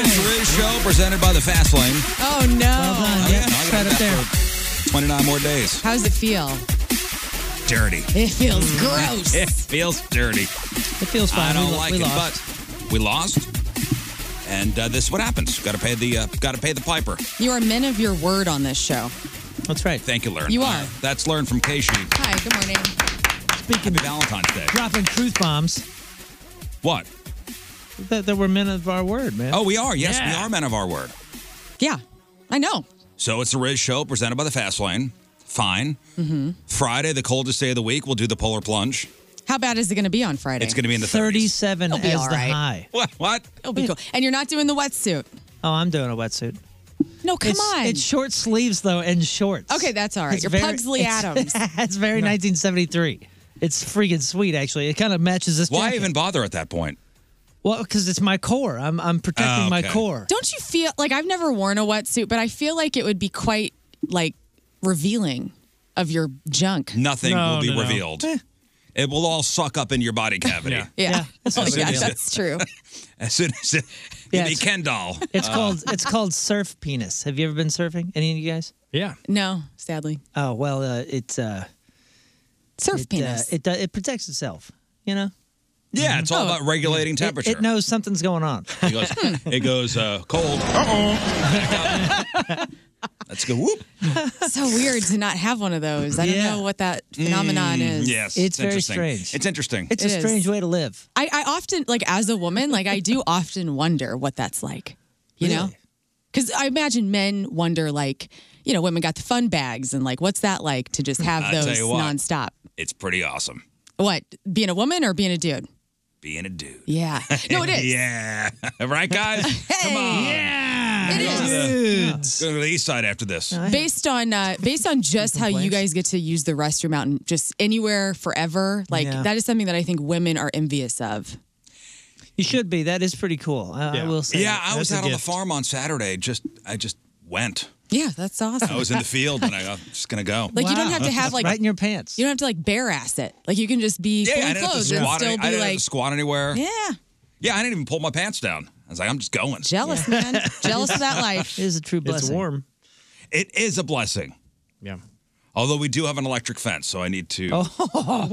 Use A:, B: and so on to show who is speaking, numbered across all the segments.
A: It's the Riz Show presented by the Fast Lane.
B: Oh no!
A: I got that for 29 more days.
B: How does it feel? Mm-hmm.
A: Dirty.
B: It feels gross.
A: It feels dirty.
C: It feels fine.
A: I don't
C: We lo-
A: like
C: we
A: it,
C: lost.
A: but we lost. And uh, this is what happens. Got to pay the uh, got to pay the piper.
B: You are men of your word on this show.
A: That's right. Thank you, Learn.
B: You
A: All
B: are.
A: right. That's Learn from Keishi.
B: Hi. Good morning.
A: Happy Valentine's Day.
C: Dropping truth bombs
A: What?
C: that, that were men of our word, man.
A: Oh, we are. Yes, we are men of our word.
B: Yeah, I know.
A: So it's the Riz Show presented by the Fast Lane. Fine.
B: hmm
A: Friday, the coldest day of the week, we'll do the polar plunge.
B: How bad is it going to be on Friday?
A: It's going to be in the
C: 37
B: It'll be
C: as
B: all
C: the
B: right.
C: high.
A: What? What?
B: It'll be cool. And you're not doing the wetsuit.
C: Oh, I'm doing a wetsuit.
B: No, come
C: it's,
B: on.
C: It's short sleeves though, and shorts.
B: Okay, that's all right.
C: It's
B: You're Pugsley
C: it's-
B: Adams.
C: it's very 1973. It's freaking sweet, actually. It kind of matches this.
A: Why
C: jacket.
A: even bother at that point? Oh,
C: Well, because it's my core. I'm I'm protecting my
A: okay.
C: core.
B: Don't you feel like I've never worn a wetsuit, but I feel like it would be quite like revealing of your junk.
A: Nothing
B: No,
A: will be
B: no, no.
A: revealed.
B: Eh.
A: It will all suck up in your body cavity.
B: Yeah.
A: Oh,
B: Oh, yeah,
A: yeah.
B: that's true.
A: As soon as it,
C: Yeah,
A: you be
C: it's-
A: Ken doll.
C: It's
A: Uh,
C: called it's called surf penis. Have you ever been surfing? Any of you guys?
A: Yeah.
B: No, sadly.
C: Oh well, uh, it's uh,
B: surf
C: it,
B: penis.
C: Uh, it do- it protects itself. You know.
A: Yeah, it's all
C: Oh.
A: about regulating
C: It-
A: temperature.
C: It, knows something. Something's going on.
A: It goes, it goes uh, cold.
C: Oh.
A: Let's go. Whoop.
B: so weird to not have one of those. I don't
C: Yeah.
B: know what that Uh, phenomenon
A: Mm,
B: is.
A: Yes. interesting. It's interesting.
C: It's
B: It
C: a
B: is.
C: strange way to live.
B: I, I often like as a woman, like I do often wonder what that's like. You know? Because I imagine men wonder like, you know, women got the fun bags and like, what's that like to just have
A: I'll tell
B: those
A: you what.
B: nonstop?
A: It's pretty awesome
B: What being a woman or being a dude?
A: being a dude.
B: Yeah. No, it is.
A: yeah. right, guys? Come on. Yeah. It Dudes. Go to the east side after this.
B: Based on uh, based on just how you guys get to use the restroom out and just anywhere forever, like
C: Yeah.
B: that is something that I think women are envious of.
C: You should be. That is pretty cool. I, I will say.
A: Yeah,
C: that.
A: I
C: That's
A: was
C: a
A: out on the
C: gift.
A: farm on Saturday. Just I just went.
B: Yeah, that's awesome.
A: I was in the field and I go, I'm just gonna go.
B: Like you don't have to have like
C: your pants.
B: You don't have to like bare ass it. Like you can just be
A: yeah,
B: fully
A: I didn't have to
B: clothed and
A: squat.
B: still
A: Any, I
B: be
A: didn't have
B: like,
A: to squat anywhere.
B: yeah,
A: Yeah, I didn't even pull my pants down. I was like, I'm just going.
B: jealous man, jealous of that life.
C: It is a true
A: blessing.
C: warm.
A: It is a blessing.
C: Yeah.
A: Although we do have an electric fence, so I need to.
C: Oh,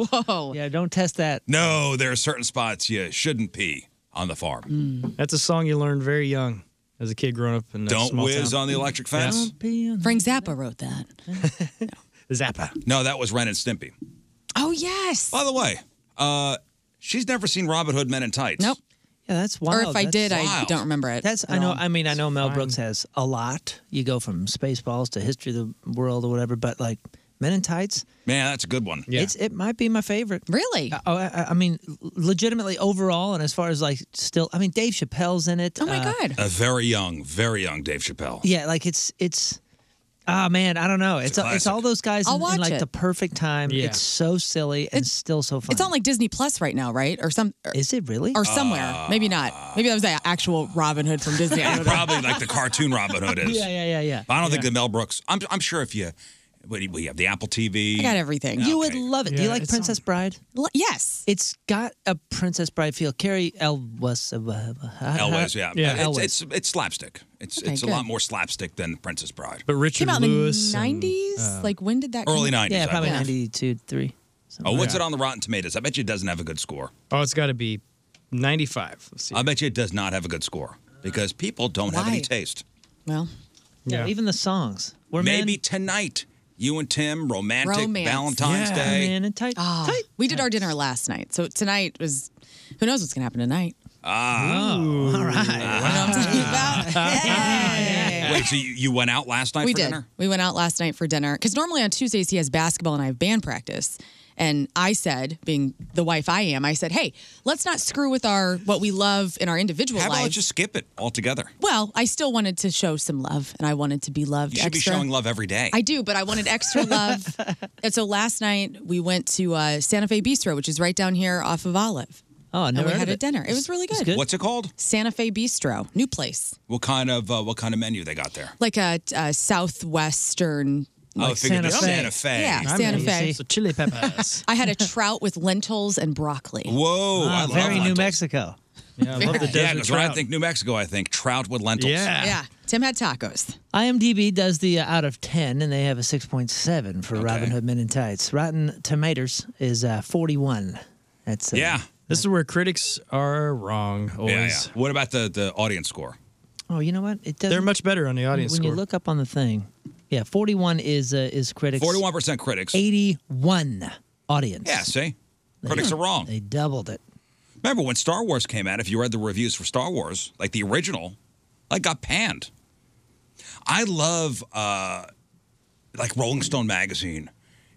B: whoa.
C: Yeah, don't test that.
A: No, there are certain spots you shouldn't pee on the farm.
C: Mm.
D: That's a song you learned very young.
E: as a kid growing up in a
A: Don't
E: small
A: whiz
E: town.
A: on the electric fence.
B: "Oh." Frank Zappa wrote that.
A: Zappa. No, that was Ren and Stimpy.
B: Oh yes.
A: By the way, uh, she's never seen Robin Hood Men in Tights. Nope.
C: Yeah, that's
B: Or if
C: wild.
B: I
C: That's-
B: did, I Wild. don't remember it
C: That's I
B: at
C: know.
B: all.
C: I mean, I know Mel Brooks has a lot. You go from Spaceballs to History of the World or whatever, but like Men in Tights,
A: Man, that's a good one.
C: it's it might be my favorite.
B: Really?
C: I, I, I mean, legitimately overall, and as far as like still, I mean, Dave Chappelle's in it. Oh my god.
A: Uh, a very young, very young Dave Chappelle.
C: Yeah, like it's it's ah man, I don't know. It's
A: a
C: it's,
A: classic.
C: all those guys
B: I'll
C: in, in,
B: watch
C: like
B: it.
C: the perfect time.
B: Yeah.
C: It's so silly and still so fun.
B: It's on like Disney Plus right now, right? Or some? Or,
C: Is it really?
B: Or somewhere?
A: Uh,
B: Maybe not. Maybe that was the actual Robin Hood from Disney. I
A: Yeah,
B: don't know.
A: probably like the cartoon Robin Hood is.
B: Yeah, yeah, yeah, yeah.
A: I don't think the Mel Brooks. I'm, I'm sure if you, what do you- we have the Apple TV.
C: I got everything. You would love it. Do you like Princess Bride?
B: yes.
C: It's got a Princess Bride feel. Carrie Elwes. uh,
A: Elwes,
B: uh,
C: Elwes,
A: yeah. It's,
C: Elwes.
A: it's it's slapstick. It's
B: Okay,
A: it's a
B: good.
A: lot more slapstick than Princess Bride.
E: But Richard
B: Came out in the '90s. like when did that? come
A: uh, early
B: out?
A: 90s, I believe.
C: 92, 3.
A: Oh, what's
E: Yeah.
A: it on the Rotten Tomatoes? I bet you it doesn't have a good score.
E: Oh, it's got to be 95. Let's see.
A: I bet you it does not have a good score because people don't have any
C: Why?
A: taste.
B: Well,
C: yeah. Even the songs.
A: Maybe tonight, you and Tim, romantic
B: Romance.
A: Valentine's Day.
C: and tight,
B: Ah, We did our dinner last night, so tonight was. Who knows what's gonna happen tonight?
A: Ah.
B: all right.
A: Wait, so you, you went out last night
B: we
A: for
B: did.
A: dinner?
B: We went out last night for dinner because normally on Tuesdays he has basketball and I have band practice. And I said, being the wife I am, I said, "Hey, let's not screw with our what we love in our individual
A: How about
B: lives."
A: let's just skip it altogether?
B: well, I still wanted to show some love, and I wanted to be loved.
A: You should
B: extra.
A: be showing love every day.
B: I do, but I wanted extra love. and so last night we went to uh, Santa Fe Bistro, which is right down here off of Olive.
C: Oh, I
B: and
A: never
B: we
A: heard
B: had a
A: of it.
B: dinner. It was really good.
A: What's it called?
B: Santa Fe Bistro, new place,
A: What kind of uh, what kind of menu they got there?
B: like a, uh southwestern.
A: Oh, I
B: like
A: figured just Santa Fe.
B: Yeah, Santa Fe.
C: chili peppers.
B: I had a trout with lentils and broccoli.
A: Whoa, Oh, I love
C: Uh, very New
A: lentils.
C: Mexico.
B: Yeah, I love the desert
A: Yeah, because when I
B: trout.
A: think New Mexico, I think trout with lentils.
B: Yeah. Tim had tacos.
C: IMDb does the uh, out of 10, and they have a 6.7 for Robin Hood Men in Tights. Rotten Tomatoes is uh, 41. That's uh,
A: Yeah.
E: This is where critics are wrong
A: Yeah,
E: always.
A: yeah. What about the, the audience score?
C: Oh, you know what? It does.
E: They're much better on the audience
C: When you
E: score.
C: look up on the thing, yeah, 41 is uh, is critics.
A: 41% critics.
C: 81 audience.
A: Yeah, see? Critics are wrong.
C: They doubled it.
A: Remember when Star Wars came out, if you read the reviews for Star Wars, like the original, like got panned. I love uh like Rolling Stone magazine,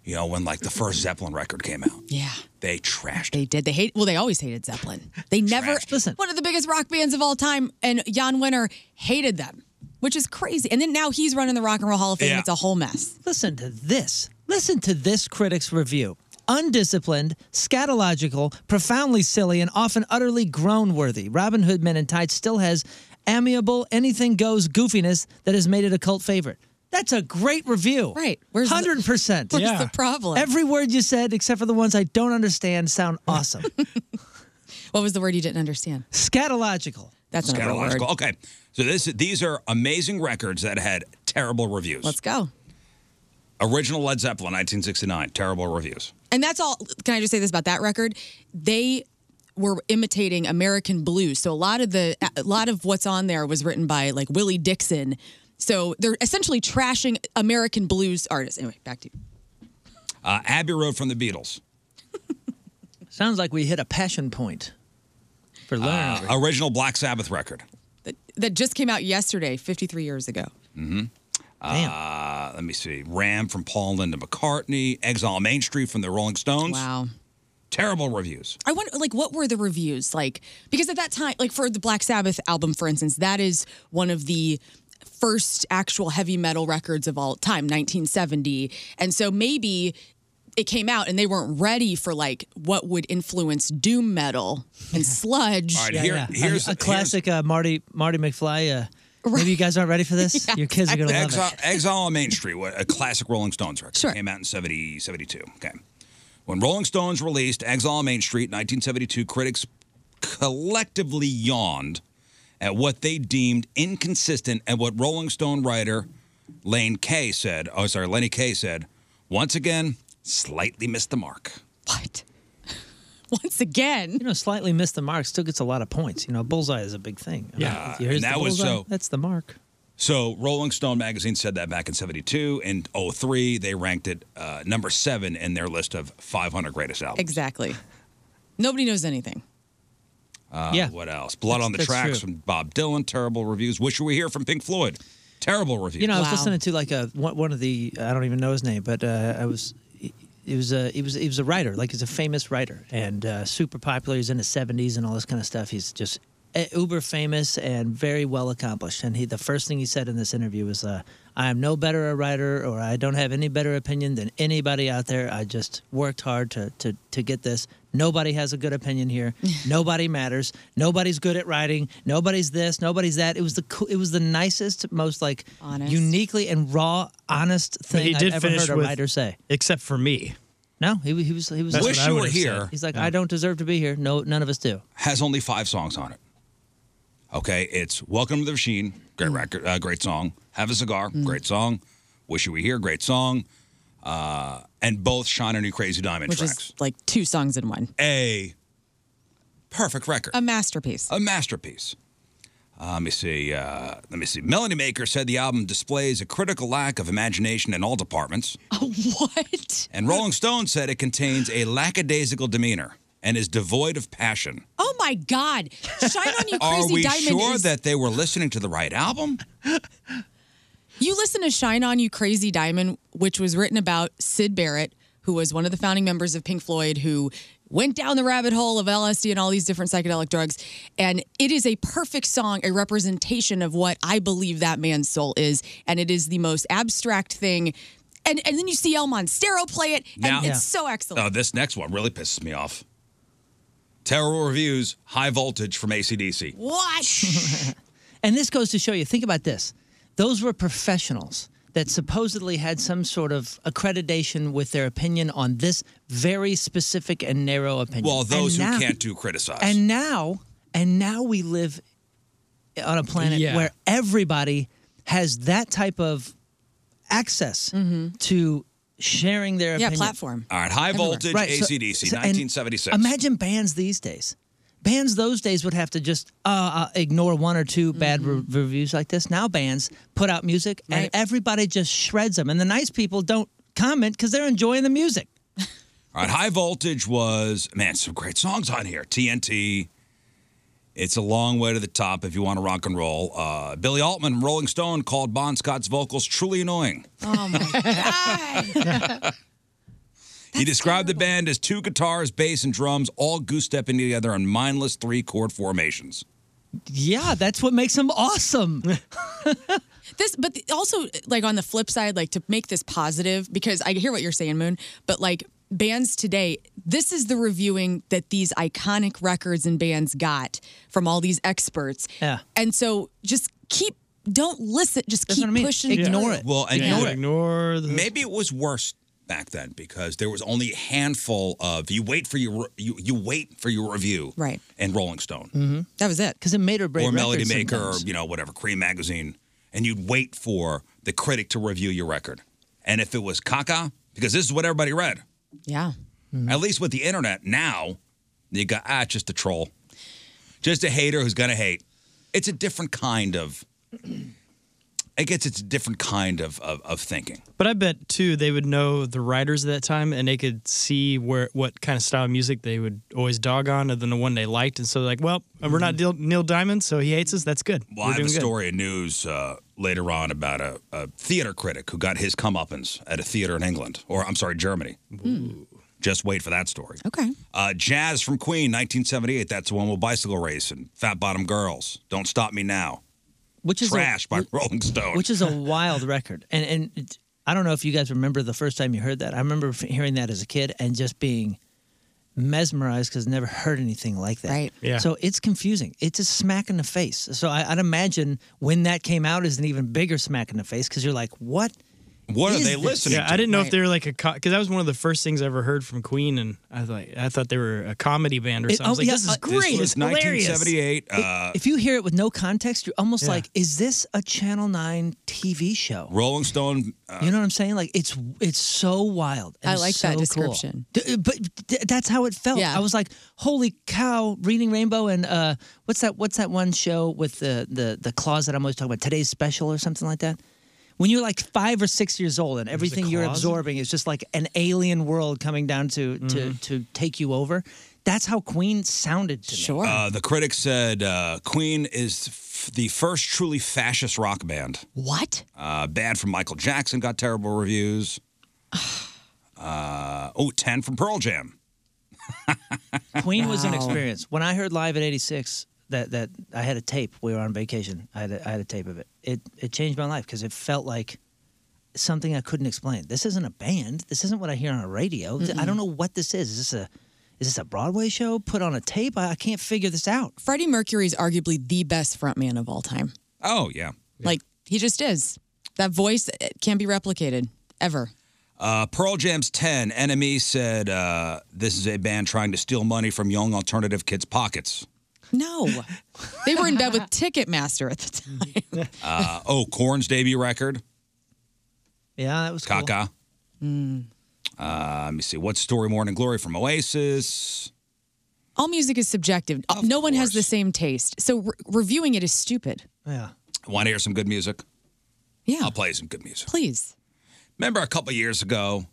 A: you know, when like the first Zeppelin record came out.
B: Yeah.
A: They trashed
B: They did. They hate. Well, they always hated Zeppelin. They never. Listen. One of the biggest rock bands of all time, and Jan Winter hated them, which is crazy. And then now he's running the Rock and Roll Hall of Fame.
C: Yeah.
B: It's a whole mess.
C: Listen to this. Listen to this critic's review. Undisciplined, scatological, profoundly silly, and often utterly groan worthy, Robin Hood Men in Tights still has amiable, anything goes goofiness that has made it a cult favorite. That's a great review. Right. Where's 100%.
B: where's Yeah. the problem?
C: Every word you said, except for the ones I don't understand, sound awesome.
B: What was the word you didn't understand?
C: Scatological.
B: That's not a real word.
A: Scatological. Okay. So this these are amazing records that had terrible reviews. Let's
B: go.
A: Original Led Zeppelin, 1969, terrible reviews.
B: And that's all. Can I just say this about that record? They were imitating American blues. So a lot of the a lot of what's on there was written by like Willie Dixon. So they're essentially trashing American blues artists. Anyway, back to you.
A: Uh, Abbey Road from the Beatles.
C: Sounds like we hit a passion point. For
A: Uh, original Black Sabbath record.
B: That just came out yesterday, 53 years ago.
A: Mm-hmm. Uh, let me see. Ram from Paul Linda McCartney. Exile on Main Street from the Rolling Stones.
B: Wow.
A: Terrible reviews.
B: I wonder, like, what were the reviews like? Because at that time, like for the Black Sabbath album, for instance, that is one of the first actual heavy metal records of all time, 1970. And so maybe it came out and they weren't ready for like what would influence doom metal and sludge.
C: Yeah, yeah. a, a classic uh, Marty Marty McFly. Uh, Maybe you guys aren't ready for this. Your kids are gonna love
A: Exile,
C: it.
A: Exile on Main Street, what- a classic Rolling Stones record. Came out in 70, 72. Okay. When Rolling Stones released Exile on Main Street in 1972, critics collectively yawned at what they deemed inconsistent and what Rolling Stone writer Lane K said, oh, sorry, Lenny K said, once again, slightly missed the mark.
B: What? once again. You
C: know, slightly missed the mark, still gets a lot of points. You know, bullseye is a big thing. I mean,
A: Yeah,
C: if you- here's
A: and
C: the
A: that was
C: bullseye,
A: so-
C: That's the mark.
A: So Rolling Stone magazine said that back in 72 and 03 they ranked it uh, number 7 in their list of 500 greatest albums.
B: Exactly. Nobody knows anything.
A: Uh,
B: Yeah.
A: What else? Blood
B: That's-
A: on the
B: that's
A: Tracks
B: true.
A: from Bob Dylan, terrible reviews. Wish We Were Here from Pink Floyd, terrible reviews.
C: You know, I was listening to like a one, one of the I don't even know his name, but uh, I was it was a he was he was a writer, like he's a famous writer and uh, super popular. He's in his seventies and all this kind of stuff. He's just uh, uber famous and very well accomplished. And he the first thing he said in this interview was, uh, "I am no better a writer, or I don't have any better opinion than anybody out there. I just worked hard to to to get this." Nobody has a good opinion here. Nobody matters. Nobody's good at writing. Nobody's this. Nobody's that. It was the coo- it was the nicest, most like uniquely and raw, honest
E: But
C: thing
E: he did
C: I've ever
E: finish
C: heard a
E: with,
C: writer say.
E: except for me.
C: No, he, wa- he was he was.
A: That's Wish what I you were would've said. here.
C: He's like, I don't deserve to be here. No, none of us do.
A: Has only five songs on it. Okay, it's Welcome to the Machine, great record, uh, great song. Have a Cigar, great song. Wish You Were Here, great song. Uh, and both Shine a New Crazy Diamond
B: Which
A: tracks.
B: is like two songs in one.
A: a perfect record,
B: A masterpiece.
A: a masterpiece. Uh, let me see. Uh, let me see. Melanie Maker said the album displays a critical lack of imagination in all departments.
B: what?
A: And Rolling Stone said it contains a lackadaisical demeanor and is devoid of passion.
B: Oh my God. Shine on you,
A: Are
B: crazy
A: we
B: diamond.
A: sure
B: is-
A: that they were listening to the right album?
B: You listen to Shine On You Crazy Diamond, which was written about Sid Barrett, who was one of the founding members of Pink Floyd, who went down the rabbit hole of LSD and all these different psychedelic drugs. And it is a perfect song, a representation of what I believe that man's soul is. And it is the most abstract thing. And, and then you see El Monstero play it, and it's so excellent.
A: Oh, this next one really pisses me off. Terrible reviews, high voltage from ACDC.
B: What?
C: and this goes to show you. Think about this. Those were professionals that supposedly had some sort of accreditation with their opinion on this very specific and narrow opinion.
A: Well, those
C: And
A: who
C: now-
A: can't do criticize.
C: And now, and now we live on a planet
A: Yeah.
C: where everybody has that type of access
B: Mm-hmm.
C: to sharing their opinion.
A: All right, high
C: Everywhere.
A: voltage
C: Right, so-
A: ACDC,
C: so- and
A: 1976.
C: Imagine bands these days. Bands those days would have to just uh, uh, ignore one or 2 bad re-
B: Mm-hmm.
C: reviews like this. Now bands put out music and
A: Right.
C: everybody just shreds them, and the nice people don't comment because they're enjoying the music.
A: All right, High Voltage was, man, some great songs on here. TNT. It's a long way to the top if you want to rock and roll. Uh, Billy Altman, from Rolling Stone, called Bon Scott's vocals truly annoying.
B: Oh my God.
A: he described the band as two guitars, bass, and drums all goose stepping together in mindless three chord formations.
C: Yeah, that's what makes them awesome.
B: this but the- also like on the flip side like to make this positive because i hear what you're saying moon but like bands today this is the reviewing that these iconic records and bands got from all these experts
C: Yeah.
B: and so just keep don't listen just keep pushing through.
A: Well, and you know what?
E: ignore the.
A: Maybe it was worse back then because there was only a handful of you wait for your you, you wait for your review
B: Right.
A: and Rolling Stone.
C: Mm-hmm.
B: That was it.
C: Because it made or break
A: or Melody
C: records
A: Maker
C: sometimes.
A: or you know whatever Cream magazine, and you'd wait for the critic to review your record. And if it was caca, because this is what everybody read.
B: yeah
E: Mm-hmm.
A: At least with the internet now, you got ah just a troll, just a hater who's gonna hate. It's a different kind of. I guess it's a different kind of of, of thinking.
E: But I bet too they would know the writers at that time, and they could see where what kind of style of music they would always dog on, and then the one they liked. And so like, well, we're not Neil,
C: Mm-hmm.
E: Neil Diamond, so he hates us. That's good.
A: Well, I
E: We're
A: have a
E: doing good.
A: story in news uh, later on about a, a theater critic who got his comeuppance at a theater in England, or I'm sorry, Germany. Just wait for that story.
B: Okay.
A: Uh, Jazz from Queen, 1978. That's the one with Bicycle Race and Fat Bottom Girls. Don't Stop Me Now.
C: Which is a-
A: Trash by Rolling Stone.
C: Which is a wild record. And and it, I don't know if you guys remember the first time you heard that. I remember f- hearing that as a kid and just being mesmerized because never heard anything like that. Right.
F: Yeah.
C: So it's confusing. It's a smack in the face. So I, I'd imagine when that came out is an even bigger smack in the face because you're like, what?
A: What are they listening
E: Yeah,
A: to?
E: I didn't know if they were like a because that was one of the first things I ever heard from Queen, and I thought I thought they were a comedy band or
C: It-
E: something. I was
C: oh,
E: like,
C: yeah,
E: this
C: uh,
E: is great.
C: this was 1978,
A: It- uh,
C: if you hear it with no context, you're almost
A: Yeah.
C: like, is this a Channel 9 TV show?
A: Rolling Stone. uh,
C: you know what I'm saying? Like it's it's so wild. and
B: I like that
C: so cool.
B: description.
C: D- but d- that's how it felt.
B: Yeah.
C: I was like, "Holy cow!" Reading Rainbow and uh, what's that? What's that one show with the the the claws that I'm always talking about? Today's special or something like that. When you're like five or six years old and everything you're
F: Claws?
C: absorbing is just like an alien world coming down to to
A: Mhm.
C: to take you over. That's how Queen sounded to me.
A: Uh, the critics said uh, Queen is f- the first truly fascist rock band.
B: What?
A: Uh, bad from Michael Jackson got terrible reviews. uh, oh, 10 from Pearl Jam.
C: Queen was an
A: Wow.
C: experience. When I heard live at '86, that that I had a tape. We were on vacation. I had a, I had a tape of it. It it changed my life because it felt like something I couldn't explain. This isn't a band. This isn't what I hear on a radio. Th- I
B: Mm-mm.
C: don't know what this is. Is this a is this a Broadway show put on a tape? I, I can't figure this out.
B: Freddie Mercury is arguably the best frontman of all time.
A: Oh, yeah.
B: Like he just is. That voice it can't be replicated ever.
A: Uh, Pearl Jam's 10 Enemy said uh, this is a band trying to steal money from young alternative kids' pockets.
B: No, they were in bed with Ticketmaster at the time.
A: Uh, oh, Korn's debut record.
C: Yeah, that was
A: Kaka.
B: Mm.
A: Uh, let me see. What story? Morning Glory from Oasis.
B: All music is subjective. no one has the same taste, so re- reviewing it is stupid.
C: Yeah.
A: Want to hear some good music?
B: Yeah.
A: I'll play some good music.
B: Please.
A: Remember a couple years ago,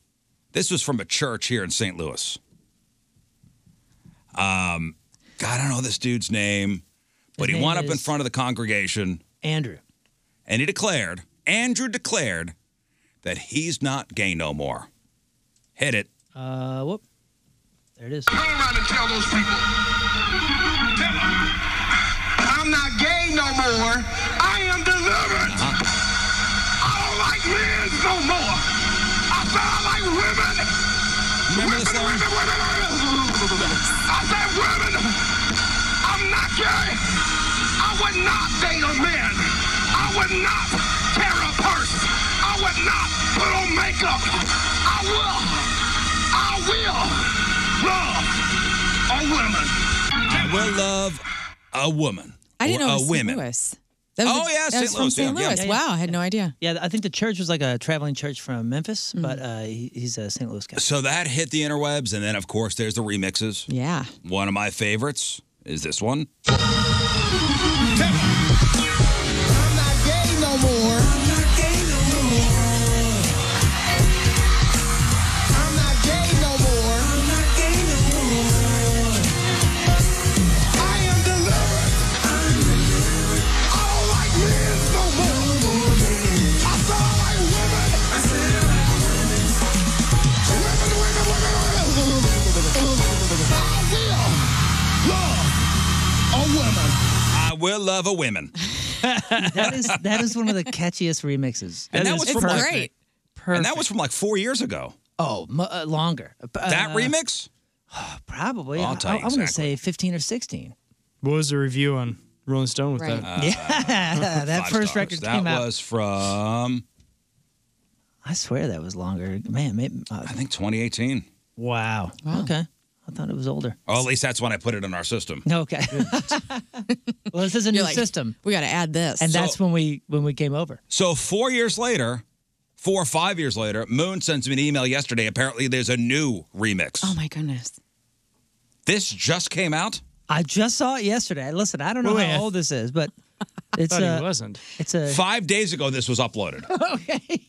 A: this was from a church here in St. Louis. Um, God, I don't know this dude's name, but
C: His
A: he
C: name
A: went up in
C: is-
A: front of the congregation
C: Andrew.
A: and he declared, Andrew declared that he's not gay no more. Hit it.
C: Uh, whoop. There it is.
D: around and tell those people. Tell them, I'm not gay no more. I am delivered. I don't like men no more. I said I like women. women, women, women, women. I said women. I'm not gay. I would not date a man. I would not tear a purse. I would not put on makeup. I will. I will love a woman.
A: I will love a woman.
B: I didn't
A: Or
B: know it
A: a
B: was St.
A: women.
B: Louis. That was
A: Oh,
B: a-
A: yeah,
B: that
A: St.
B: was from
A: Louis, yeah,
B: St.
A: yeah.
B: Louis.
A: Yeah, yeah.
B: Wow, I had no idea.
C: Yeah, I think the church was like a traveling church from Memphis,
B: Mm-hmm.
C: but uh, he, he's a St. Louis guy.
A: So that hit the interwebs, and then of course there's the remixes.
B: Yeah.
A: One of my favorites is this one.
D: gay no more. I'm not gay no more. I'm not gay no more. I'm not gay no more. I am delivered. I don't like men no more. I said I like women. Women, women, women, women. I will love a woman.
A: I will love a woman.
C: that is that is one of the catchiest remixes.
A: And that was from like, And that
C: Perfect.
A: was from like four years ago.
C: Oh, mu uh, longer.
A: That
C: Uh,
A: remix?
C: Probably.
E: I'll tell
C: I,
E: you
C: am going to say
E: exactly.
C: 15 or 16.
E: What was the review on Rolling Stone with
C: Right.
E: that?
C: yeah, that
A: Five
C: first
A: stars.
C: record
A: that
C: came out.
A: was from
C: I swear that was longer. Man, maybe, uh,
A: I think 2018.
C: wow. Okay. I thought it was older.
A: Oh, at least that's when I put it in our system.
C: No, okay. well, this is a
B: You're
C: new
B: like,
C: system.
B: We got to add this.
C: And that's when we when we came over.
A: So four years later, four or five years later, Moon sends me an email yesterday. Apparently, there's a new remix.
B: Oh my goodness.
A: This just came out.
C: I just saw it yesterday. Listen, I don't know
A: Wait, I
C: how
A: th-
C: old this is, but it's
A: thought he
C: uh,
A: wasn't.
C: It's a
A: Five days ago, this was uploaded.
C: okay.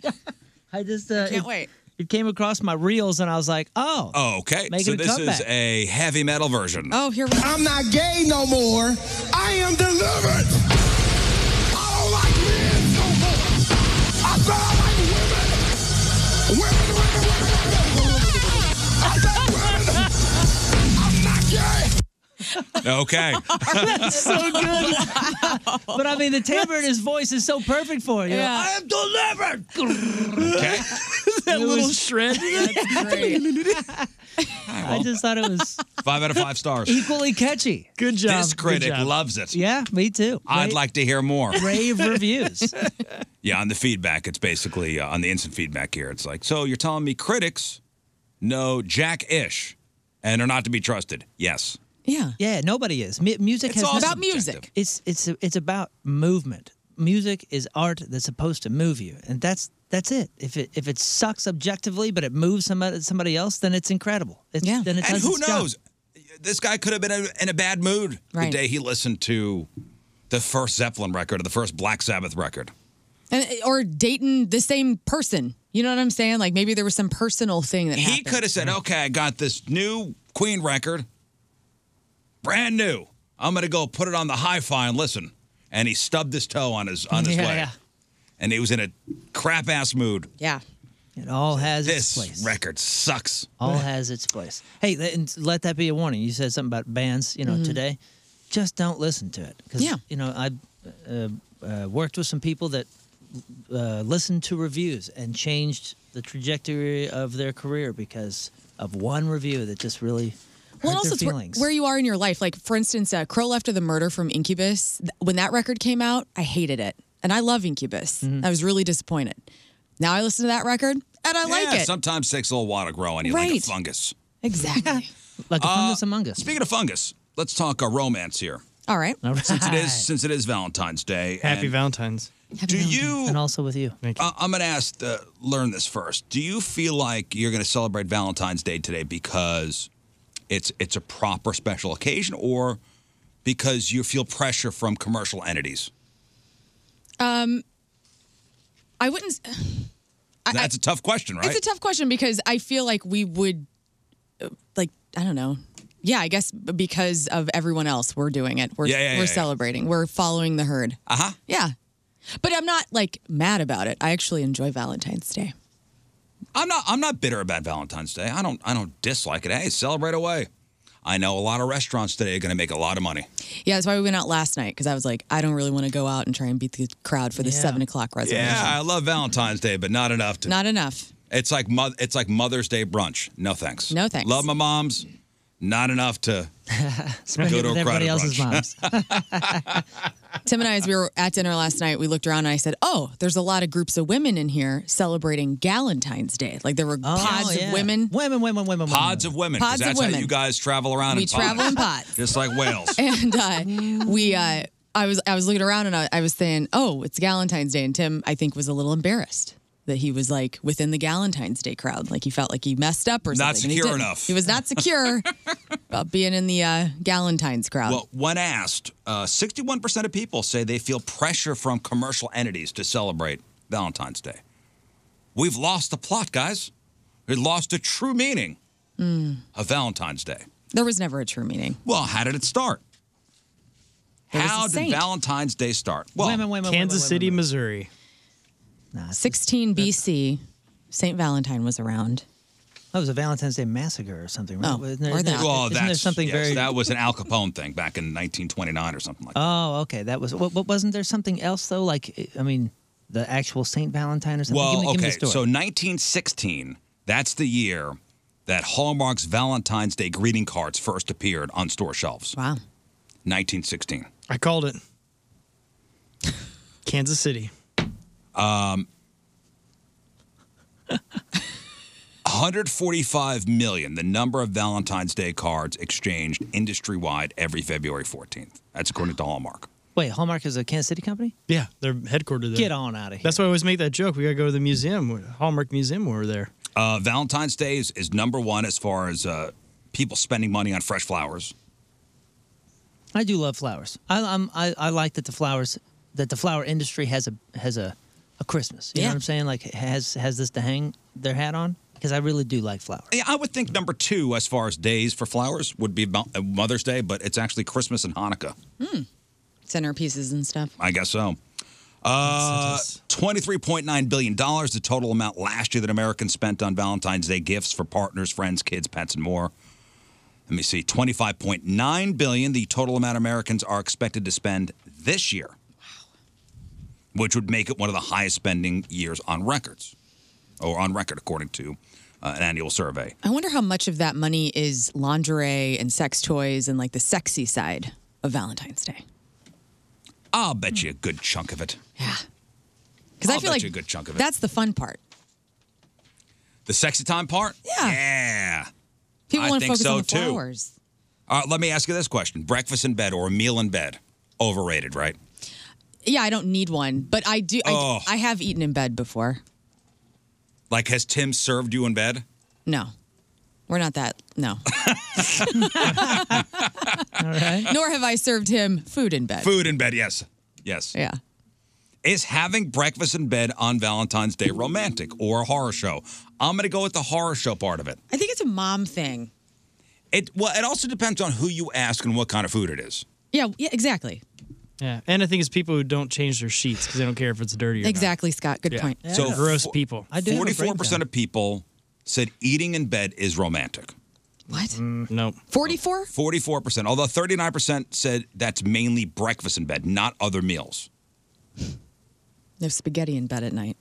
C: I just uh,
B: can't
C: it,
B: wait.
C: It came across my reels, and I was like, oh,
A: Okay,
C: Making
A: so
C: a
A: this is
C: comeback.
A: a heavy metal version.
B: Oh, here we
D: I'm not gay no more. I am delivered. I don't like men no more. I said I like women. Women, women, women, women. I said women. I'm not gay.
A: Okay.
C: That's so good. but I mean, the timbre in his voice is so perfect for it. you. know,
D: Yeah.
C: I am delivered.
A: Okay.
C: that
E: little shred.
C: I just thought it was
A: Five out of five stars.
C: equally catchy. Good
A: this critic loves it.
C: Yeah, me too.
A: I'd
C: Ra-
A: like to hear more.
C: rave reviews.
A: Yeah, on the feedback, it's basically uh, on the instant feedback here. It's like, so you're telling me critics know Jack Ish and are not to be trusted? Yes.
B: Yeah.
C: Yeah, nobody is. M- music
B: It's
C: has
B: all
C: nothing-
B: about music.
C: It's it's it's about movement. Music is art that's supposed to move you, and that's that's it. If it if it sucks objectively, but it moves somebody somebody else, then it's incredible. It's, yeah. Then it
A: and
C: does
A: who
C: its job.
A: knows? This guy could have been in a- in a bad mood
B: Right.
A: the day he listened to the first Zeppelin record or the first Black Sabbath record.
B: And, or dating the same person. You know what I'm saying? Like maybe there was some personal thing that
A: He
B: happened.
A: could have said, okay, I got this new Queen record, brand new. I'm going to go put it on the hi fi and listen. And he stubbed his toe on his, on his
C: Yeah,
A: way.
C: yeah.
A: And he was in a crap ass mood.
B: Yeah.
C: It all has
A: This
C: its place.
A: record sucks.
C: All has its place. Hey, th- and let that be a warning. You said something about bands, you know,
B: Mhm.
C: today. Just don't listen to it. Cause, yeah. You know, I uh, uh, worked with some people that uh, listened to reviews and changed the trajectory of their career because of one review that just really hurt
B: Well, also
C: their
B: it's where,
C: feelings.
B: where you are in your life. Like for instance, uh, Crow Left of the Murder from Incubus. th- when that record came out, I hated it, and I love Incubus.
A: Mhm.
B: I was really disappointed. Now I listen to that record and I like
A: Yeah,
B: it.
A: Sometimes takes a little while to grow on you, like
B: Right.
A: a fungus.
B: exactly.
C: like
A: a fungus
C: among us.
A: Speaking of fungus, let's talk uh, romance here.
B: All right.
A: Since it is since it is Valentine's Day.
E: Happy
A: and-
E: Valentine's.
C: do
A: you
C: and also with you?
A: I- Uh, I'm going to ask, the, learn this first. Do you feel like you're going to celebrate Valentine's Day today because it's it's a proper special occasion, or because you feel pressure from commercial entities?
B: Um, I wouldn't. s-
A: That's a tough question, right?
B: It's a tough question because I feel like we would, uh, like, I don't know. Yeah, I guess b- because of everyone else, we're doing it. We're,
A: Yeah, yeah, yeah,
B: we're
A: yeah.
B: celebrating. We're following the herd.
A: uh huh.
B: Yeah. But I'm not like mad about it. I actually enjoy Valentine's Day.
A: I'm not. I'm not bitter about Valentine's Day. I don't. I don't dislike it. Hey, celebrate away. I know a lot of restaurants today are going to make a lot of money.
B: Yeah, that's why we went out last night because I was like, I don't really want to go out and try and beat the crowd for the seven o'clock reservation.
A: Yeah, I love Valentine's Day, but not enough to.
B: Not enough.
A: it's like mo- it's like Mother's Day brunch. No thanks.
B: No thanks.
A: Love my mom's. Not enough to
B: Spend
A: go
B: it
A: to
B: with
A: a
B: everybody
A: crowded
B: else's
A: brunch.
B: moms. Tim and I, as we were at dinner last night, we looked around and I said, "Oh, there's a lot of groups of women in here celebrating Galentine's Day. Like there were pods
C: Oh, yeah.
B: of women,
C: women, women, women,
A: Pods of women. 'cause
B: Pods of
A: that's how
B: women.
A: you guys travel around.
B: We
A: in
B: travel
A: pods.
B: in pods.
A: just like whales.
B: and uh, we, uh, I was, I was looking around and I, I was saying, "Oh, it's Galentine's Day," and Tim, I think, was a little embarrassed that he was like within the Galentine's Day crowd, like he felt like he messed up or
A: Not
B: something. And he
A: secure
B: didn't.
A: enough.
B: He was not secure about being in the uh, Galentine's crowd.
A: Well, when asked, uh, 61% of people say they feel pressure from commercial entities to celebrate Valentine's Day. We've lost the plot, guys. We lost the true meaning
B: Mm.
A: of Valentine's Day.
B: There was never a true meaning.
A: Well, how did it start?
B: There was a
A: How did
B: saint.
A: Valentine's Day start? Well,
E: Kansas City, Missouri.
B: 16 BC, St. Valentine was around.
C: That was a Valentine's Day massacre or something, right?
B: Oh,
C: Wasn't there-
B: or
C: isn't there-
B: that.
A: Well,
C: isn't there
A: that's
C: something
A: yes,
C: very.
A: that was an Al Capone thing back in 1929 or something like that.
C: Oh, okay. That was. What, what wasn't there something else though? Like, I mean, the actual Saint Valentine or something.
A: Well,
C: give me, give me
A: okay.
C: the story.
A: So 1916, that's the year that Hallmark's Valentine's Day greeting cards first appeared on store shelves.
B: Wow.
A: 1916.
E: I called it. Kansas City.
A: Um, 145 million, the number of Valentine's Day cards exchanged industry wide every February 14th. That's according to Hallmark.
C: Wait, Hallmark is a Kansas City company.
E: Yeah, they're headquartered there.
C: Get on out of here.
E: That's why I always make that joke. We gotta go to the museum, Hallmark Museum, when we're there.
A: Uh, Valentine's Day is, is number one as far as uh, people spending money on fresh flowers.
C: I do love flowers. I, I'm, I I like that the flowers that the flower industry has a has a a Christmas. You know what I'm saying? Like has has this to hang their hat on because I really do like flowers.
A: Yeah, I would think number two as far as days for flowers would be Mo- uh, Mother's Day, but it's actually Christmas and Hanukkah.
B: Hmm. Centerpieces and stuff.
A: I guess so. Uh, $23.9 billion, the total amount last year that Americans spent on Valentine's Day gifts for partners, friends, kids, pets, and more. Let me see, $25.9 billion, the total amount Americans are expected to spend this year. Wow. Which would make it one of the highest spending years on records, or on record, according to uh, an annual survey.
B: I wonder how much of that money is lingerie and sex toys and like the sexy side of Valentine's Day.
A: I'll bet you a good chunk of it. Yeah.
B: Because Hmm. I
A: I'll
B: feel
A: bet
B: like
A: you a good chunk of it.
B: that's the fun part.
A: The sexy time part? Yeah. Yeah.
B: People
A: I
B: want to
A: think
B: focus
A: so
B: on the
A: too.
B: flowers.
A: All right, let me ask you this question breakfast in bed or a meal in bed? Overrated, right?
B: Yeah, I don't need one, but I do. I,
A: Oh.
B: I have eaten in bed before.
A: Like, has Tim served you in bed?
B: No, we're not that. No.
A: All right.
B: Nor have I served him food in bed.
A: Food in bed, yes. Yes.
B: Yeah.
A: Is having breakfast in bed on Valentine's Day romantic or a horror show? I'm going to go with the horror show part of it.
B: I think it's a mom thing.
A: It well, it also depends on who you ask and what kind of food it is.
B: Yeah. Yeah. Exactly.
E: Yeah, and I think it's people who don't change their sheets because they don't care if it's dirty. Or not.
B: Exactly, Scott. Good
E: Yeah.
B: point.
E: So gross people.
A: Forty-four percent of people said eating in bed is romantic.
B: What?
A: no.
B: 44?
A: Forty-four percent. Although thirty-nine percent said that's mainly breakfast in bed, not other meals.
B: No spaghetti in bed at night.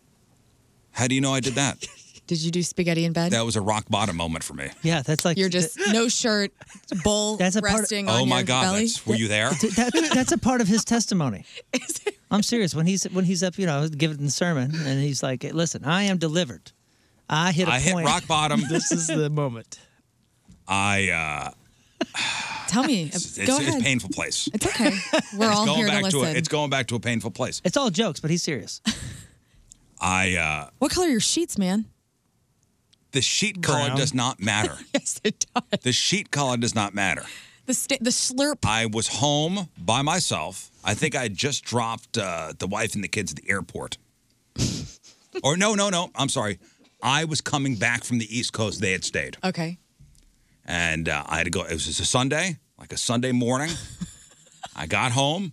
A: How do you know I did that?
B: Did you do spaghetti in bed?
A: that was a rock bottom moment for me.
C: Yeah, that's like
B: You're just no shirt, bull that's
C: a part of-
B: resting on
A: Oh my
B: your
A: God!
B: belly.
A: That's, were you there?
C: Th- that, that's a part of his testimony. I'm serious. When he's when he's up, you know, giving the sermon, and he's like, "Hey, "Listen, I am delivered. I hit a
A: I hit
C: point.
A: rock bottom.
C: This is the moment.
A: I uh,
B: Tell me.
A: it's,
B: Go
A: it's,
B: ahead.
A: a painful place.
B: It's okay. We're
A: it's
B: all
A: going
B: here to
A: back
B: listen.
A: to a, It's going back to a painful place.
C: It's all jokes, but he's serious.
A: I uh,
B: what color are your sheets, man?
A: the sheet color does not matter.
B: yes, it does.
A: The sheet color does not matter.
B: The sta- the slurp.
A: I was home by myself. I think I had just dropped uh, the wife and the kids at the airport. or no, no, no. I'm sorry. I was coming back from the East Coast. They had stayed,
B: Okay.
A: and uh, I had to go. It was just a Sunday, like a Sunday morning. I got home,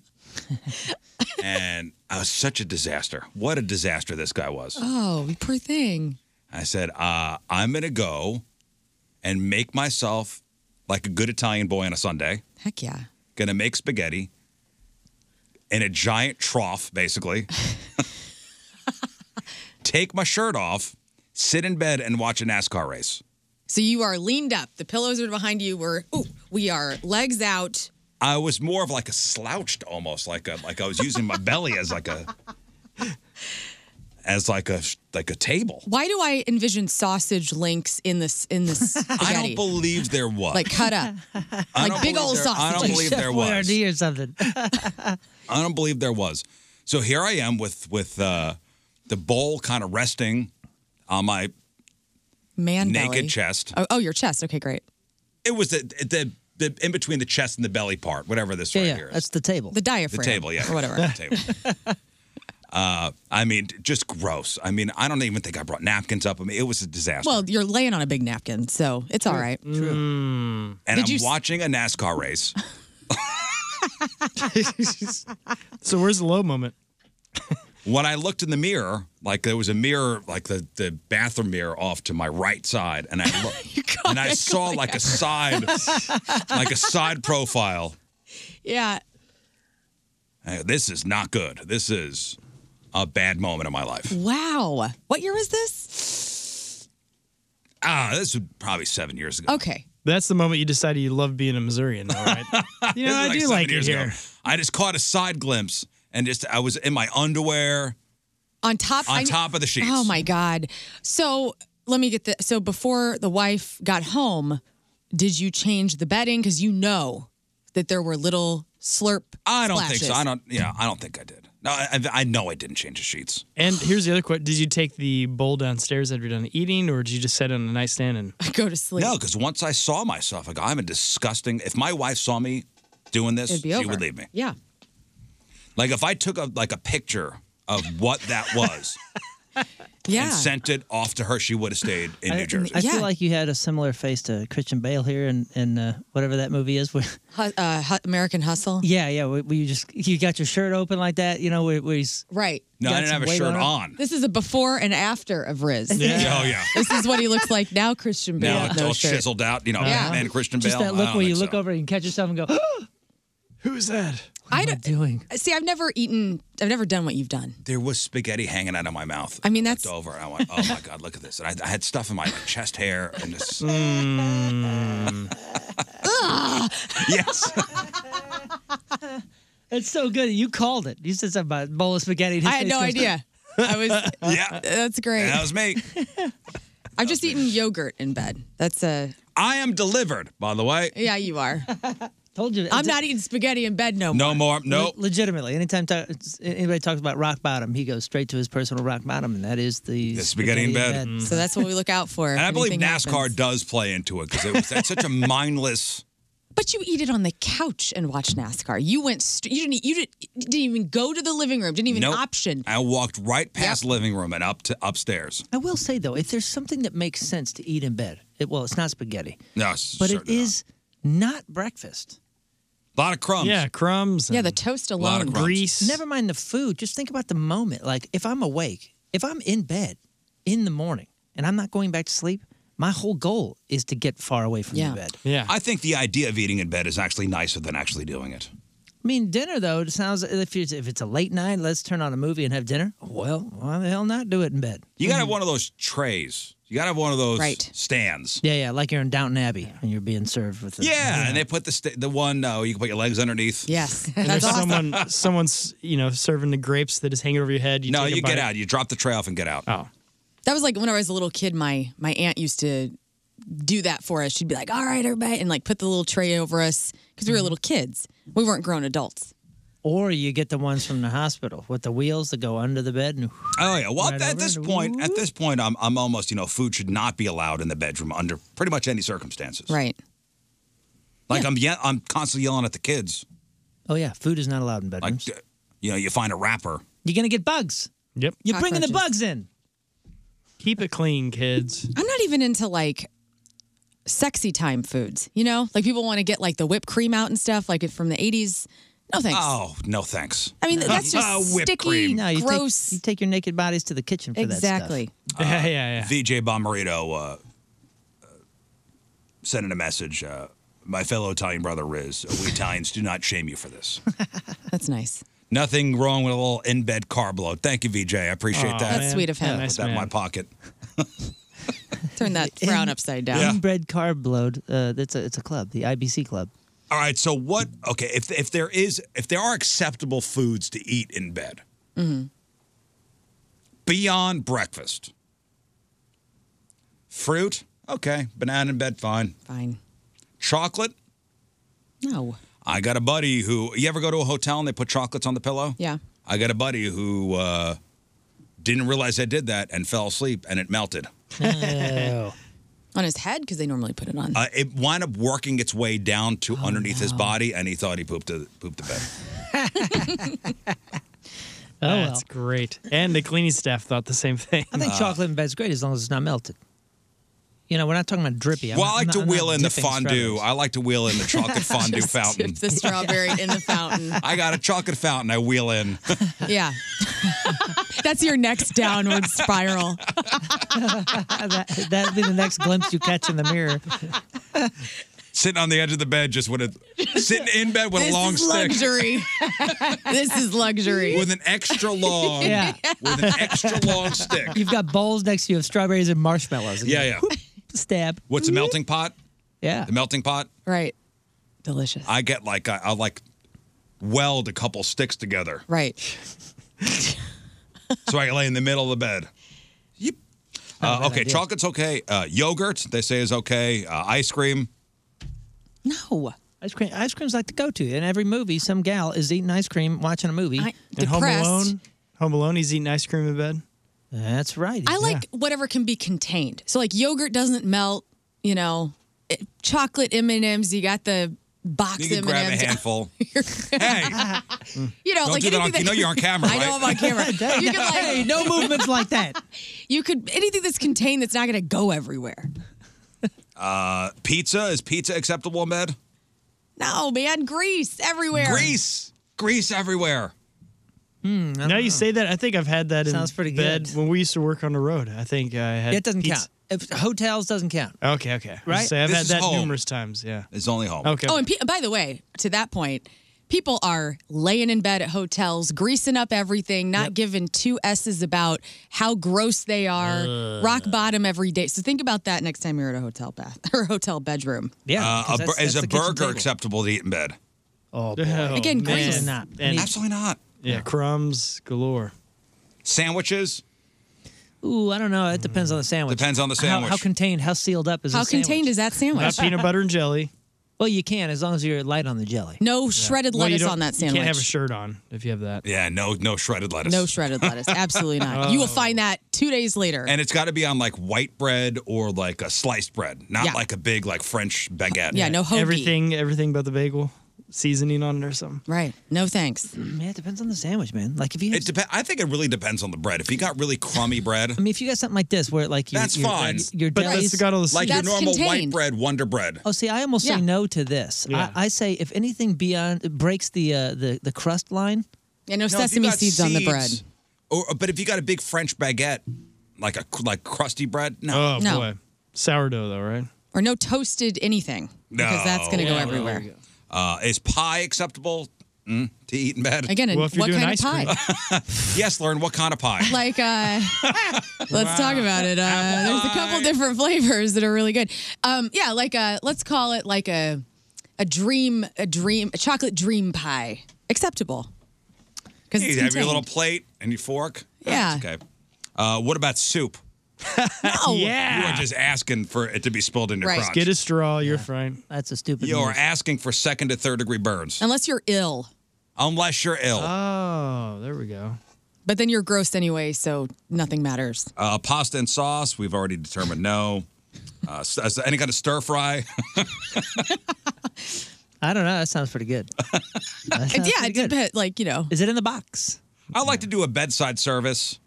A: and I was such a disaster. What a disaster this guy was.
B: Oh, you poor thing.
A: I said, uh, I'm going to go and make myself like a good Italian boy on a Sunday.
B: Heck yeah.
A: Going to make spaghetti in a giant trough, basically. Take my shirt off, sit in bed, and watch a NASCAR race.
B: So you are leaned up. The pillows are behind you. We're ooh, we are legs out.
A: I was more of like a slouched almost, like a like I was using my belly as like a as like a like a table.
B: Why do I envision sausage links in this in this spaghetti?
A: I don't believe there was.
B: like cut up,
A: I
B: like
A: don't
B: big
A: believe
B: old
A: there- I
B: sausage.
A: don't believe there was.
C: or something.
A: I don't believe there was. So here I am with with uh, the bowl kind of resting on my
B: Man
A: naked
B: belly.
A: chest.
B: Oh, oh, your chest. Okay, great.
A: It was the, the the in between the chest and the belly part, whatever this right here is.
C: That's the table.
B: The diaphragm.
A: The table, yeah,
B: Or whatever.
A: The table. Uh, I mean, just gross. I mean, I don't even think I brought napkins up. I mean, it was a disaster.
B: Well, you're laying on a big napkin, so it's all right.
A: Mm. And
B: Did
A: I'm
B: you s-
A: watching a NASCAR race.
E: So where's the low moment?
A: when I looked in the mirror, like there was a mirror, like the, the bathroom mirror off to my right side, and I looked
B: Oh
A: and I saw like a side, like a side profile.
B: Yeah.
A: Hey, this is not good. This is a bad moment in my life.
B: Wow. What year was this?
A: Ah, this was probably seven years ago.
B: Okay.
E: That's the moment you decided you love being a Missourian, though, right? you know,
A: This is
E: I do
A: seven
E: like it
A: years ago.
E: here.
A: I just caught a side glimpse, and just I was in my underwear.
B: On top.
A: On top of the sheets.
B: Oh my god. So let me get the. So before the wife got home, did you change the bedding? Because you know that there were little slurp.
A: I don't think
B: splashes.
A: so. I don't. Yeah, I don't think I did. No, I, I know I didn't change the sheets.
E: And here's the other question: Did you take the bowl downstairs after you're done eating, or did you just set it on the nightstand and
B: go to sleep?
A: No, because once I saw myself, like I'm a disgusting. If my wife saw me doing this,
B: It'd be
A: she
B: over.
A: would leave me.
B: Yeah.
A: Like if I took a like a picture of what that was
B: Yeah.
A: and sent it off to her, she would have stayed in
C: I,
A: New Jersey.
C: I feel like you had a similar face to Christian Bale here, and and uh, whatever that movie is. Where,
B: Hu- uh, hu- American Hustle.
C: yeah, yeah. Where, where you just you got your shirt open like that. You know where, where he's
B: Right.
C: No, I Got didn't some have a weight shirt on him. on.
B: This is a before and after of Riz.
A: Yeah. Yeah. Oh, yeah.
B: This is what he looks like now, Christian Bale.
A: now
B: with
A: it's
B: no
A: all
B: shirt.
A: chiseled out, you know,
B: Yeah.
A: man, Christian
C: uh, just
A: Bale.
C: that
A: I
C: look
A: don't
C: where
A: think
C: you
A: so.
C: look over and catch yourself and go,
E: "Who's that?
B: I don't
C: doing.
B: See, I've never eaten. I've never done what you've done.
A: There was spaghetti hanging out of my mouth.
B: I mean,
A: looked
B: that's-
A: over. And I went, oh my god, look at this. And I, I had stuff in my like, chest hair and this. Mm.
B: Ugh.
A: yes.
C: It's so good. You called it. You said something about bowl of spaghetti. and his
B: I had
C: face
B: no
C: goes,
B: idea. I was.
A: yeah,
B: that's great.
A: That was me.
B: I've just eaten yogurt in bed. That's a.
A: I am delivered, by the way.
B: Yeah, you are.
C: Told you.
B: I'm not eating spaghetti in bed no more.
A: No more. No.
C: Le- legitimately, anytime ta- anybody talks about rock bottom, he goes straight to his personal rock bottom, and that is the,
A: spaghetti in bed. Mm.
B: So that's what we look out for.
A: And I believe
B: Anything
A: NASCAR does play into it because that's such a mindless.
B: But you eat it on the couch and watch NASCAR. You went. St- you didn't. You didn't, didn't even go to the living room. Didn't even
A: Nope.
B: option.
A: I walked right past living room and up to upstairs.
C: I will say though, if there's something that makes sense to eat in bed, it, well, it's not spaghetti,
A: No,
C: but it is not breakfast.
A: a lot of crumbs.
E: Yeah, crumbs.
C: Yeah, the toast
A: lot of alone. crumbs.
C: grease. Never mind the food. Just think about the moment. Like if I'm awake, if I'm in bed in the morning, and I'm not going back to sleep, my whole goal is to get far away from the bed.
E: Yeah.
A: I think the idea of eating in bed is actually nicer than actually doing it.
C: I mean, dinner though it sounds if it's, if it's a late night, let's turn on a movie and have dinner. Well, why the hell not do it in bed?
A: You
B: Mm-hmm.
A: gotta have one of those trays. You gotta have one of those
C: Right.
A: stands.
C: Yeah, yeah, like you're in Downton Abbey and you're being served with. A,
A: Yeah, and they put the sta the one uh, you can put your legs underneath.
B: Yes,
E: And there's someone, someone's, you know, serving the grapes that is hanging over your head. You
A: no,
E: take a
A: you get
E: bite.
A: out. You drop the tray off and get out.
E: Oh,
B: That was like when I was a little kid. My my aunt used to do that for us. She'd be like, "All right, everybody," and like put the little tray over us because we were little kids. We weren't grown adults.
C: Or you get the ones from the hospital with the wheels that go under the bed and.
A: Oh yeah. Well,
C: Right
A: at
C: over
A: this
C: and
A: point, at this point, I'm I'm almost you know food should not be allowed in the bedroom under pretty much any circumstances.
B: Right.
A: Like I'm yeah I'm constantly yelling at the kids.
C: Oh yeah, food is not allowed in bed.
A: Like you know you find a wrapper.
C: You're gonna get bugs.
E: Yep.
C: You're bringing the
B: Cockroaches.
C: bugs in.
E: Keep it clean, kids.
B: I'm not even into like sexy time foods. You know, like people want to get like the whipped cream out and stuff, like it from the '80s. No thanks.
A: Oh no, thanks. Uh,
B: I mean, that's just sticky,
C: No, you
B: gross.
C: Take, you take your naked bodies to the kitchen for
B: Exactly.
A: Uh,
C: that stuff.
E: yeah, yeah,
A: VJ Bomarito uh, uh, sending a message. Uh, my fellow Italian brother Riz, uh, we Italians do not shame you for this.
B: That's nice.
A: Nothing wrong with a little in bed carb load. Thank you, VJ. I appreciate
B: Aw,
A: that.
B: That's man. sweet of him.
A: Put
B: Nice
A: that in
B: man.
A: my pocket.
B: Turn that frown upside down.
C: Inbred carb load. Uh, that's a, it's a club, the IBC club.
A: All right. So what? Okay. If if there is if there are acceptable foods to eat in bed
B: Mm-hmm.
A: beyond breakfast, fruit. Okay, banana in bed. Fine.
B: Fine.
A: Chocolate.
B: No.
A: I got a buddy who. You ever go to a hotel and they put chocolates on the pillow?
B: Yeah.
A: I got a buddy who uh, didn't realize I did that and fell asleep and it melted.
B: on his head because they normally put it on.
A: Uh, it wound up working its way down to underneath his body, and he thought he pooped the pooped the bed.
C: Oh, well.
E: That's great. And the cleaning staff thought the same thing.
C: I think chocolate in bed's great as long as it's not melted. You know, we're not talking about drippy. I'm
A: well,
C: not-
A: I
C: I'm
A: like to
C: not- I'm
A: wheel
C: not
A: in the
C: dipping
A: fondue. I like to wheel in the chocolate fondue fountain.
B: Dip the strawberry in the fountain.
A: I got a chocolate fountain. I wheel in.
B: Yeah. That's your next downward spiral.
C: that, that'd be the next glimpse you catch in the mirror.
A: sitting on the edge of the bed, just with a sitting in bed with
B: this
A: a long
B: is
A: stick.
B: luxury. Hmm. this is luxury.
A: With an extra long,
C: Yeah.
A: with an extra long stick.
C: You've got bowls next to you of strawberries and marshmallows.
A: Yeah, yeah.
C: Stab.
A: What's a melting pot?
C: Mm-hmm. Yeah.
A: The melting pot.
B: Right. Delicious.
A: I get like I, I like weld a couple sticks together
B: Right.
A: so I can lay in the middle of the bed.
C: Not a
A: Uh,
C: bad
A: okay,
C: idea.
A: chocolate's okay. Uh, yogurt they say is okay. Uh, ice cream.
B: No.
C: Ice cream. Ice cream's like the go-to in every movie. Some gal is eating ice cream, watching a movie.
E: And Home Alone. Home Alone. He's eating ice cream in bed.
C: That's right.
B: I like whatever can be contained. So like yogurt doesn't melt, you know, it- chocolate M&Ms, you got the box
A: You can
B: M&Ms.
A: grab a handful.
B: You know,
A: Don't
B: like
A: do that on-
B: anything
A: you know you're on camera,
B: I
A: right?
B: know I'm on camera. You can like,
C: hey, no movements like that.
B: You could anything that's contained that's not going to go everywhere.
A: Uh, pizza is pizza acceptable in bed?
B: No, man, grease everywhere.
A: Grease, grease everywhere.
C: hmm,
E: now you say that, I think I've had that
C: Sounds
E: in
C: pretty
E: bed
C: good.
E: when we used to work on the road. I think I had.
C: It doesn't
E: pizza-
C: count. If, hotels doesn't count.
E: Okay, okay.
C: Right?
E: So I've
C: This
E: had
C: is
E: that
C: home.
E: numerous times. Yeah.
A: It's only home.
E: Okay.
B: Oh, and pe- by the way, to that point, people are laying in bed at hotels, greasing up everything, not giving two s's about how gross they are, rock bottom every day. So think about that next time you're at a hotel bath or hotel bedroom.
C: Yeah.
A: Uh, a
C: 'cause
A: bur-
C: that's-
A: is
C: that's
A: a
C: the kitchen
A: burger
C: table.
A: acceptable to eat in bed?
C: Oh, boy.
E: Oh,
B: Again,
E: man.
B: grease.
C: Not.
E: And
A: Absolutely not.
E: yeah, crumbs galore.
A: Sandwiches
C: Ooh, I don't know. It depends on the sandwich.
A: depends on the
C: How-
A: sandwich.
C: How, contained, how sealed up is
B: How
C: the sandwich?
B: contained is that sandwich?
C: and jelly. Well, you can as long as you're light on the jelly.
B: No shredded lettuce on that sandwich.
A: shirt on if you have that. Yeah, no, no shredded lettuce.
B: No shredded lettuce. Absolutely not. You will find that two days later.
A: And it's got to be on like white bread or like a sliced bread, not
B: Yeah.
A: like a big like French baguette.
E: Everything, everything but the bagel, seasoning on it or something.
B: Right. No thanks.
C: Yeah, it depends on the sandwich, man. Like if you have,
A: It depends. I think it really depends on the bread. If you got really crummy bread,
C: I mean, if you got something like this where like you,
A: that's
C: your,
A: fine.
C: Your deli's-
A: like your normal white bread, Wonder Bread.
C: Oh, see, I almost
A: Yeah.
C: say no to this.
A: Yeah.
C: I, I say if anything beyond it breaks the uh, the the crust line.
B: Yeah, no,
A: if you
B: sesame
A: got
B: seeds on the bread.
A: Or, but if you got a big French baguette, like a like crusty bread, no,
B: Oh, No. boy.
A: sourdough though, right?
B: Or no toasted anything. Because that's going to go everywhere.
A: Uh, is pie acceptable mm, to eat in bed?
B: Again, and Well, if you're what doing kind of ice
A: yes, Lauren. What kind of pie?
B: Like, uh, let's talk about it. Uh,
A: Apple
B: there's a couple different flavors that are really good. Um, yeah, like a, let's call it like a, a dream, a dream, a chocolate dream pie. Acceptable. Because
A: you
B: it's
A: have your
B: contained.
A: little plate and your fork.
B: Yeah.
A: That's okay. Uh, what about soup?
B: No.
A: You are just asking for it to be spilled in your
B: Right.
A: crotch.
E: Get a straw. You're fine.
C: That's a stupid.
A: You are asking for second to third degree burns,
B: Unless you're ill,
A: unless you're ill.
B: Oh,
A: there we go.
B: but then you're gross anyway, so nothing matters.
A: Uh, pasta and sauce, we've already determined no. Uh, s- s- any kind of stir fry?
C: I don't know. That sounds pretty good. That
B: And
C: sounds
B: yeah,
C: pretty
B: it
C: good.
B: depends. Like you know,
C: is it in the box?
A: I like to do a bedside service.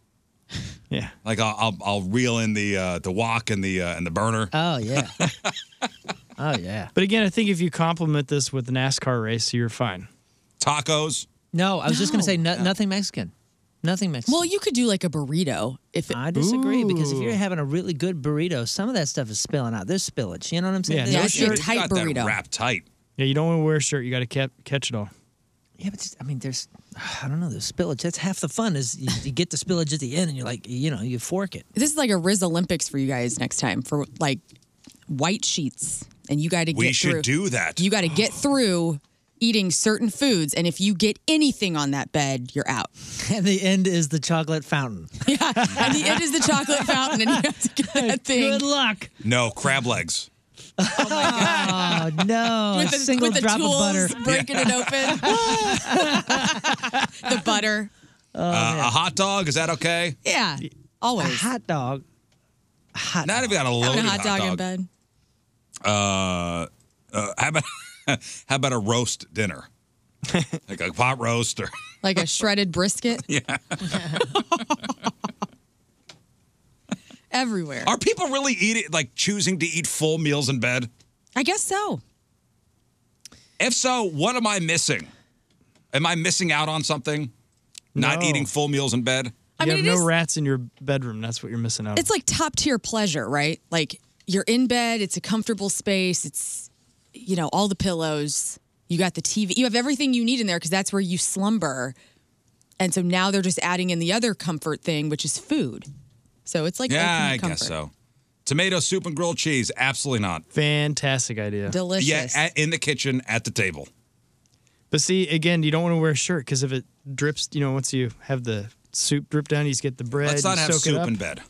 A: Yeah, like I'll I'll, I'll reel in the uh, the wok and the uh, and the burner.
C: Oh yeah. oh yeah.
E: But again, I think if you complement this with the NASCAR race, you're fine.
A: Tacos.
C: No, I was just gonna say no, nothing Mexican. Nothing Mexican.
B: Well, you could do like a burrito. If it,
C: I disagree because if you're having a really good burrito, some of that stuff is spilling out. There's spillage. You know what I'm saying? There's-
A: tight.
E: Yeah, you don't want to wear a shirt. You got to cap- catch it all.
C: Yeah, but just, I mean, there's, I don't know, there's spillage. That's half the fun is you, you get the spillage at the end, and you're like, you know, you fork it.
B: this is like a Riz Olympics for you guys next time for like white sheets, and you got to get
A: We should
B: through.
A: do that.
B: You got to get through eating certain foods, and if you get anything on that bed, you're out.
C: And the end is the chocolate fountain.
B: and the end is the chocolate fountain, and you have to get that thing. Good
C: luck.
A: No crab legs.
C: Oh no!
B: With
C: a
B: the,
C: single
B: with the
C: drop
B: tools,
C: of butter.
B: breaking it open. the butter.
A: uh, a hot dog is that okay?
B: Yeah. Always.
C: A hot dog. Hot.
A: Not if you got a
B: Having
A: loaded
B: a hot dog, in bed.
A: Uh, uh, how about how about a roast dinner? like a pot roast or
B: Like a shredded brisket
A: yeah.
B: everywhere.
A: Are people really eating like choosing to eat full meals in bed?
B: I guess so.
A: If so, what am I missing? Am I missing out on something? Not
E: No.
A: eating full meals in bed?
B: I
E: you
B: mean, it
E: have no
B: is-
E: rats in your bedroom. That's what you're missing
A: Um,
E: out. on.
B: It's like top tier pleasure, right? Like you're in bed, it's a comfortable space, it's, you know, all the pillows, you got the TV, you have everything you need in there because that's where you slumber. And so now they're just adding in the other comfort thing, which is food. So it's like
A: yeah, I
B: ultimate
A: guess
B: comfort.
A: so. Tomato soup and grilled cheese, absolutely not.
E: Fantastic idea.
B: Delicious.
A: Yeah, at, in the kitchen at the table.
E: But see, again, you don't want to wear a shirt because if it drips, you know, once you have the soup drip down, you just get the bread.
A: Let's not
E: you
A: have
E: soak it
A: soup
E: up.
A: in bed.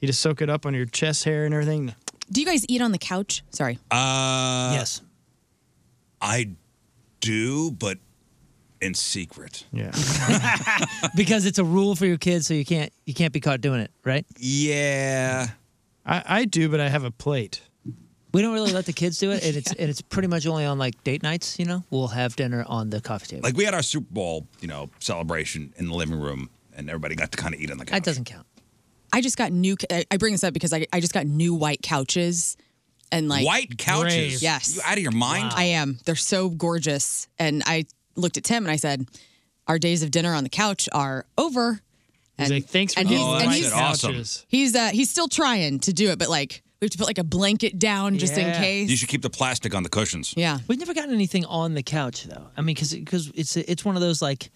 E: You just soak it up on your chest hair and everything.
B: Do you guys eat on the couch? Sorry.
A: Uh,
C: yes.
A: I do, but in secret.
E: Yeah.
C: because it's a rule for your kids, so you can't you can't be caught doing it, right?
A: Yeah.
E: I, I do, but I have a plate.
C: We don't really let the kids do it, and it's and it's pretty much only on like date nights. You know, we'll have dinner on the coffee table.
A: Like we had our Super Bowl, you know, celebration in the living room, and everybody got to kind of eat on the couch.
C: that doesn't count.
B: I just got new, I I bring this up because I, I just got new white couches and like.
A: White couches? Brave.
B: Yes.
A: You out of your mind?
B: I am. They're so gorgeous. And I looked at Tim and I said, our days of dinner on the couch are over.
E: He's like, "Thanks for
B: and
E: getting
B: he's,
E: the
B: and
E: white
B: he's,
E: Awesome. couches."
B: He's uh, he's still trying to do it, but like we have to put like a blanket down just in case.
A: You should keep the plastic on the cushions.
B: Yeah,
C: we've never gotten anything on the couch though. I mean, because it's it's one of those like,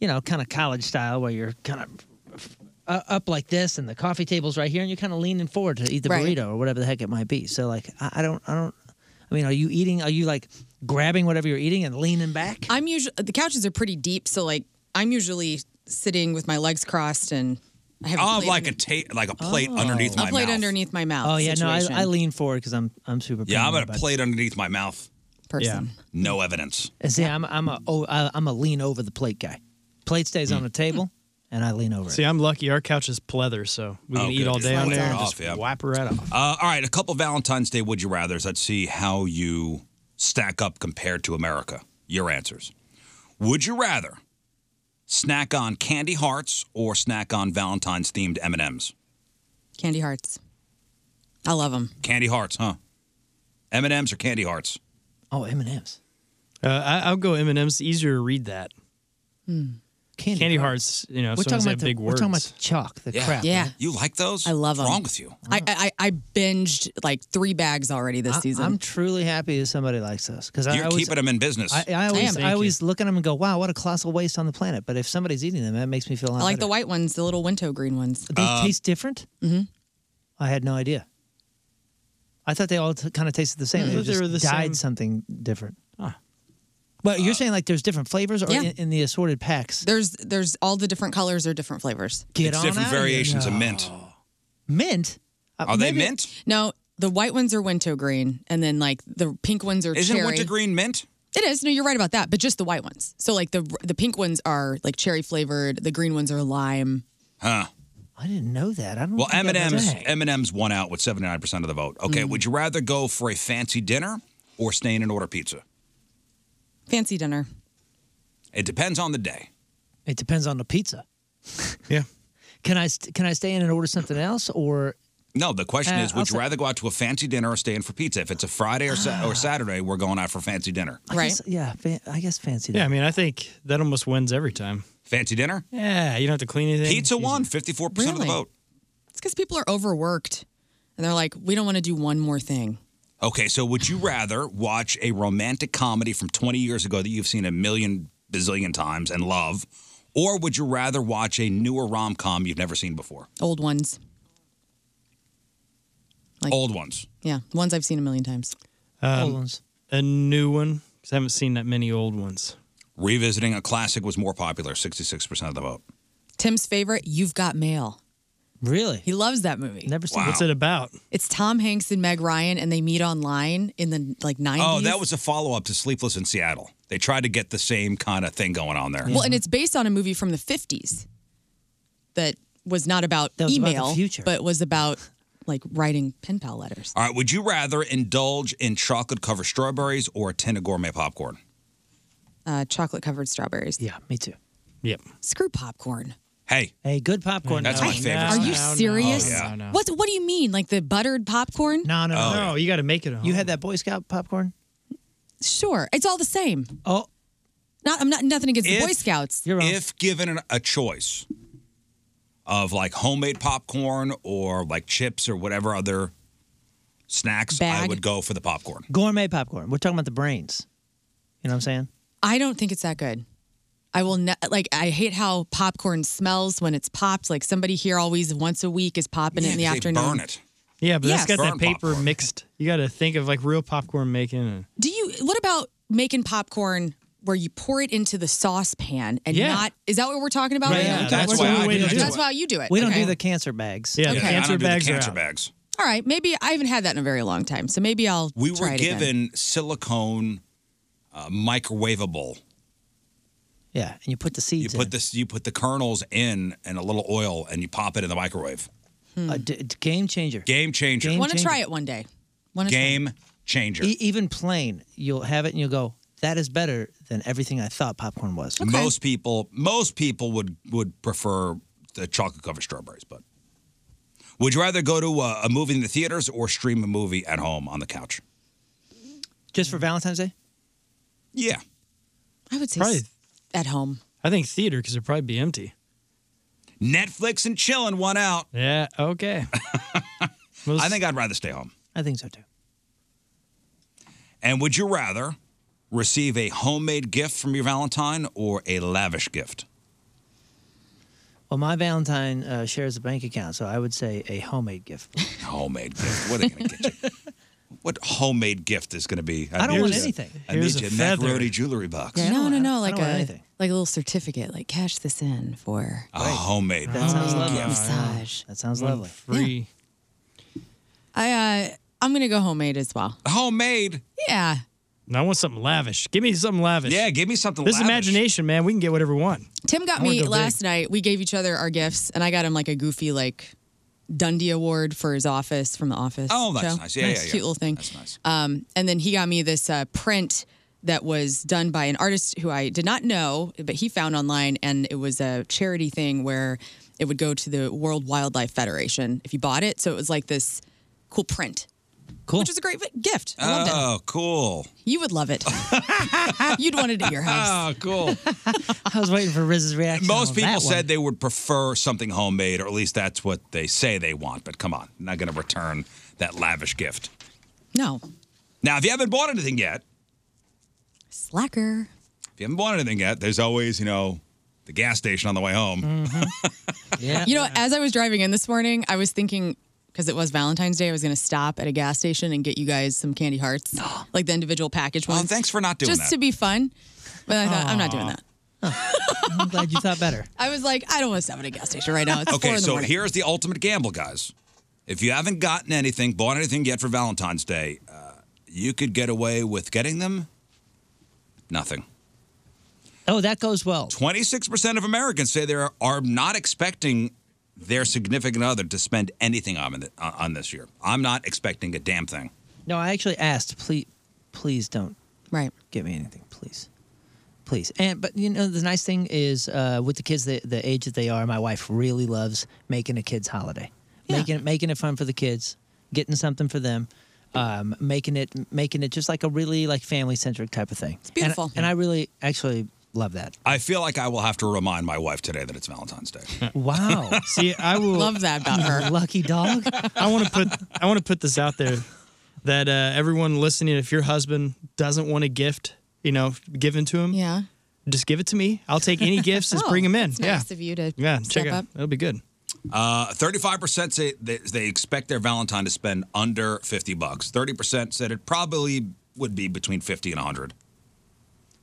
C: you know, kind of college style where you're kind of uh, up like this, and the coffee table's right here, and you're kind of leaning forward to eat the
B: Right.
C: burrito or whatever the heck it might be. So like, I, I don't, I don't. I mean, are you eating? Are you like grabbing whatever you're eating and leaning back?
B: I'm usually the couches are pretty deep, so like I'm usually sitting with my legs crossed and I have a
A: I'll have
B: plate
A: like a ta- like a plate underneath
B: a
A: my
B: Oh. plate
A: mouth.
B: underneath my mouth.
C: Oh yeah,
B: situation.
C: no, I, I lean forward because I'm I'm super.
A: yeah, I'm
C: paranoid
A: gonna
C: about
A: plate underneath my mouth.
B: Person.
A: No evidence.
C: And See, I'm I'm a oh I, I'm a lean over the plate guy. Plate stays on the
B: Mm.
C: table, and I lean over.
E: See, I'm lucky. Our couch is pleather, so we can
A: Oh,
E: eat
A: good.
E: all day on
A: Wipe
E: there.
A: that
E: and
A: off,
E: just
A: yeah.
E: wipe her right off.
A: Uh, all right, a couple Valentine's Day would you rather's. Let's see how you stack up compared to America. Your answers. Would you rather snack on candy hearts or snack on Valentine's themed M and M's?
B: Candy hearts. I love them.
A: Candy hearts, huh? M and M's or candy hearts?
C: Oh, M and M's.
E: Uh, I, I'll go M and M's. Easier to read that.
C: Hmm. Candy,
E: hearts. You know,
C: we're talking
E: sometimes they
C: about
E: have
C: the,
E: big
C: we're
E: words.
C: talking about the chalk, the crap.
B: Yeah.
A: You like those?
B: I love them.
A: What's wrong with you?
B: I, I I I binged like three bags already this
C: Mm. I-
B: season.
C: I'm truly happy that somebody likes those because I
A: You're
C: always,
A: keeping them in business.
C: I, I always
B: am.
C: I,
B: Thank
C: always look at them and go, wow, what a colossal waste on the planet. But if somebody's eating them, that makes me feel.
B: I like the white ones, the little winter green ones.
C: They taste different.
B: Mm-hmm.
C: I had no idea. I thought they all t- kind of tasted the same.
B: I
C: They
B: thought they
C: just
B: were the
C: dyed
B: same.
C: something different. But you're saying like there's different flavors, or
B: Yeah.
C: in, in the assorted packs?
B: There's there's all the different colors or different flavors.
C: Get It's on different out of here. variations of
A: mint.
C: Mint.
A: Are they mint?
B: No, the white ones are winter green, and then like the pink ones are
A: Isn't
B: cherry.
A: wintergreen mint?
B: It is. No, you're right about that. But just the white ones. So like the the pink ones are like cherry flavored. The green ones are lime.
A: Huh.
C: I didn't know that. I don't.
A: Well, M
C: think
A: and
C: I know
A: M's
C: that.
A: M and M's won out with seventy nine percent of the vote. Okay,
B: Mm.
A: would you rather go for a fancy dinner or stay in and order pizza?
B: Fancy dinner.
A: It depends on the day.
C: It depends on the pizza.
E: yeah.
C: Can I st- can I stay in and order something else, or
A: No, the question
C: Uh,
A: is, would
C: I'll
A: you
C: say- Ah.
A: rather go out to a fancy dinner or stay in for pizza? If it's a Friday or, sa- or Saturday, we're going out for fancy dinner.
C: I guess- yeah, fa- I guess fancy.
E: Yeah, I mean, I think that almost wins every time.
A: Fancy dinner?
E: Yeah, you don't have to clean anything.
A: Pizza won fifty four percent of the
B: Really?
A: vote.
B: It's because people are overworked, and they're like, we don't want to do one more thing.
A: Okay, so would you rather watch a romantic comedy from twenty years ago that you've seen a million bazillion times and love, or would you rather watch a newer rom com you've never seen before?
B: Old ones.
A: Old ones.
B: Yeah, ones I've seen a million times.
A: Um,
E: old
C: ones.
E: A new one because I haven't seen that many old ones.
A: Revisiting a classic was more popular, 66% of the vote.
B: Tim's favorite, You've Got Mail.
C: Really?
B: He loves that movie.
C: Never
A: seen it. What's it
E: about?
B: It's Tom Hanks and Meg Ryan, and they meet online in the like 90s.
A: Oh, that was a follow up to Sleepless in Seattle. They tried to get the same kind of thing going on there.
B: Well, and it's based on a movie from the 50s that was not about
A: was about the
B: email,
A: future.
B: but was about like writing pen pal letters.
A: All right, would you rather indulge in chocolate covered strawberries or a tin of gourmet popcorn?
B: Uh, chocolate covered strawberries.
C: Yeah, me too.
E: Yep.
B: Screw popcorn.
A: Hey.
C: Hey, good popcorn.
A: That's my
C: No,
A: favorite. Oh,
C: no,
B: Are you
C: no, no.
B: serious? What What do you mean? Like the buttered popcorn?
C: No, no, no.
E: Oh, you got to make it.
C: You had that Boy Scout popcorn.
B: Sure, it's all the same.
C: Oh,
B: not I'm not nothing against
A: If-
B: the Boy Scouts.
A: If given an- a choice of like homemade popcorn or like chips or whatever other snacks, I
B: Bag.
A: would go for the popcorn.
C: Gourmet popcorn. We're talking about the brains. You know what I'm saying?
B: I don't think it's that good. I will ne- like I hate how popcorn smells when it's popped. Like somebody here always once a week is popping it in the afternoon.
E: Yeah, but
B: Yes.
E: that's got
B: Burn
E: that paper mixed. You got to think of like real popcorn making. and-
B: Do you what about making popcorn where you pour it into the saucepan and
E: Yeah.
B: not is that what we're talking about?
C: Right,
B: right
C: yeah,
B: now?
C: that's That's why the I way do to it. do
B: That's
C: it.
B: why you do it.
C: We don't
B: Okay.
C: do the cancer bags.
E: Yeah,
B: the Okay.
A: I don't
B: cancer
A: do the
B: bags are
A: cancer
B: out.
A: bags.
B: All right, maybe I haven't had that in a very long time. So maybe I'll
A: We
B: try
A: were
B: it
A: given
B: again.
A: silicone uh, microwavable.
C: Yeah, and you put the
A: You
C: seeds
A: put this, you put the kernels in and a little oil, and you pop it in the microwave.
C: in. Hmm. A d- d- game changer.
A: Game changer.
B: Want to try it one day. Wanna try
A: Game changer.
C: E- even plain, you'll have it and you'll go, that is better than everything I thought popcorn was.
A: Most people, most people would would prefer the chocolate covered strawberries. But would you rather go to a, a movie in the theaters or stream a movie at home on the couch?
C: Just for Valentine's Day?
A: Yeah.
B: I would say
E: Probably.
B: at home.
E: I think theater because it'd probably be empty.
A: Netflix and chilling one out.
E: Yeah. Okay.
A: I think I'd rather stay home.
C: I think so too.
A: And would you rather receive a homemade gift from your Valentine or a lavish gift?
C: Well, my Valentine uh, shares a bank account, so I would say a homemade gift.
A: Homemade gift. What are you going to get you? What homemade gift is going to be?
C: I don't want
A: need you-
C: anything.
A: I
C: Here's
A: need
C: a
A: you a
C: feather.
A: macaroni jewelry box.
B: no, no, no. Like
C: want
B: a
C: anything.
B: like a little certificate, like cash this in for
A: A homemade
B: That sounds
A: gift.
B: lovely. Massage.
C: That sounds
B: One
C: lovely.
B: free. I uh, I'm gonna go homemade as well.
A: Homemade.
B: Yeah.
E: No, I want something lavish. Give me something lavish. Yeah,
A: give me something.
E: This
B: lavish.
E: imagination, man. We can get whatever we want.
B: Tim got
E: I wanna
B: me
E: go big.
B: last night. We gave each other our gifts, and I got him like a goofy like Dundee Award for his office from the office.
A: Oh, that's
B: show.
A: nice. Yeah, yeah, yeah.
B: Cute little thing.
A: That's nice.
B: Um, and then he got me this uh, print that was done by an artist who I did not know, but he found online, and it was a charity thing where it would go to the World Wildlife Federation if you bought it. So it was like this cool print.
C: Cool.
B: Which was a great vi- gift. I loved it.
A: Oh, cool.
B: You would love it. You'd want it at your house.
A: Oh, cool.
C: I was waiting for Riz's reaction.
A: Most
C: on
A: people
C: that one.
A: said they would prefer something homemade, or at least that's what they say they want. But come on, I'm not going to return that lavish gift.
B: No.
A: Now, if you haven't bought anything yet,
B: Slacker.
A: if you haven't bought anything yet, there's always, you know, the gas station on the way home.
C: Mm-hmm. Yeah.
B: You know, as I was driving in this morning, I was thinking because it was Valentine's Day, I was going to stop at a gas station and get you guys some candy hearts, like the individual package ones.
A: Oh, thanks for not doing
B: just
A: that.
B: to be fun. But I thought I'm not doing
A: Aw.
B: that.
C: I'm glad you thought better.
B: I was like, I don't want to stop at a gas station right now. It's
A: okay,
B: four in the
A: so
B: morning.
A: here's the ultimate gamble, guys. If you haven't gotten anything, bought anything yet for Valentine's Day, uh, you could get away with getting them nothing.
C: Oh, that goes well.
A: 26% of Americans say they are, are not expecting their significant other to spend anything on, it, uh, on- on this year. I'm not expecting a damn thing.
C: No, I actually asked. Please, please don't.
B: Right.
C: Give me anything, please, please. And but you know the nice thing is uh, with the kids the, the age that they are, my wife really loves making a kids holiday, making it making it fun for the kids, getting something for them, um, making it making it just like a really like family centric type of thing. It's
B: beautiful.
C: And, I really actually love that.
A: I feel like I will have to remind my wife today that it's Valentine's Day.
C: Wow.
E: See, I will
B: love that about her.
C: Lucky dog.
E: I want to put I want to put this out there that uh, everyone listening, if your husband doesn't want a gift, you know, given to him,
B: yeah,
E: just give it to me. I'll take any gifts. Just
B: Oh,
E: bring them in.
B: It's
E: yeah,
B: nice of you to
E: yeah.
B: step
E: Check it out.
B: up.
E: It'll be good.
A: Uh, 35% say they, they expect their Valentine to spend under 50 bucks. 30% said it probably would be between 50 and 100.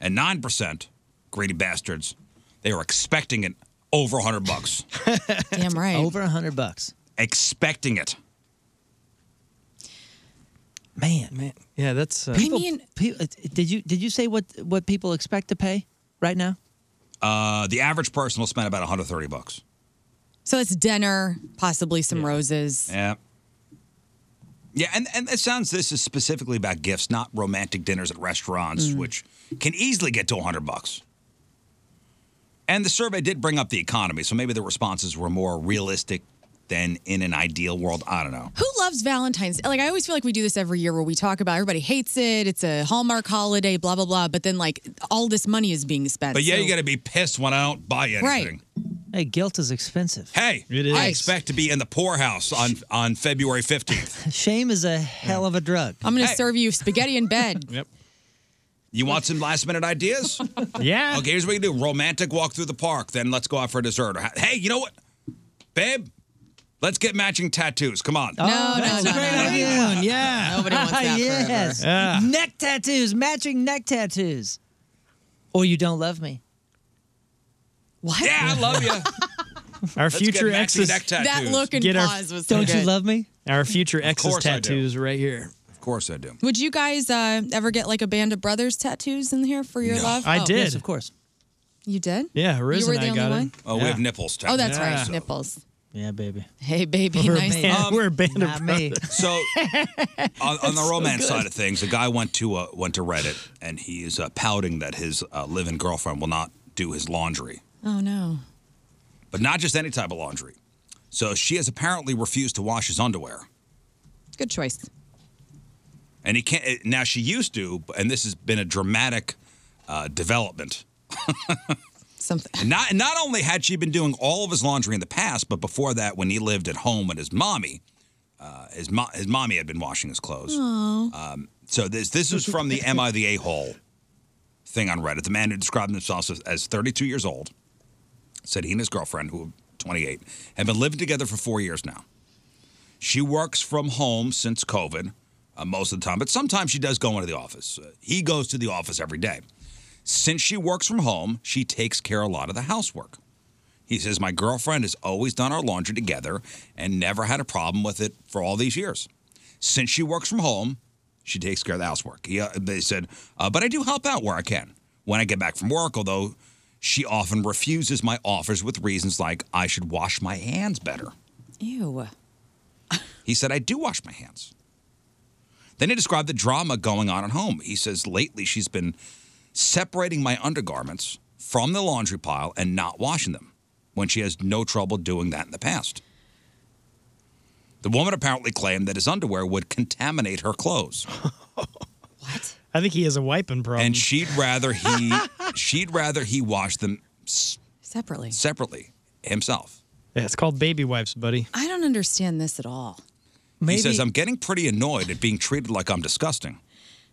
A: And 9%, greedy bastards, they were expecting it over 100 bucks.
B: Damn right.
C: Over a hundred bucks.
A: expecting it.
C: Man,
E: man, yeah, that's. Uh,
C: people, pe- did you did you say what what people expect to pay right now?
A: Uh, the average person will spend about 130 bucks.
B: So it's dinner, possibly some roses.
A: Yeah. Yeah, and, and it sounds this is specifically about gifts, not romantic dinners at restaurants,
B: Mm.
A: which can easily get to 100 bucks. And the survey did bring up the economy, so maybe the responses were more realistic than in an ideal world. I don't know.
B: Who loves Valentine's? Like I always feel like we do this every year where we talk about everybody hates it. It's a Hallmark holiday, blah blah blah. But then like all this money is being spent.
A: But yeah,
B: so-
A: you got to be pissed when I don't buy anything.
B: Right.
C: Hey, guilt is expensive.
A: Hey, I expect to be in the poorhouse on on February 15th.
C: Shame is a hell of a drug.
B: I'm gonna serve you spaghetti in bed.
E: yep.
A: You want some last minute ideas?
E: yeah.
A: Okay, here's what you do: romantic walk through the park, then let's go out for dessert. Or, hey, you know what, babe? Let's get matching tattoos. Come on.
C: No, Oh, no, that's no, a no, great no. idea.
E: Yeah.
C: Nobody wants that Yes. forever. Yeah. Neck tattoos, matching neck tattoos. Or you don't love me.
B: What?
A: Yeah, I love you.
E: Our
C: Let's
E: future
C: get Maxi
E: exes.
C: neck That tattoos. look and
E: Get
B: pause was so
E: Don't you
B: good.
E: love
C: me?
E: Our future exes
A: course I do.
E: tattoos right here.
A: Of course I do.
B: Would you guys uh, ever get like a band of brothers tattoos in here for your love?
E: I
B: Oh.
E: did.
C: course.
B: You did?
E: Yeah, Riz
B: you were
E: and
B: the
E: I
B: only
E: got it.
B: one.
A: Oh, we have nipples
B: Oh, that's
A: tattoos,
B: right,
A: so-
B: nipples.
C: Yeah, baby.
B: Hey, baby,
A: We're a
B: nice.
A: band- Um, we're a
C: band of
A: So on, on the
B: That's so
A: romance
B: good.
A: side of things, a guy went to uh, went to Reddit and he's uh, pouting that his uh, live-in girlfriend will not do his laundry,
B: Oh no.
A: but not just any type of laundry. So she has apparently refused to wash his underwear.
B: Good choice.
A: and he can't eh, now she used to and this has been a dramatic uh, development
B: something
A: not not only had she been doing all of his laundry in the past but before that when he lived at home with his mommy uh, his, mo- his mommy had been washing his clothes
D: Aw.
A: um, so this this is from the am i the a-hole thing on reddit the man who described himself as, as 32 years old said he and his girlfriend who were 28 have been living together for four years now she works from home since covid uh, most of the time, but sometimes she does go into the office. Uh, he goes to the office every day. Since she works from home, she takes care a lot of the housework. He says, My girlfriend has always done our laundry together and never had a problem with it for all these years. Since she works from home, she takes care of the housework. He, uh, they said, uh, But I do help out where I can when I get back from work, although she often refuses my offers with reasons like, I should wash my hands better.
B: Ew.
A: He said, I do wash my hands. Then he described the drama going on at home. He says, lately she's been separating my undergarments from the laundry pile and not washing them when she has no trouble doing that in the past. The woman apparently claimed that his underwear would contaminate her clothes.
E: I think he has a wiping problem.
A: And she'd rather he she'd rather he wash them s-
B: Separately.
A: separately himself.
E: Yeah, it's called baby wipes, buddy.
B: I don't understand this at all.
A: He says,
C: Maybe-
A: I'm getting pretty annoyed at being treated like I'm disgusting.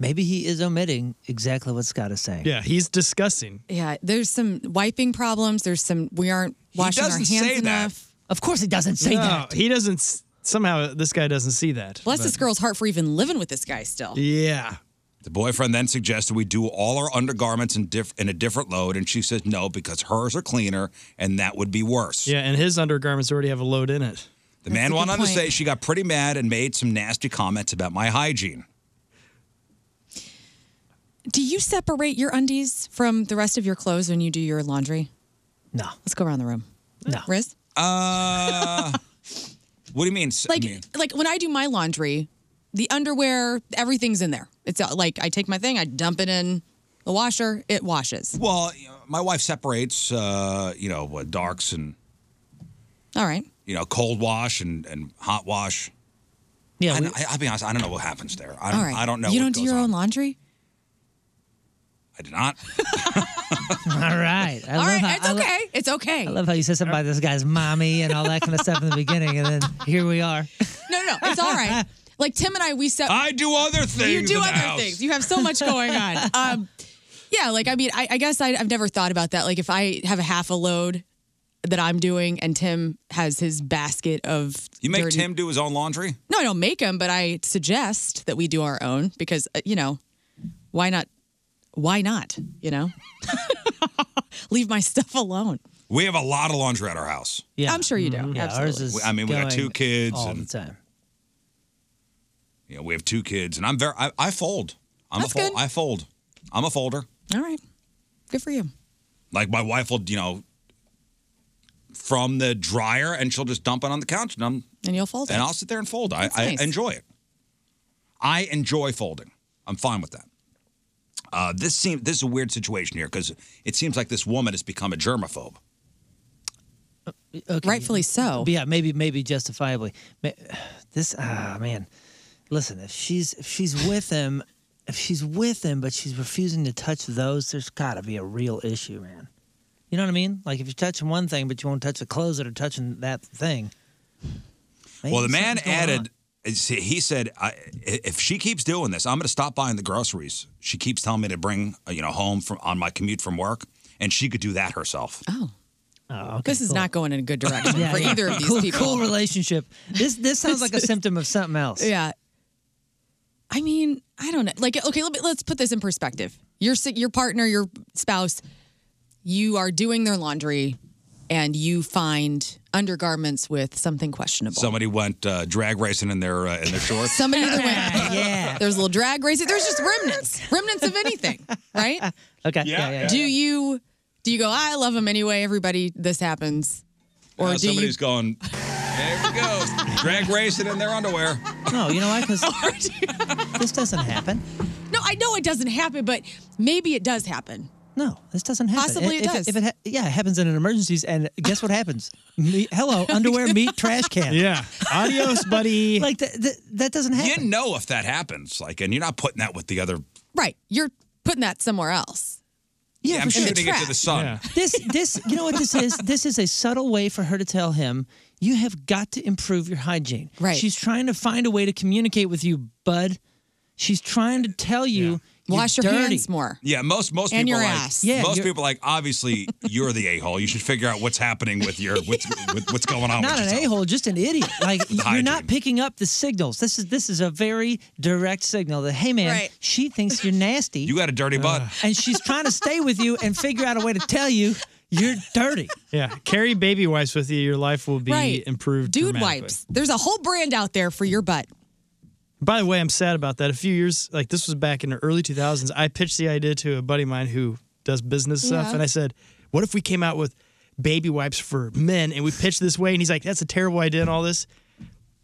C: Maybe he is omitting exactly what Scott is saying.
E: Yeah, he's disgusting.
B: Yeah, there's some wiping problems. There's some we aren't washing our hands enough.
C: Of course, he doesn't say
E: no,
C: that.
E: He doesn't. s- Somehow, this guy doesn't see that.
B: Bless
E: but-
B: this girl's heart for even living with this guy still.
E: Yeah.
A: The boyfriend then suggested we do all our undergarments in, diff- in a different load, and she says no because hers are cleaner and that would be worse.
E: Yeah, and his undergarments already have a load in it.
A: The man
E: a
A: went
E: good
A: on to
E: point.
A: say she got pretty mad and made some nasty comments about my hygiene.
B: Do you separate your undies from the rest of your clothes when you do your laundry?
C: No.
B: Let's go around the room. No. Riz?
A: Uh, what do you mean? s- I
B: Like,
A: mean-
B: like when I do my laundry, the underwear, everything's in there. It's uh, like I take my thing, I dump it in the washer, it washes.
A: Well, my wife separates, uh, you know, what, darks and
B: all right.
A: you know, cold wash and, and hot wash.
C: Yeah,
A: I, I, will be honest. I don't know what happens there. I don't,
B: all right.
A: I don't know.
B: You
A: what
B: don't do
A: goes
B: your
A: on.
B: own laundry?
A: I do not.
C: all right. I
B: all
C: love
B: right.
C: how-
B: it's
C: I lo-
B: okay. it's okay.
C: I love how you said something about this guy's mommy and all that kind of stuff in the beginning, and then here we are.
B: No, no, no. It's all right. Like Tim and I, we set.
A: I do other
B: You
C: things
B: do
C: in the
B: other
C: house.
B: things. You have so much going on. Um, yeah, like I mean, I, I guess I, I've never thought about that. Like if I have a half a load that I'm doing, and Tim has his basket of.
A: You make
B: dirty-
A: Tim do his own laundry?
B: No, I don't make him, but I suggest that we do our own because uh, you know, why not? Why not? You know, leave my stuff alone. Mm-hmm.
A: We have a lot of laundry at our house.
C: Yeah,
B: I'm sure you do. Absolutely.
A: We- I mean, we got
C: going
A: two kids.
C: all the
A: and,
C: time.
A: You know, we have two kids, and I'm very. I, I fold. I'm a fold. I fold. I'm a folder.
B: All right, good for you.
A: Like my wife will, you know, from the dryer, and she'll just dump it on the couch, and I'm
B: And you'll fold it.
A: and I'll sit there and fold. I,
B: That's
A: I
B: nice.
A: enjoy it. I enjoy folding. I'm fine with that. Uh, this seems this is a weird situation here because it seems like this woman has become a germaphobe.
C: Okay.
B: Rightfully so.
C: Yeah, maybe maybe justifiably. Ma- This ah man, listen. If she's if she's with him, if she's with him, but she's refusing to touch those, there's got to be a real issue, man. You know what I mean? Like if you're touching one thing, but you won't touch the clothes that are touching that thing. Maybe
A: well, the man
C: something's going
A: added. He said, I, "If she keeps doing this, I'm going to stop buying the groceries." She keeps telling me to bring, uh, you know, home from on my commute from work, and she could do that herself.
C: Oh,
B: this is not going in a good direction
C: Yeah,
B: for
C: yeah.
B: either of these
C: cool,
B: people.
C: Cool relationship. This this sounds like a
B: This is-
C: symptom of something else.
B: Yeah. I mean, I don't know. Like, okay, let me, let's put this in perspective. Your si- your partner, your spouse, you are doing their laundry, and you find undergarments with something questionable.
A: Somebody went uh, drag racing in their uh, in their shorts.
B: Somebody either went. yeah. There's a little drag racing. There's just remnants, remnants of anything, right?
C: Okay.
A: Yeah, yeah,
B: Do
A: yeah.
B: you do you go? I love them anyway. Everybody, this happens. Or
A: Uh,
B: do you-
A: somebody's going. There it goes, drag racing in their underwear.
C: No, you know why? Because this doesn't happen.
B: No, I know it doesn't happen, but maybe it does happen.
C: No, this doesn't happen.
B: Possibly it
C: If- if
B: does.
C: If it ha- yeah, it happens in an emergencies, and guess what happens? Me- hello, underwear, meat, trash can.
E: Yeah. Adios, buddy.
C: Like that, that, that doesn't happen.
A: You know if that happens, like, and you're not putting that with the other.
B: Right. You're putting that somewhere else.
C: Yeah,
A: I'm
C: for sure.
A: shooting it to the sun.
C: This, this, you know what this is? This is a subtle way for her to tell him you have got to improve your hygiene.
B: Right.
C: She's trying to find a way to communicate with you, bud. She's trying to tell you
B: Wash your
A: dirty.
B: hands more.
A: Yeah, most most
B: And
A: people
B: your
A: like
B: ass. Yeah,
A: most
B: you're-
A: people like obviously you're the a hole. You should figure out what's happening with your what's with, what's going on.
C: Not
A: with
C: an
A: yourself.
C: a hole, just an idiot. Like you're
A: hygiene.
C: not picking up the signals. This is this is a very direct signal that hey man, she thinks you're nasty.
A: You got a dirty butt.
C: and she's trying to stay with you and figure out a way to tell you you're dirty.
E: Yeah, carry baby wipes with you. Your life will be
B: Right.
E: improved.
B: Dude
E: dramatically.
B: wipes. There's a whole brand out there for your butt.
E: By the way, I'm sad about that. A few years, like this was back in the early 2000s, I pitched the idea to a buddy of mine who does business
B: Yeah.
E: stuff, and I said, "What if we came out with baby wipes for men and we pitched this way?" And he's like, "That's a terrible idea." And all this.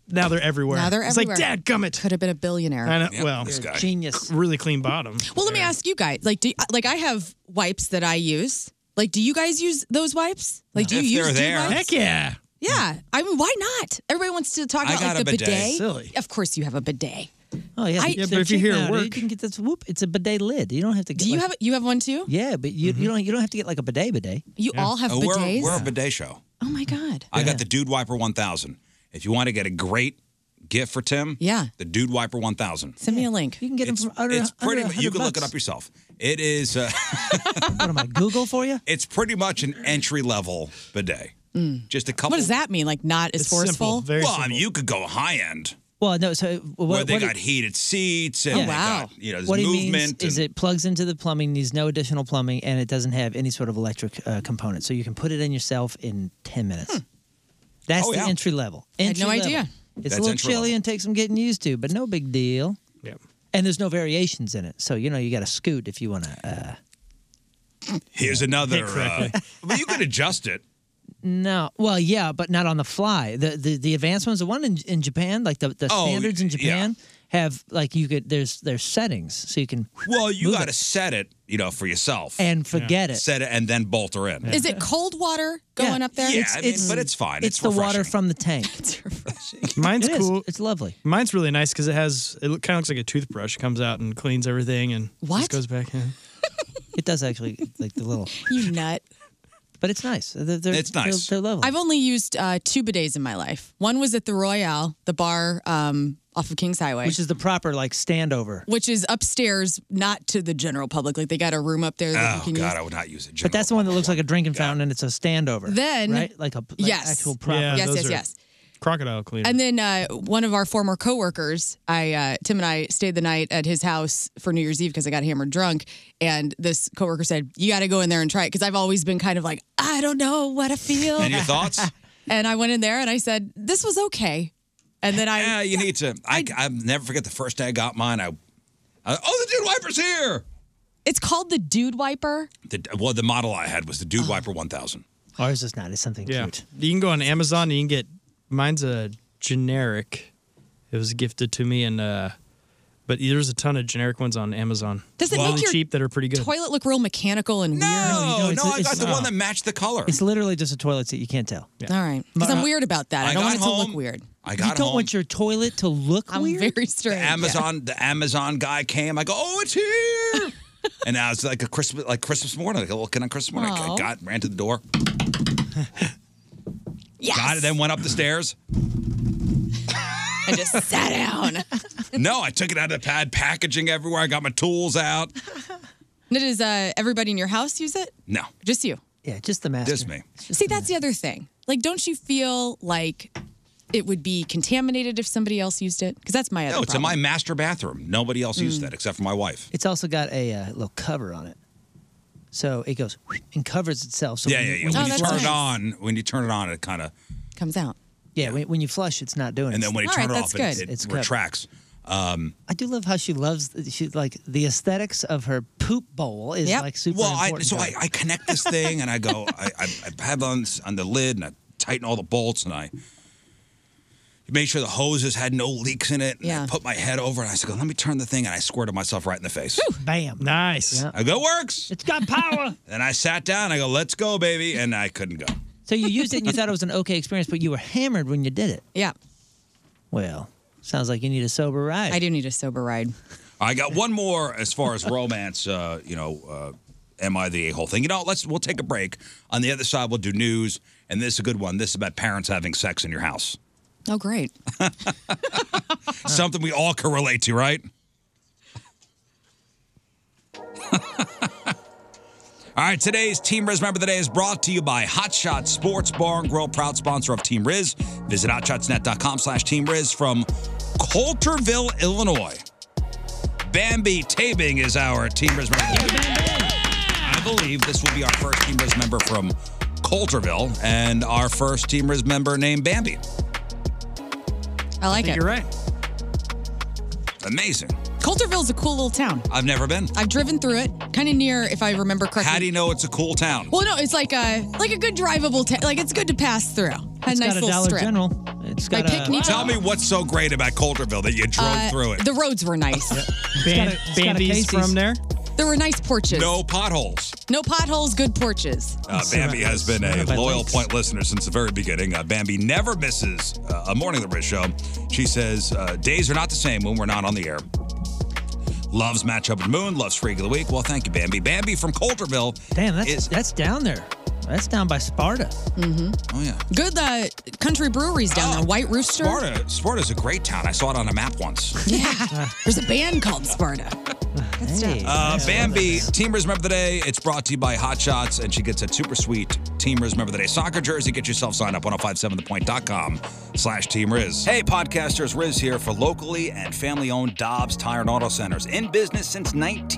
E: Now they're everywhere.
B: Now they're
E: it's
B: everywhere.
E: like, Dad, gummit.
B: Could have been a billionaire.
E: I know, well,
C: genius.
E: Really clean bottom.
B: Well, let me ask you guys. Like, do like I have wipes that I use. Like, do you guys use those wipes? Like, do
A: If
B: you use
A: they're
B: dude
A: there.
B: wipes?
A: Heck yeah.
B: Yeah. I mean, why not? Everybody wants to talk
A: I
B: about
A: got
B: like
A: a
B: the
A: bidet.
B: bidet.
A: Silly.
B: Of course, you have a bidet.
C: Oh yeah,
B: I-
C: they're cheap now, dude. you can get this whoop. It's a bidet lid. You don't have to. Get,
B: Do you have you have one too?
C: Yeah, but you, you don't you don't have to get like a bidet bidet.
B: You all have
A: Mm-hmm. Uh,
B: bidets?
A: We're, we're a bidet show.
B: Oh my god.
A: I got the Dude Wiper 1000. If you want to get a great gift for Tim,
B: Yeah.
A: the Dude Wiper 1000.
B: Send me a link.
C: You can get
B: them
C: from
A: It's pretty. You can look it up yourself. It is. Uh,
C: what am I Google for you?
A: It's pretty much an entry level bidet. Just a
B: Mm.
A: couple.
B: What does that mean? Like not as forceful?
A: well, I mean, you could go high end
C: Well, no. So what,
A: where they
C: what-
A: got heated seats and they got, you know, there's
C: Oh, what he
A: movement.
C: means is
A: and-
C: it plugs into the plumbing, needs no additional plumbing, and it doesn't have any sort of electric uh, component. So you can put it in yourself in 10
A: Hmm.
C: minutes. That's
B: Oh,
C: the
B: yeah.
C: entry level.
B: I had
C: Entry
B: no
C: level.
B: idea.
C: It's
B: That's
C: a little
B: entry
C: chilly and takes some getting used to, but no big deal.
E: Yeah.
C: And there's no variations in it. So, you know, you got to scoot if you want to. Uh,
A: Here's another. Uh,
C: correctly.
A: well, you could adjust it.
C: no. Well, yeah, but not on the fly. The the, the advanced ones, the one in, in Japan, like the, the
A: Oh,
C: standards in
A: yeah.
C: Japan have, like, you could, there's, there's settings. So you can.
A: Well, you
C: move
A: got to
C: it.
A: set it, you know, for yourself
C: And forget it.
A: Set it and then bolt her in.
B: Is it cold water going up there?
A: Yeah, I mean, but it's fine. It's,
C: the water
A: refreshing.
C: from the tank.
E: Mine's
C: It is.
E: cool.
C: It's lovely.
E: Mine's really nice because it has. It kind of looks like a toothbrush. Comes out and cleans everything, and
B: What?
E: just goes back in.
C: It does actually, like the little.
B: You nut.
C: But it's nice. They're, they're,
B: It's
A: nice.
C: They're, they're lovely.
B: I've only used uh, two bidets in my life. One was at the Royale, the bar um, off of Kings Highway,
C: which is the proper like standover.
B: which is upstairs, not to the general public. Like they got a room up there that you can use.
A: Oh, would not use it.
C: But that's the one that looks like a drinking fountain and it's a standover.
B: Then-
C: right, like a like
B: Yes.
C: actual proper.
B: Yeah, Yes, those yes, are- yes.
E: Crocodile cleaner.
B: And then uh, one of our former coworkers, I uh, Tim and I stayed the night at his house for New Year's Eve because I got hammered drunk. And this coworker said, "You got to go in there and try it," because I've always been kind of like, I don't know what I feel.
A: And your thoughts?
B: And I went in there and I said, "This was okay." And then I,
A: Yeah, you need to. I, I, will never forget the first day I got mine. I, I oh, the dude wiper's here.
B: it's called the Dude Wiper.
A: The, well, the model I had was the
B: Oh.
A: dude wiper 1000.
C: Ours Oh, is not. It's something
E: yeah.
C: cute.
E: You can go on Amazon and you can get mine's a generic. It was gifted to me and uh but there's a ton of generic ones on Amazon.
B: Does it
E: really
B: make your
E: cheap that are pretty good. Oh.
B: Toilet look real mechanical and
A: No,
B: weird.
A: no, I got the one that matched the color.
C: It's literally just a toilet seat. You can't tell.
B: All right, because I'm weird about that. I,
A: I
B: don't want it
A: got
B: to
A: home.
B: look weird.
A: I got
C: you don't
A: home.
C: want your toilet to look
B: I'm
C: weird.
B: very strange.
A: the Amazon, the Amazon guy came. I go, oh, it's here. and I was like a Christmas, like Christmas morning, like looking on Christmas morning. I
B: Aw.
A: got ran to the door.
B: Yes.
A: Got it. Then went up the stairs.
B: I just sat down.
A: No, I took it out of the pad, packaging everywhere. I got my tools out.
B: Now, does uh, everybody in your house use it?
A: No,
B: Just you.
C: Yeah, just the master.
A: just me.
B: See, that's the other thing. Like, don't you feel like it would be contaminated if somebody else used it? Because that's my other.
A: No, it's in my
B: problem.
A: master bathroom. Nobody else
C: Mm.
A: used that except for my wife.
C: It's also got a uh, little cover on it, so it goes and covers itself. So
A: yeah,
C: when
A: yeah,
C: you-
A: yeah.
C: when
A: When
C: you
A: you
C: flush-
A: turn it on, when you turn it on, it kind of,
B: Oh, comes out.
C: Yeah, when, when you flush, it's not doing.
A: and
C: it.
A: then when you
B: All
A: turn
B: right,
A: it
B: that's
A: off, it,
B: good.
A: it
C: It's covered.
A: retracts. Um,
C: I do love how she loves she like the aesthetics of her poop bowl is like super
A: well, I,
C: important.
A: so
C: to
A: I,
C: her.
A: I connect this thing and I go, I, I, I have on s- on the lid and I tighten all the bolts and I make sure the hoses had no leaks in it. And I
B: Yeah.
A: put my head over and I said, let me turn the thing and I squirted myself right in the face.
C: bam.
E: Nice.
C: Yeah.
A: I go, works.
C: It's got power.
A: And I sat down. I go, let's go, baby. And I couldn't go.
C: so you used it and you thought it was an okay experience, but you were hammered when you did it.
B: Yeah,
C: Well, sounds like you need a sober ride.
B: I do need a sober ride.
A: I got one more as far as romance. Uh, you know, uh, am I the a hole thing? You know, let's we'll take a break. On the other side, we'll do news, and this is a good one. This is about parents having sex in your house.
B: Oh, great.
A: Something we all can relate to, right? All right, today's Team Riz member of the day is brought to you by Hot Shot Sports Bar and Grill, proud sponsor of Team Riz. Visit hotshotsnet.com slash Team Riz from Coulterville, Illinois. Bambi Tabing is our Team Riz member. of the day. I believe this will be our first Team Riz member from Coulterville and our first Team Riz member named Bambi.
B: I like it. You're
E: right.
A: Amazing.
B: Coulterville's a cool little town.
A: I've never been.
B: I've driven through it, kind of near, if I remember correctly.
A: How do you know it's a cool town?
B: Well, no, it's like a like a good drivable. Ta- like it's good to pass through. Had a nice
C: It's got a
B: little
C: Dollar
B: strip.
C: General. It's
B: My
C: got a
B: picnic-
A: Tell me what's so great about Coulterville that you drove
B: Uh,
A: through it.
B: The roads were nice.
A: Ban- It's got a- it's got a Bambi's Casey's. from there?
B: There were nice porches.
A: No potholes.
B: No potholes, good porches.
A: Uh, Bambi has been a
B: Surrounded by
A: loyal point listener since the very beginning. Uh, Bambi never misses uh, a morning of the Rich show. She says, uh, Days are not the same when we're not on the air. Loves Matchup with Moon, loves Freak of the Week. Well, thank you, Bambi. Bambi from Coulterville.
C: Damn, that's that's down there. That's down by Sparta.
B: Mm-hmm.
A: Oh, yeah. Ah,
B: Good uh, country breweries down there. White Rooster.
A: Sparta, Sparta's a great town. I saw it on a map once.
B: Yeah. There's a band called Sparta. That's down.
A: Uh, Bambi, Teamers Remember the Day. It's brought to you by Hot Shots, and she gets a super sweet Teamers Remember the Day soccer jersey. Get yourself signed up 1057thepoint.com slash Team Riz. Hey, podcasters, Riz here for locally and family owned Dobbs Tire and Auto Centers in business since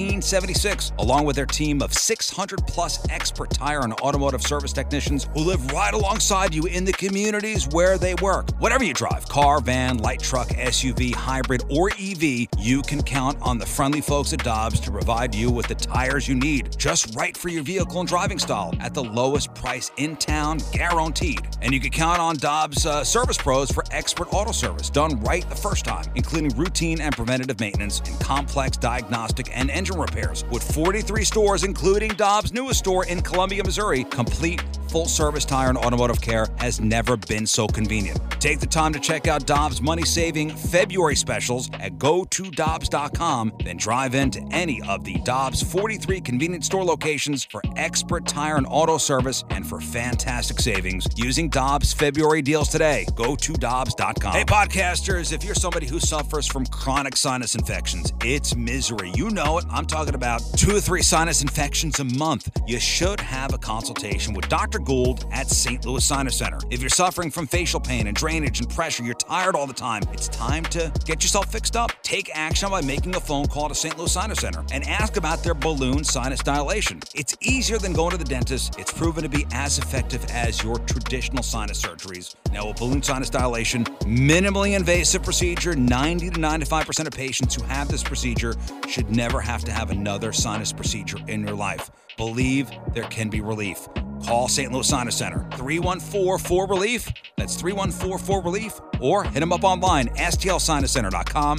A: 1976, along with their team of 600 plus expert tire and automotive service technicians who live right alongside you in the communities where they work. Whatever you drive car, van, light truck, SUV, hybrid, or EV you can count on the friendly folks at Dobbs to provide you with the tires you need, just right for your vehicle and driving style, at the lowest price in town, guaranteed. And you can count on Dobbs uh, service pros for expert auto service done right the first time, including routine and preventative maintenance and complex diagnostic and engine repairs. With 43 stores, including Dobbs' newest store in Columbia, Missouri, complete full service tire and automotive care has never been so convenient. Take the time to check out Dobbs' money saving February specials at go to Dobbs.com, then drive into any of the Dobbs 43 convenience store locations for expert tire and auto service and for fantastic savings using Dobbs February deals today. Go to Dobbs.com. Hey, podcasters, if you're somebody who suffers from chronic sinus infections, it's misery. You know it. I'm talking about two or three sinus infections a month. You should have a consultation with Dr. Gould at St. Louis Sinus Center. If you're suffering from facial pain and drainage and pressure, you're tired all the time, it's time to get yourself fixed up. Take action by making a phone call to St. Louis Sinus Center and ask about their balloon sinus dilation. It's easier than going to the dentist. It's proven to be as effective as your traditional sinus surgeries. Now, a balloon sinus dilation, minimally invasive procedure, 90 to 95% of patients who have this procedure should never have to have another sinus procedure in your life. Believe there can be relief. Call St. Louis Sinus Center, 314-4 Relief. That's 314-4 Relief. Or hit them up online, stlsinuscenter.com,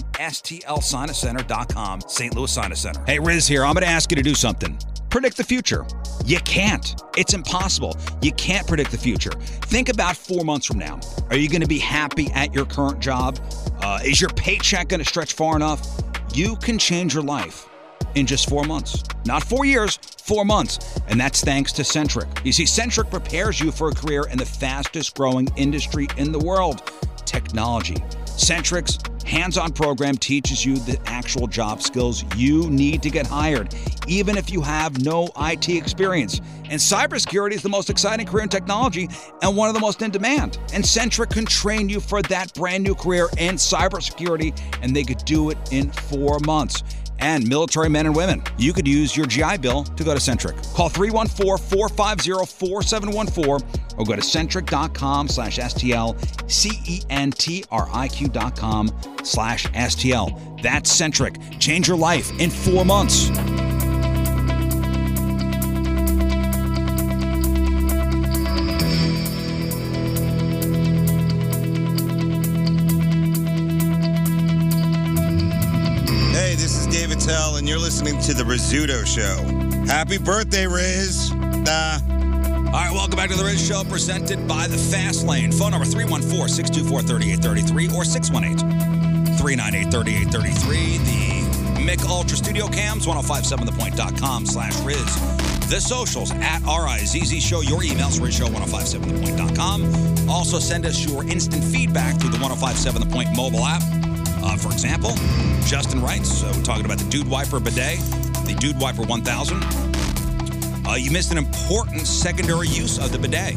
A: stlsinuscenter.com, St. Louis Sinus Center. Hey, Riz here. I'm going to ask you to do something. Predict the future. You can't. It's impossible. You can't predict the future. Think about four months from now. Are you going to be happy at your current job? Uh, is your paycheck going to stretch far enough? You can change your life in just four months. Not four years, four months. And that's thanks to Centric. You see, Centric prepares you for a career in the fastest growing industry in the world technology. Centric's hands on program teaches you the actual job skills you need to get hired, even if you have no IT experience. And cybersecurity is the most exciting career in technology and one of the most in demand. And Centric can train you for that brand new career in cybersecurity, and they could do it in four months and military men and women. You could use your GI Bill to go to Centric. Call 314-450-4714 or go to centric.com slash STL, C-E-N-T-R-I-Q dot com slash STL. That's Centric. Change your life in four months.
F: Hey, this is David Tell, and you're listening to The Rizzuto Show. Happy birthday, Riz. Nah.
A: All right, welcome back to The Riz Show, presented by The Fast Lane. Phone number 314-624-3833 or 618-398-3833. The Mick Ultra Studio Cams, 1057thepoint.com slash Riz. The socials at R-I-Z-Z Show. oh Your emails, rizshow1057thepoint.com. Also, send us your instant feedback through the 1057 The Point mobile app. Uh, for example, uh, Justin writes, so we're talking about the Dude Wiper bidet, the Dude Wiper 1000. Uh, you missed an important secondary use of the bidet.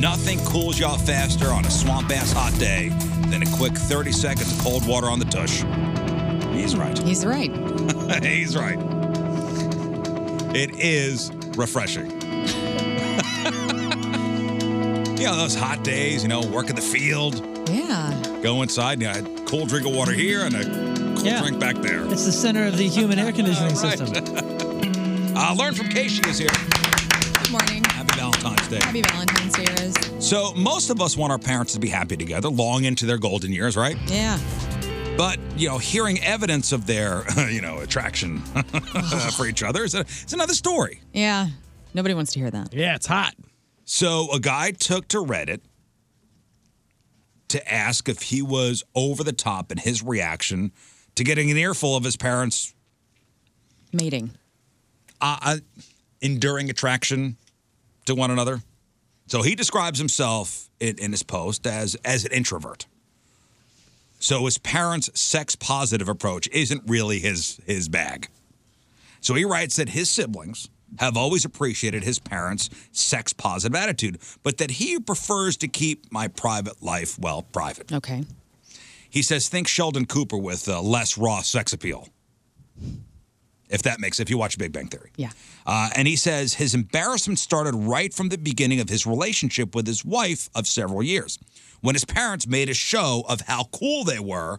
A: Nothing cools you out faster on a swamp ass hot day than a quick 30 seconds of cold water on the tush. He's right.
B: He's right.
A: He's right. It is refreshing. you know, those hot days, you know, work in the field,
B: Yeah.
A: go inside, and you know, a cold drink of water here and a cold drink back there.
C: It's the center of the human air conditioning
A: Right.
C: system.
A: uh, learn from Kay, she is here.
B: Good morning.
A: Happy Valentine's Day.
B: Happy Valentine's Day, Riz.
A: So, most of us want our parents to be happy together long into their golden years, right?
B: Yeah.
A: But, you know, hearing evidence of their, you know, attraction for each other is, a, is another story.
B: Yeah. Nobody wants to hear that.
A: Yeah, it's hot. So, a guy took to Reddit to ask if he was over the top in his reaction to getting an earful of his parents'
B: Mating.
A: uh, uh, enduring attraction to one another. So he describes himself in, in his post as as an introvert. So his parents' sex positive approach isn't really his his bag. So he writes that his siblings have always appreciated his parents' sex positive attitude, but that he prefers to keep my private life well private.
B: Okay.
A: He says, think Sheldon Cooper with uh, less raw sex appeal. If that makes, if you watch Big Bang Theory.
B: Yeah.
A: Uh, and he says his embarrassment started right from the beginning of his relationship with his wife of several years, when his parents made a show of how cool they were.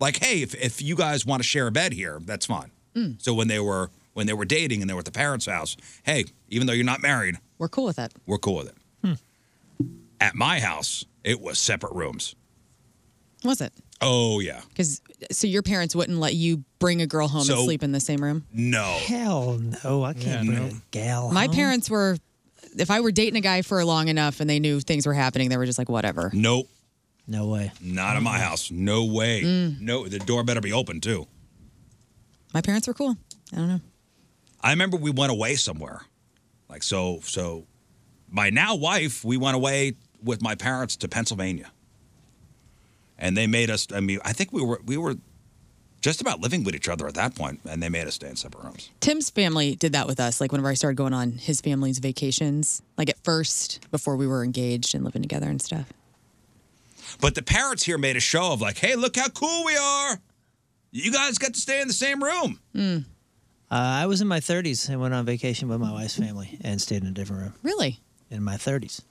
A: Like, hey, if, if you guys want to share a bed here, that's fine.
B: Mm.
A: So when they were when they were dating and they were at the parents' house, hey, even though you're not married,
B: We're cool with that.
A: we're cool with it. At my house, it was separate rooms.
B: Was it?
A: Oh yeah,
B: Because so your parents wouldn't let you bring a girl home
A: So-
B: and sleep in the same room.
A: no.
C: Hell no, I can't bring a gal.
B: My
C: home.
B: parents were. If I were dating a guy for long enough and they knew things were happening, they were just like, whatever.
A: Nope.
C: No way.
A: Not at my house. No way.
B: Mm.
A: No, the door better be open too.
B: My parents were cool. I don't know.
A: I remember we went away somewhere. Like so so my now wife, we went away with my parents to Pennsylvania. And they made us I mean, I think we were we were just about living with each other at that point, and they made us stay in separate rooms.
B: Tim's family did that with us. Like whenever I started going on his family's vacations, like at first before we were engaged and living together and stuff.
A: But the parents here made a show of like, hey, look how cool we are. You guys got to stay in the same room.
C: Uh, I was in my 30s and went on vacation with my wife's family and stayed in a different room.
B: Really? Hmm.
C: In my 30s.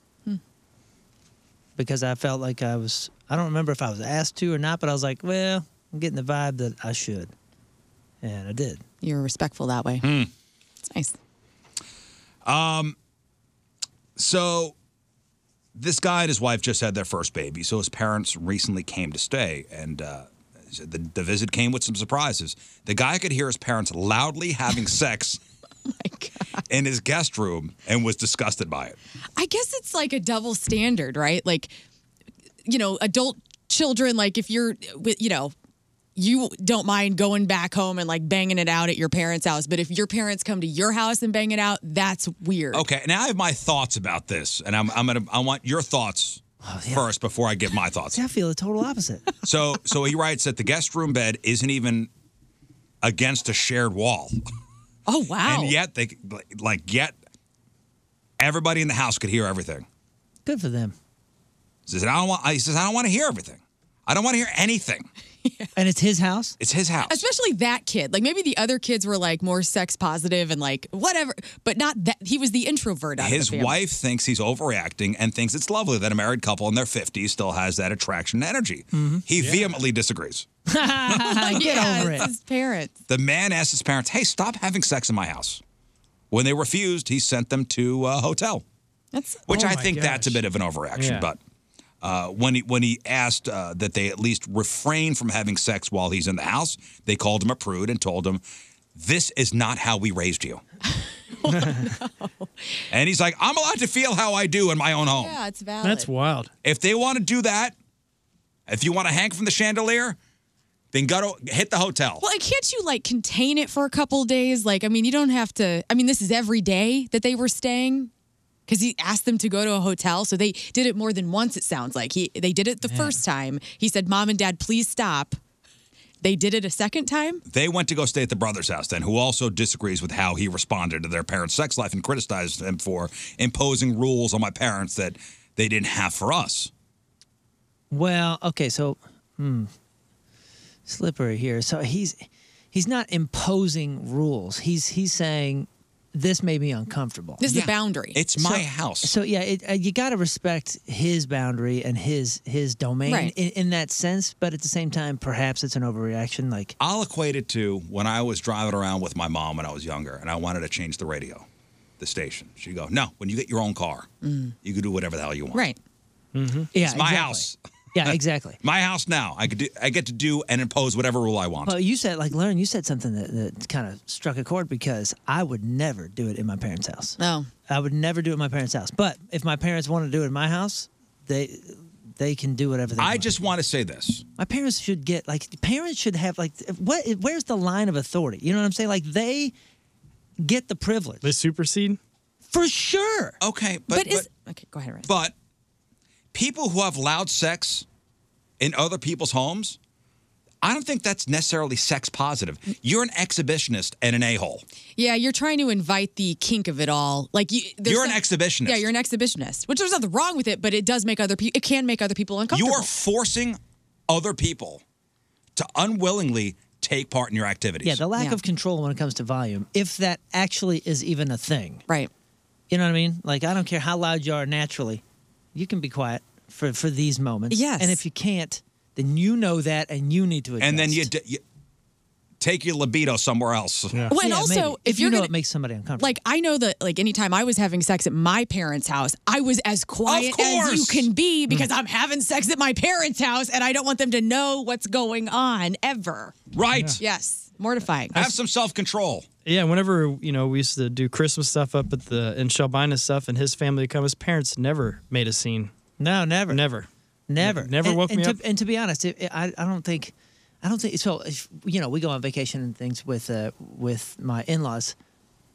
C: Because I felt like I was, I don't remember if I was asked to or not, but I was like, well, I'm getting the vibe that I should. And I did.
B: You were respectful that way. It's nice.
A: Um, so this guy and his wife just had their first baby. So his parents recently came to stay, and uh, the, the visit came with some surprises. The guy could hear his parents loudly having sex in his guest room and was disgusted by it.
B: I guess it's like a double standard, right? Like, you know, adult children, like if you're, with- you know, you don't mind going back home and like banging it out at your parents' house. But if your parents come to your house and bang it out, that's weird.
A: Okay, now I have my thoughts about this, and I'm, I'm gonna I want your thoughts first before I give my thoughts.
C: See, I feel the total opposite.
A: So so he writes that the guest room bed isn't even against a shared wall.
B: Oh wow.
A: And yet they like yet everybody in the house could hear everything.
C: Good for them.
A: He says I don't want. He says I don't want to hear everything. I don't want to hear anything.
C: And it's his house?
A: It's his house.
B: Especially that kid. Like maybe the other kids were like more sex positive and like whatever, but not that he was the introvert. Out of the
A: His
B: family.
A: wife thinks he's overreacting and thinks it's lovely that a married couple in their 50s still has that attraction and energy.
B: Mm-hmm.
A: He vehemently disagrees.
B: Get yeah,
C: over
B: it's
A: it.
B: His parents.
A: The man asked his parents, "Hey, stop having sex in my house." When they refused, he sent them to a hotel.
B: That's
A: which
B: Oh
A: I
B: my
A: think that's a bit of an overreaction.
B: Yeah.
A: But uh, when he when he asked uh, that they at least refrain from having sex while he's in the house, they called him a prude and told him, "This is not how we raised you."
B: Oh,
A: And he's like, "I'm allowed to feel how I do in my own home."
B: Yeah, it's valid.
A: That's
E: wild.
A: If they want to do that, if you want to hang from the chandelier, then go to hit the hotel.
B: Well, and can't you like contain it for a couple days? Like, I mean, you don't have to. I mean, this is every day that they were staying because he asked them to go to a hotel, so they did it more than once. It sounds like he they did it the first time. He said, "Mom and Dad, please stop." They did it a second time.
A: They went to go stay at the brother's house then, who also disagrees with how he responded to their parents' sex life and criticized them for imposing rules on my parents that they didn't have for us.
C: Well, okay, so hmm, slippery here. So he's he's not imposing rules. He's he's saying this made me uncomfortable.
B: This is the Yeah. boundary. It's my
C: So-
B: house.
C: So yeah, it, uh, you got to respect his boundary and his his domain
A: Right.
C: in, in that sense. But at the same time, perhaps it's an overreaction. Like
A: I'll equate it to when I was driving around with my mom when I was younger and I wanted to change the radio, the station. She'd go, No, when you get your own car,
B: Mm.
A: you can do whatever the hell you want.
B: Right.
C: Mm-hmm. Yeah,
A: it's my
C: exactly.
A: house.
C: Yeah, exactly.
A: My house now. I could do, I get to do and impose whatever rule I want.
C: Well, you said like, learn. You said something that, that kind of struck a chord because I would never do it in my parents' house.
B: No,
C: I would never do it in my parents' house. But if my parents want to do it in my house, they they can do whatever they.
A: I just want to say this.
C: My parents should get like parents should have like what? Where's the line of authority? You know what I'm saying? Like they get the privilege. They
E: supersede
C: for sure.
A: Okay, but
B: is okay. Go ahead, Ryan.
A: But people who have loud sex in other people's homes, I don't think that's necessarily sex positive. You're an exhibitionist and an a hole.
B: Yeah, you're trying to invite the kink of it all. Like you, there's
A: You're an
B: some-
A: exhibitionist.
B: Yeah, you're an exhibitionist. Which there's nothing wrong with it, but it does make other people. It can make other people
A: You
B: uncomfortable.
A: are forcing other people to unwillingly take part in your activities.
C: Yeah, the lack of control when it comes to volume, if that actually is even a thing.
B: Right.
C: You know what I mean? Like I don't care how loud you are naturally, you can be quiet for for these moments.
A: Yes.
C: And if you can't, then you know that and you need to adjust.
A: and then you, d- you take your libido somewhere else.
C: Yeah.
B: Well, and also,
C: maybe.
B: if
C: if, you
B: you're
C: know
B: gonna-
C: it makes somebody uncomfortable.
B: Like I know that like anytime I was having sex at my parents' house, I was as quiet as you
C: course.
B: can be because I'm having sex at my parents' house and I don't want them to know what's going on ever.
A: Right.
B: Yes. Mortifying.
A: Have some self control.
E: Yeah, whenever you know we used to do Christmas stuff up at the in Shelbina stuff, and his family would come. His parents never made a scene.
C: No, never,
E: never,
C: Never,
E: never
C: and,
E: woke
C: and
E: me
C: to,
E: up.
C: And to be honest, it, it- I, I don't think, I don't think. So if you know, we go on vacation and things with uh, with my in laws,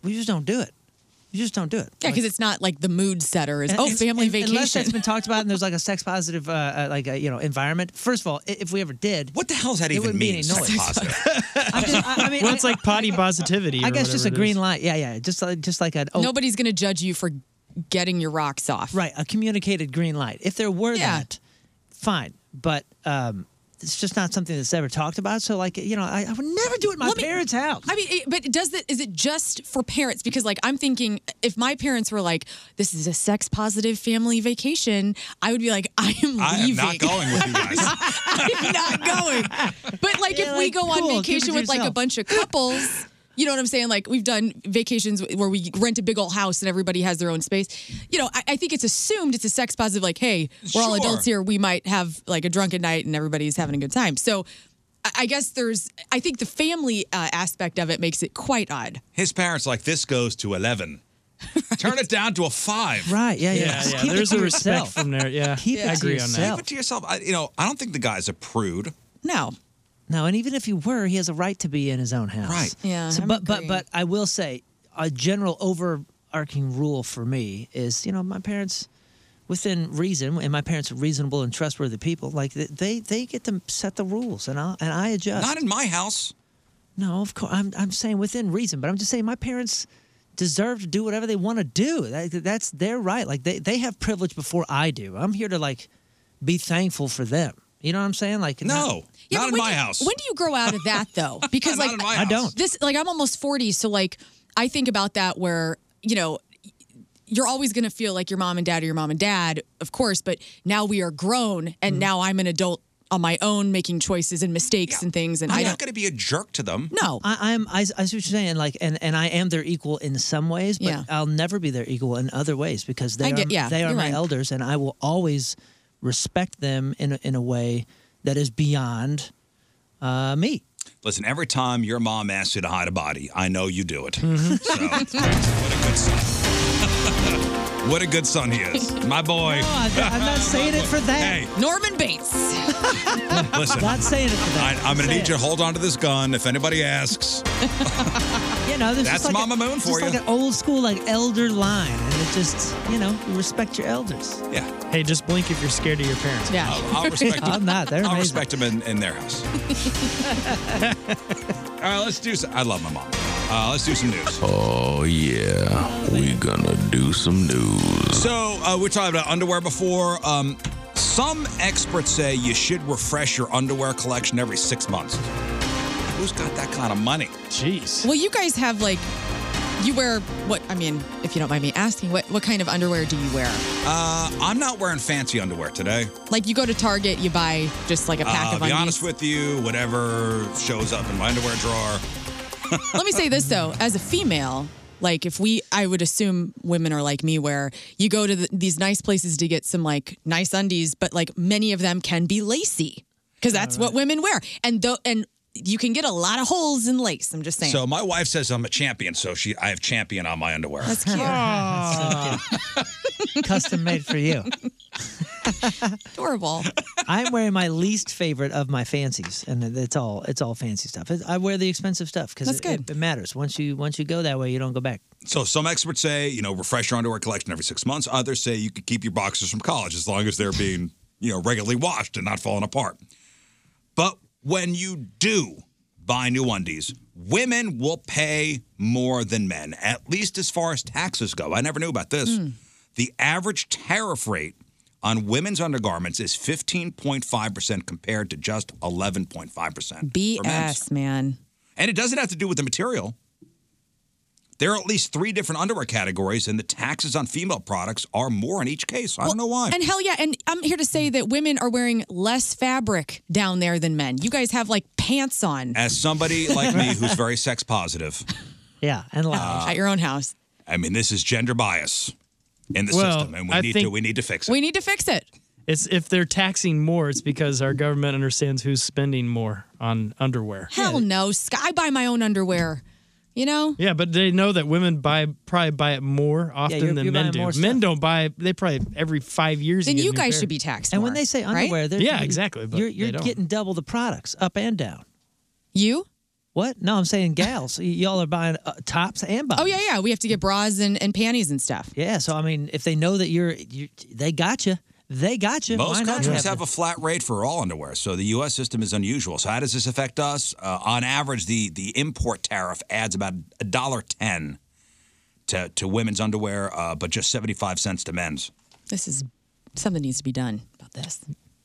C: we just don't do it. We just don't do it.
B: Yeah, because it's not like the mood setter is
C: And-
B: oh
C: and-
B: family
C: and- Unless
B: vacation.
C: that's been talked about and there's like a sex positive, uh, uh, like a, you know, environment. First of all, i- if we ever did,
A: what the hell does
E: that even
C: wouldn't
E: mean,
C: Be any
E: sex
C: noise. I, just, I, I mean,
E: well,
C: I-
E: it's like potty positivity.
C: I
E: or
C: guess just a
E: whatever it
C: green
E: is.
C: light. Yeah, yeah. Just like just like an.
B: Nobody's gonna judge you for getting your rocks off.
C: Right, a communicated green light. If there were that, fine. But um, it's just not something that's ever talked about. So like you know, I, I would never do it in my parents' house.
B: I mean, it, but does that? Is it just for parents? Because like I'm thinking, if my parents were like, "This is a sex positive family vacation," I would be like, "I am
A: I am
B: leaving.
A: not going with you guys.
B: I'm not going." But like, if
C: Yeah,
B: we
C: like,
B: go
C: cool,
B: on
C: keep it
B: vacation
C: to
B: with like a
C: yourself.
B: bunch of couples. You know what I'm saying? Like we've done vacations where we rent a big old house and everybody has their own space. You know, I, I think it's assumed it's a sex positive. Like, hey, we're all
G: Sure.
B: adults here. We might have like a drunken night and everybody's having a good time. So, I, I guess there's. I think the family uh, aspect of it makes it quite odd.
A: His parents like this goes to eleven. Turn it down to a five.
C: Right.
E: yeah, yeah. Yeah, Just yeah, keep it there's to a respect yourself. from there, yeah. Keep it I to agree on that. yourself.
A: Keep it to yourself. I, you know, I don't think the guy's a prude.
B: No.
C: No, and even if he were, he has a right to be in his own house.
A: Right.
B: Yeah,
C: So,
B: I'm
C: but but
B: agreeing.
C: but I will say a general overarching rule for me is you know my parents, within reason, and my parents are reasonable and trustworthy people. Like th- they they get to set the rules, and I and I adjust.
A: Not in my house.
C: No, of course I'm I'm saying within reason, but I'm just saying my parents deserve to do whatever they want to do. That, that's their right. Like they they have privilege before I do. I'm here to like be thankful for them. You know what I'm saying? Like
A: no,
B: Yeah, but when do- When do you grow out of that though? Because
C: Not
B: like
C: in my I house. don't.
B: This like I'm almost 40, so like I think about that where, you know, you're always going to feel like your mom and dad are your mom and dad, of course, but now we are grown and now I'm an adult on my own making choices and mistakes and things and
A: I'm
B: I
A: not
B: don't
A: going to be a jerk to them.
B: No,
C: I, I'm. I, I see what you're saying. Like, and and I am their equal in some ways, but
B: Yeah.
C: I'll never be their equal in other ways because
B: I
C: they
B: get-
C: are
B: yeah,
C: they are
B: you're
C: my
B: right.
C: elders, and I will always respect them in a, in a way that is beyond uh, me.
A: Listen, every time your mom asks you to hide a body, I know you do it.
E: Mm-hmm.
A: So, what a good son. what a good son he is, my boy.
C: No, I, am not saying it for that.
B: Norman Bates.
A: Listen,
C: not saying it for that.
A: I, am going
C: Say
A: to need
C: it.
A: you to hold on to this gun if anybody asks.
C: You know, there's
A: That's
C: just like
A: Mama
C: a,
A: Moon
C: just
A: for you.
C: like an old school like elder line, and it just you know you respect your elders.
A: Yeah.
E: Hey, just blink if you're scared of your parents.
C: Yeah.
A: I'll, I'll respect them.
C: I'm not. They're
A: I'll
C: amazing.
A: respect them in, in their house. All right, let's do some. I love my mom. Uh, let's do some news.
G: Oh, yeah. We're gonna do some news.
A: So uh, we talked about underwear before. Um, some experts say you should refresh your underwear collection every six months. Who's got that kind of money? Jeez.
B: Well, you guys have like, you wear what? I mean, if you don't mind me asking, what what kind of underwear do you wear?
A: Uh, I'm not wearing fancy underwear today. Uh,
B: Like, you go to Target, you buy just like a pack
A: I'll
B: of
A: be
B: undies.
A: honest with you, whatever shows up in my underwear drawer.
B: Let me say this though, as a female, like if we, I would assume women are like me, where you go to the, these nice places to get some like nice undies, but like many of them can be lacy because that's what women wear, and though and you can get a lot of holes in lace. I'm just saying.
A: So my wife says I'm a champion, so she I have champion on my underwear.
B: that's cute.
C: Custom made for you.
B: Adorable.
C: I'm wearing my least favorite of my fancies, and it- it's all it's all fancy stuff. It- I wear the expensive stuff because
A: That's
C: it, it- it matters. Once you once you go that way, you don't go back.
A: So some experts say, you know, refresh your underwear collection every six months. Others say you could keep your boxers from college as long as they're being, you know, regularly washed and not falling apart. But when you do buy new undies, women will pay more than men, at least as far as taxes go. I never knew about this. The average tariff rate on women's undergarments is 15.5% compared to just 11.5%. for men's.
B: BS, man.
A: And it doesn't have to do with the material. There are at least three different underwear categories, and the taxes on female products are more in each case. I don't know why.
B: And hell yeah, and I'm here to say that women are wearing less fabric down there than men. You guys have like pants on.
A: As somebody like me who's very sex positive,
C: Yeah, and
A: Uh,
B: at your own house.
A: I mean, this is gender bias in the
E: Well,
A: system, and we
E: I
A: need to
E: think-
A: we need to fix it.
B: We need to fix it.
E: It's if they're taxing more, it's because our government understands who's spending more on underwear.
B: Hell no. Sky, I buy my own underwear. You know?
E: Yeah, but they know that women buy probably buy it more often
C: you're-
E: than
C: you're
E: men
C: buying
E: do.
C: more
E: Men don't buy; they probably every five years.
B: Then
E: get a
B: you
E: new
B: guys
E: pair.
B: should be taxed.
C: And
B: more,
C: when they say
B: right?
C: underwear, they're
E: Yeah, exactly, but
C: you're
E: they
C: you're
E: don't.
C: getting double the products up and down.
B: You?
C: What? No, I'm saying gals. Y- Y'all are buying uh, tops and
B: Oh
C: bottoms.
B: yeah, yeah. We have to get bras and, and panties and stuff.
C: Yeah, so I mean, if they know that you're, you they got you. They got you. Why
A: Most
C: not
A: countries
C: them?
A: have a flat rate for all underwear, so the U.S. system is unusual. So how does this affect us? Uh, on average, the the import tariff adds about a dollar ten to to women's underwear, uh, but just seventy five cents to men's.
B: This is something needs to be done about this.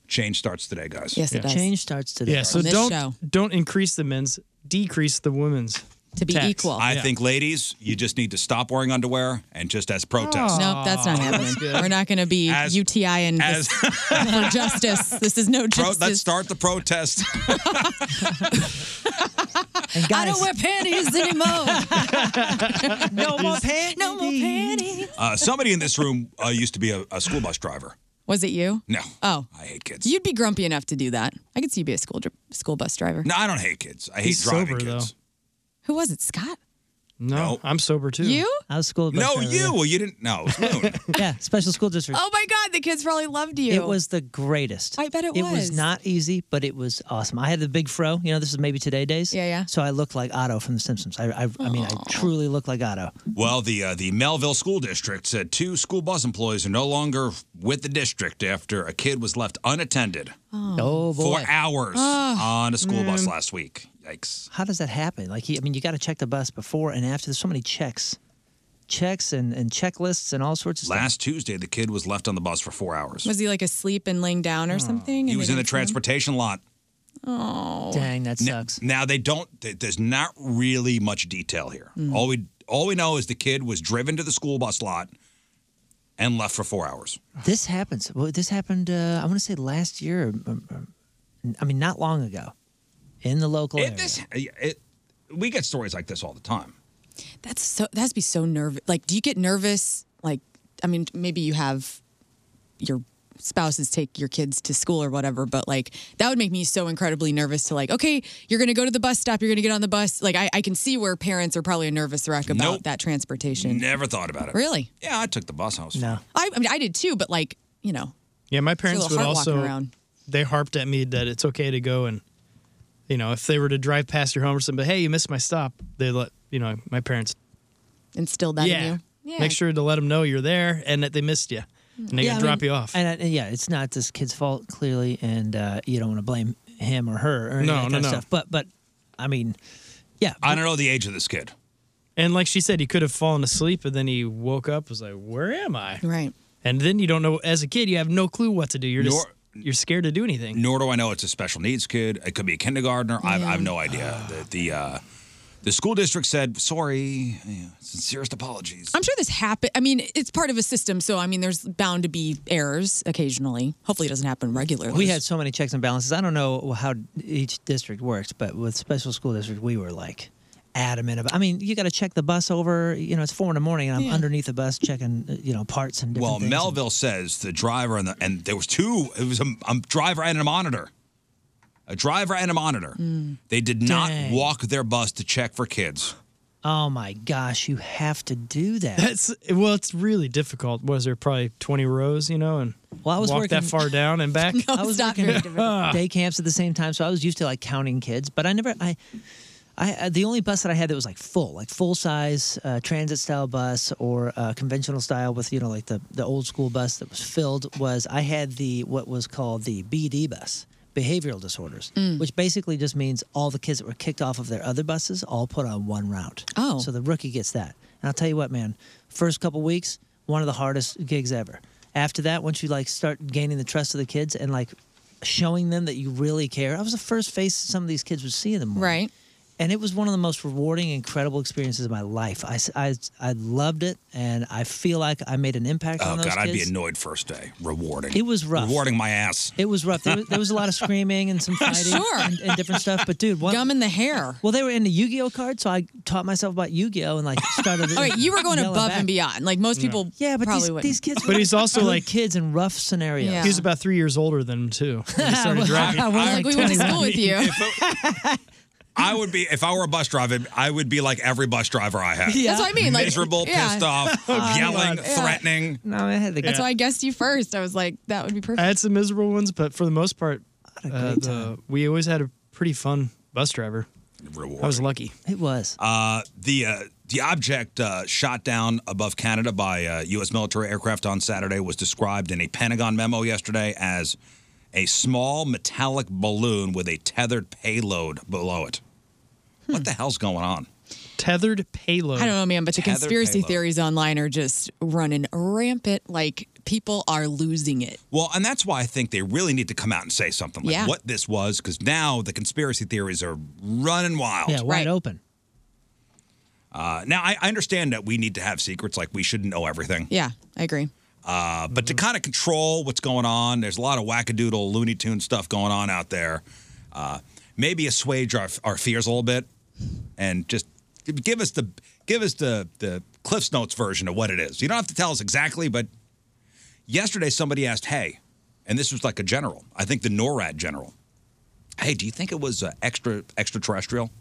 A: Change starts today, guys.
B: Yes, it Yeah. does. Change
C: starts
E: Yeah, so
B: This
E: don't
B: show.
E: don't increase the men's, decrease the women's to
B: be equal.
A: I think, ladies, you just need to stop wearing underwear and just as protest.
B: Nope, that's not happening. We're not going to be UTI and this- for justice. This is no
A: Pro-
B: justice.
A: let's start the protest.
B: I don't wear panties anymore.
C: no more panties.
B: No more panties.
A: Uh, somebody in this room uh, used to be a, a school bus driver.
B: Was it you?
A: No,
B: Oh,
A: I hate kids.
B: you'd be grumpy enough to do that. I could see you be a school dri- school bus driver.
A: No, I don't hate kids. I hate
E: He's
A: driving
E: sober,
A: kids.
B: Who was it, Scott?
E: No, I'm sober too.
B: You?
C: I was school.
A: No, you. Well, you didn't. No,
C: yeah, special school district.
B: Oh my God, the kids probably loved you.
C: It was the greatest.
B: I bet it
C: It was
B: was.
C: not easy, but it was awesome. I had the big fro. You know, this is maybe today days. Yeah, yeah. So I looked like Otto from The Simpsons. I, I, I mean, I truly look like Otto.
A: Well, the uh, the Melville School District said two school bus employees are no longer with the district after a kid was left unattended
C: Oh, Oh, boy.
A: for hours
C: Oh,
A: on a school bus
B: Mm.
C: man.
A: last week. Yikes!
C: How does that happen? Like, he, I mean, you got to check the bus before and after. There's so many checks, checks and, and checklists and all sorts of
A: Last Tuesday, the kid was left on the bus for four hours.
B: Was he like asleep and laying down or something?
A: He
B: and
A: was
B: they
A: in the
B: didn't see him?
A: transportation lot.
B: Oh,
C: that
A: sucks. Now, they don't. th- There's not really much detail here.
B: Mm.
A: All we all we know is the kid was driven to the school bus lot and left for four hours.
C: stuff. This happens. Well, this happened, uh, I want to say last year. um, um, I mean, not long ago in the local
A: It,
C: area.
A: this it, we get stories like this all the time.
B: That's so. That'd be so nervous. Like, do you get nervous? Like, I mean, maybe you have your spouses take your kids to school or whatever, but like that would make me so incredibly nervous to like, okay, you're gonna go to the bus stop, you're gonna get on the bus. Like, I, I can see where parents are probably a nervous wreck about
A: Nope.
B: that transportation.
A: Never thought about it.
B: Really?
A: Yeah, I took the bus. I was no.
B: I, I mean, I did too, but like, you know,
E: Yeah, my
B: It's a
E: parents
B: little
E: would
B: hard walking
E: also.
B: around.
E: They harped at me that it's okay to go and, you know, if they were to drive past your home or something, but hey, you missed my stop. They let you know, my parents
B: Instilled that
E: yeah.
B: in you.
E: Make sure to let them know you're there and that they missed you. And they're
C: Yeah,
E: going
C: I
E: to drop
C: mean,
E: you off.
C: And, I- and yeah, it's not this kid's fault clearly, and uh, you don't want to blame him or her or any
E: No,
C: of that kind
E: no, no.
C: of stuff. But but I mean, yeah,
A: I don't know the age of this kid.
E: And like she said, he could have fallen asleep and then he woke up, was like, where am I?
B: Right.
E: And then you don't know, as a kid, you have no clue what to do. You're just, you're scared to do anything.
A: Nor do I know it's a special needs kid. It could be a kindergartner. I've, I've no idea. The the, uh, the school district said sorry. Yeah, sincerest apologies.
B: I'm sure this happened. I mean, it's part of a system, so I mean, there's bound to be errors occasionally. Hopefully, it doesn't happen regularly.
C: we had so many checks and balances. I don't know how each district works, but with special school district, we were like adamant about. I mean, you got to check the bus over. You know, it's four in the morning, and I'm
A: Yeah.
C: underneath the bus checking, uh, you know, parts and different
A: Well,
C: things.
A: Melville says the driver and the and there was two. It was a, a driver and a monitor, a driver and a monitor.
C: Mm.
A: They did
C: Dang.
A: not walk their bus to check for kids.
C: Oh my gosh, you have to do that.
E: That's well, it's really difficult. Was there probably twenty rows, you know, and
C: Well, I was
E: walk that
C: working-
E: far down and back.
C: I was working day camps at the same time, so I was used to like counting kids. But I never, I, I I- the only bus that I had that was like full, like full size uh, transit style bus or uh, conventional style with you know like the the old school bus that was filled was I had the what was called the BD bus. Behavioral disorders, which basically just means all the kids that were kicked off of their other buses all put on one route. Oh. So the rookie gets that. And I'll tell you what, man, first couple weeks, one of the hardest gigs ever. After that, once you like start gaining the trust of the kids and like showing them that you really care. I was the first face some of these kids would see in the morning. Right. And it was one of the most rewarding, incredible experiences of my life. I, s- I s- I loved it, and I feel like I made an impact
A: Oh
C: on
A: God,
C: those
A: I'd be
C: kids.
A: annoyed first day. Rewarding.
C: It was rough.
A: Rewarding my ass.
C: It was rough. There was, there was a lot of screaming and some fighting
B: Sure.
C: and, and different stuff. But dude, one,
B: gum in the hair.
C: Well, they were into Yu-Gi-Oh cards, so I taught myself about Yu-Gi-Oh and like started.
B: All right, you were going
C: yelling
B: above
C: back.
B: and beyond. Like most people,
C: Yeah, but
B: probably
C: these,
B: wouldn't.
C: these kids.
E: But he's also,
C: good
E: like-
C: kids in rough scenarios.
E: He was about three years older than him too. when he started
C: Well,
E: driving.
C: I was I- like, we went to school with you.
A: I would be if I were a bus driver. I would be like every bus driver I had.
B: That's what I mean, like-
A: miserable,
B: yeah.
A: pissed off,
B: Oh, God.
A: yelling,
B: Yeah.
A: threatening.
C: No, I had
B: That's why I guessed you first. I was like, that would be perfect.
E: I had some miserable ones, but for the most part, uh, the, we always had a pretty fun bus driver. I was lucky.
C: It was.
A: Uh, the uh, the object uh, shot down above Canada by uh, U.S. military aircraft on Saturday was described in a Pentagon memo yesterday as a small metallic balloon with a tethered payload below it. What the hell's going on?
E: Tethered payload.
B: Hmm. I don't know, man, but the
A: Tethered
B: conspiracy
A: payload.
B: theories online are just running rampant. Like people are losing it.
A: Well, and that's why I think they really need to come out and say something like
B: Yeah.
A: what this was, because now the conspiracy theories are running wild.
C: Yeah, wide open.
A: Uh, now I, I understand that we need to have secrets, like we shouldn't know everything.
B: Yeah, I agree.
A: Uh, but
E: Mm-hmm.
A: to kind of control what's going on, there's a lot of wackadoodle Looney Tune stuff going on out there. Uh, maybe assuage our, our fears a little bit, and just give us the give us the the Cliff's Notes version of what it is. You don't have to tell us exactly, but yesterday somebody asked, "Hey," and this was like a general, I think the NORAD general. Hey, do you think it was uh, extra extraterrestrial?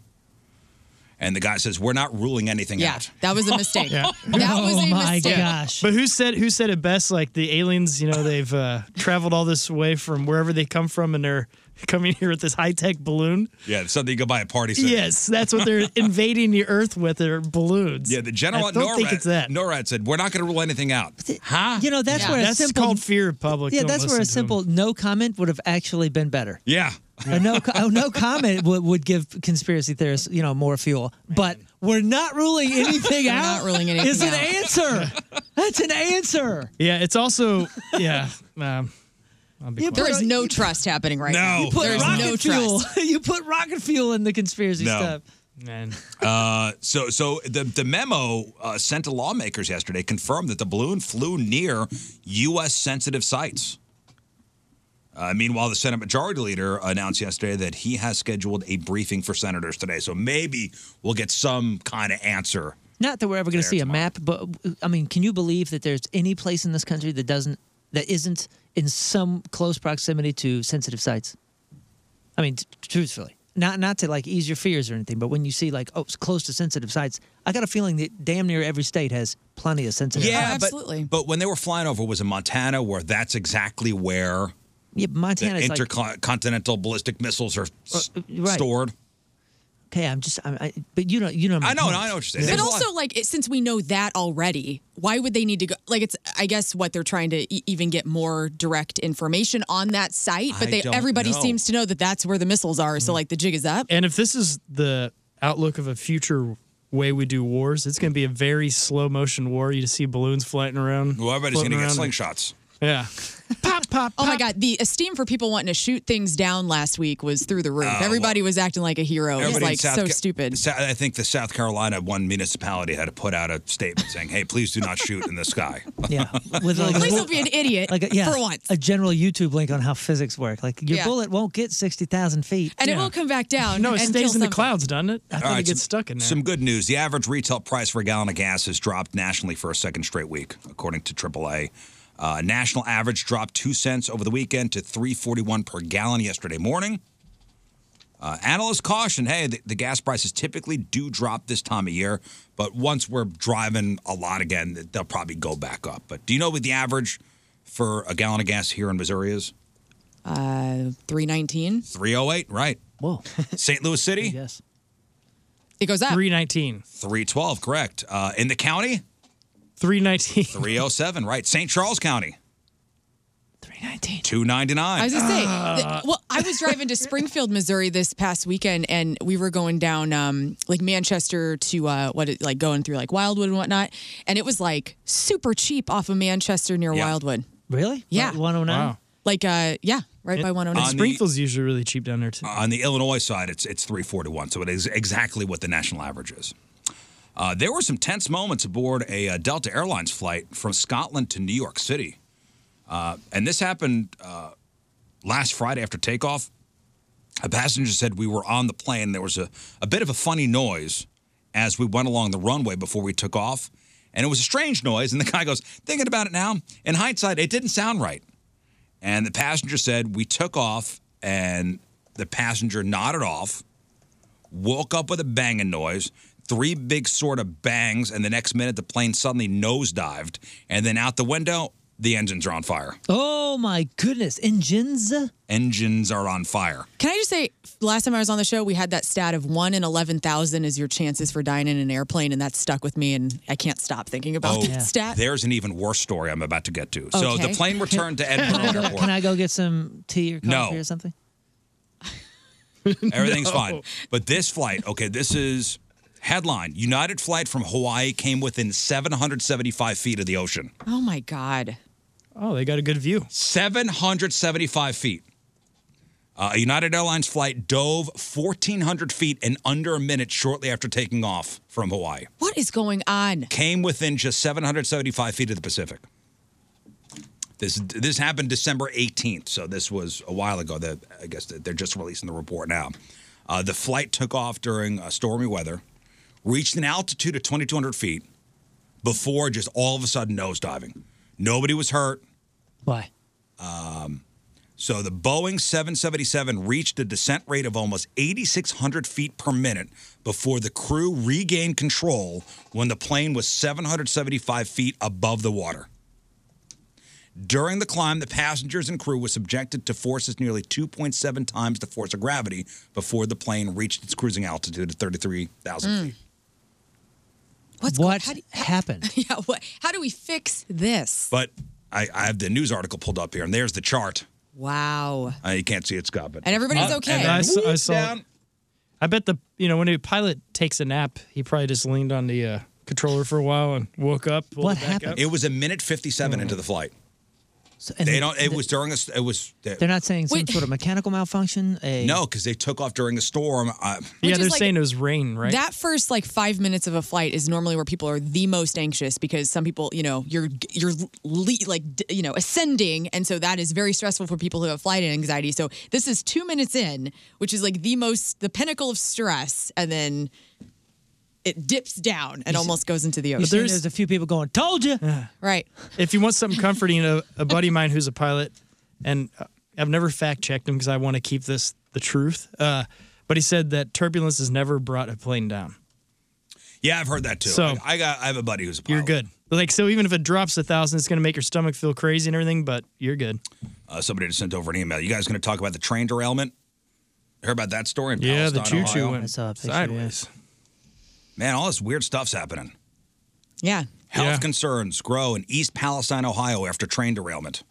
A: And the guy says, "We're not ruling anything
B: Yeah,
A: out."
B: that was a mistake.
E: Yeah.
B: That was a mistake.
E: But who said who said it best? Like the aliens, you know, they've uh, traveled all this way from wherever they come from, and they're coming here with this high tech balloon.
A: Yeah, it's something you go buy at party. City.
E: Yes, that's what they're invading the Earth with their balloons.
A: Yeah, the general
E: I
A: at
E: don't
A: NORAD,
E: think it's that.
A: NORAD said, we're not going to rule anything out. Huh?
C: You know, that's where a
E: that's
C: simple-
E: called fear of public.
C: yeah,
E: Don't
C: that's where a
E: listen to
C: simple
E: 'em.
C: no comment would have actually been better.
A: Yeah.
C: A no, co- a no comment would, would give conspiracy theorists, you know, more fuel. But we're not ruling anything
E: We're
C: out.
E: not ruling anything
C: is an
E: out.
C: answer. That's an answer.
E: Yeah, it's also yeah. Um, I'll be
C: You
E: quiet.
B: There is no trust happening right now.
C: You put
B: there is
C: rocket
B: no
C: fuel.
B: trust.
C: you put rocket fuel in the conspiracy
A: No.
C: stuff.
A: Uh, so, so the the memo uh, sent to lawmakers yesterday confirmed that the balloon flew near U.S. sensitive sites. Uh, meanwhile, the Senate Majority Leader announced yesterday that he has scheduled a briefing for senators today. So maybe we'll get some kind of answer.
C: Not that we're ever going to see a map, but I mean, can you believe that there's any place in this country that doesn't that isn't in some close proximity to sensitive sites? I mean, t- truthfully, not not to like ease your fears or anything, but when you see like oh, it's close to sensitive sites, I got a feeling that damn near every state has plenty of sensitive.
A: Yeah,
C: sites.
A: but- But, when they were flying over, was in Montana, where that's exactly where
C: yeah, Montana
A: the
C: is like uh,
A: intercontinental ballistic missiles are s-
C: right.
A: stored.
C: okay, I'm just, I'm, I, but you know, you know,
A: I know, I know what you're saying.
B: But
A: There's a lot-
B: also, like, it, since we know that already, why would they need to go? Like, it's I guess what they're trying to e- even get more direct information on that site. But
E: I
B: they
E: don't
B: everybody
E: know.
B: seems to know that that's where the missiles are.
C: Mm-hmm.
B: So like, the jig is up.
E: And if this is the outlook of a future way we do wars, it's going to be a very slow motion war. You just see balloons flying around.
A: Well, everybody's
E: floating
A: gonna get
E: around.
A: slingshots.
E: Yeah.
B: Pop, pop, Oh my God. The esteem for people wanting to shoot things down last week was through the roof.
A: Oh,
B: everybody was acting like a hero. It was
A: Everybody in
B: like
A: South
B: so
A: Ca-
B: stupid.
A: Sa- I think the South Carolina one municipality had to put out a statement saying, "Hey, please do not shoot in the sky."
C: Yeah, with like
B: Please
C: a,
B: don't be an idiot
C: like a, yeah,
B: for once.
C: a general YouTube link on how physics work. Like your
B: Yeah.
C: bullet won't get sixty thousand feet,
B: And it will come back down.
E: No, it
B: and
E: stays in
B: kill
E: the
B: something.
E: clouds, doesn't it? I
A: All
E: thought
A: right,
E: it gets stuck in there.
A: Some good news. The average retail price for a gallon of gas has dropped nationally for a second straight week, according to AAA. Uh, national average dropped two cents over the weekend to 341 per gallon yesterday morning. Uh, analysts caution, hey, the, the gas prices typically do drop this time of year, but once we're driving a lot again, th- they'll probably go back up. But do you know what the average for a gallon of gas here in Missouri is?
B: Uh, three nineteen.
A: 308, right.
C: Whoa.
A: St. Louis City?
C: Yes.
B: It goes up.
E: 319.
A: 312, correct. Uh, in the county?
E: 319.
A: 307, right. St. Charles County? 319. 299.
B: I was gonna say,
C: Ah.
B: th- well, I was driving to Springfield, Missouri this past weekend, and we were going down um, like Manchester to uh, what, it, like going through like Wildwood and whatnot, and it was like super cheap off of Manchester near Wildwood.
C: Really?
B: Yeah,
C: one hundred nine.
B: Like, uh, yeah, right by one hundred nine.
E: Springfield's usually really cheap down there, too.
A: Uh, on the Illinois side, it's it's 341, so it is exactly what the national average is. Uh, there were some tense moments aboard a uh, Delta Airlines flight from Scotland to New York City, uh, and this happened uh, last Friday after takeoff. A passenger said we were on the plane. There was a, a bit of a funny noise as we went along the runway before we took off, and it was a strange noise. And the guy goes, "Thinking about it now, in hindsight, it didn't sound right." And the passenger said, We took off, and the passenger nodded off, woke up with a banging noise, three big sort of bangs, and the next minute the plane suddenly nosedived. And then out the window, the engines are on fire.
C: Oh my goodness, engines.
A: Engines are on fire.
B: Can I just say, last time I was on the show, we had that stat of one in eleven thousand is your chances for dying in an airplane, and that stuck with me, and I can't stop thinking about
A: Oh.
B: that stat.
A: there's an even worse story I'm about to get to. So
B: Okay.
A: the plane returned to Edinburgh
C: Can I, go,
A: Airport.
C: can I go get some tea or coffee
A: No.
C: or something?
A: Everything's
C: No.
A: fine. But this flight, okay, this is headline United flight from Hawaii came within 775 feet of the ocean.
B: Oh my God.
E: Oh, they got a good view.
A: 775 feet. Uh, a United Airlines flight dove 1,400 feet in under a minute shortly after taking off from Hawaii.
B: What is going on?
A: Came within just 775 feet of the Pacific. This this happened December 18th, so this was a while ago. That I guess that they're just releasing the report now. Uh, the flight took off during uh, stormy weather, reached an altitude of 2,200 feet before just all of a sudden nosediving. Nobody was hurt.
C: Why?
A: Um, so the Boeing 777 reached a descent rate of almost 8,600 feet per minute before the crew regained control when the plane was 775 feet above the water. During the climb, the passengers and crew were subjected to forces nearly 2.7 times the force of gravity before the plane reached its cruising altitude of 33,000
B: Mm,
A: feet.
C: what happened?
B: yeah, what, how do we fix this?
A: But I, I have the news article pulled up here, and there's the chart.
B: Wow.
A: Uh, you can't see it, Scott. But
B: And everybody's
A: Uh,
B: okay.
A: and then
E: I saw, I
A: whoop,
E: saw-
A: down.
E: I bet the you know when a pilot takes a nap, he probably just leaned on the uh, controller for a while and woke up. pulled it back up.
A: It was a minute fifty-seven into the flight. they don't. It was during a. s- It was. they-
C: They're not saying some sort of mechanical malfunction. A
A: no, because they took off during a storm. Uh,
B: Yeah, Which is they're like- saying it
E: was rain,
B: That first like five minutes of a flight is normally where people are the most anxious because some people, you know, you're you're le- like d- you know ascending, and so that is very stressful for people who have flight anxiety. So this is two minutes in, which is like the most the pinnacle of stress, and then it dips down and
C: You see-
B: almost goes into the
C: You
B: ocean.
C: see, there's a few people going, "Told you."
B: right.
E: If you want something comforting, a, a buddy of mine who's a pilot, and uh, I've never fact checked him because I want to keep this the truth. Uh, but he said that turbulence has never brought a plane down.
A: yeah, I've heard that too.
E: So-
A: I, I got. I have a buddy who's a pilot.
E: You're good. Like so, even if it drops a thousand, it's gonna make your stomach feel crazy and everything. But you're good.
A: Uh, somebody just sent over an email. You guys going to talk about the train derailment? Heard about that story in
E: Yeah, the
A: Palestine,
E: choo-choo
A: Ohio?
E: went I saw a picture, yeah. sideways.
A: Man, all this weird stuff's happening.
B: Yeah.
A: Health concerns grow in East Palestine, Ohio, after train derailment.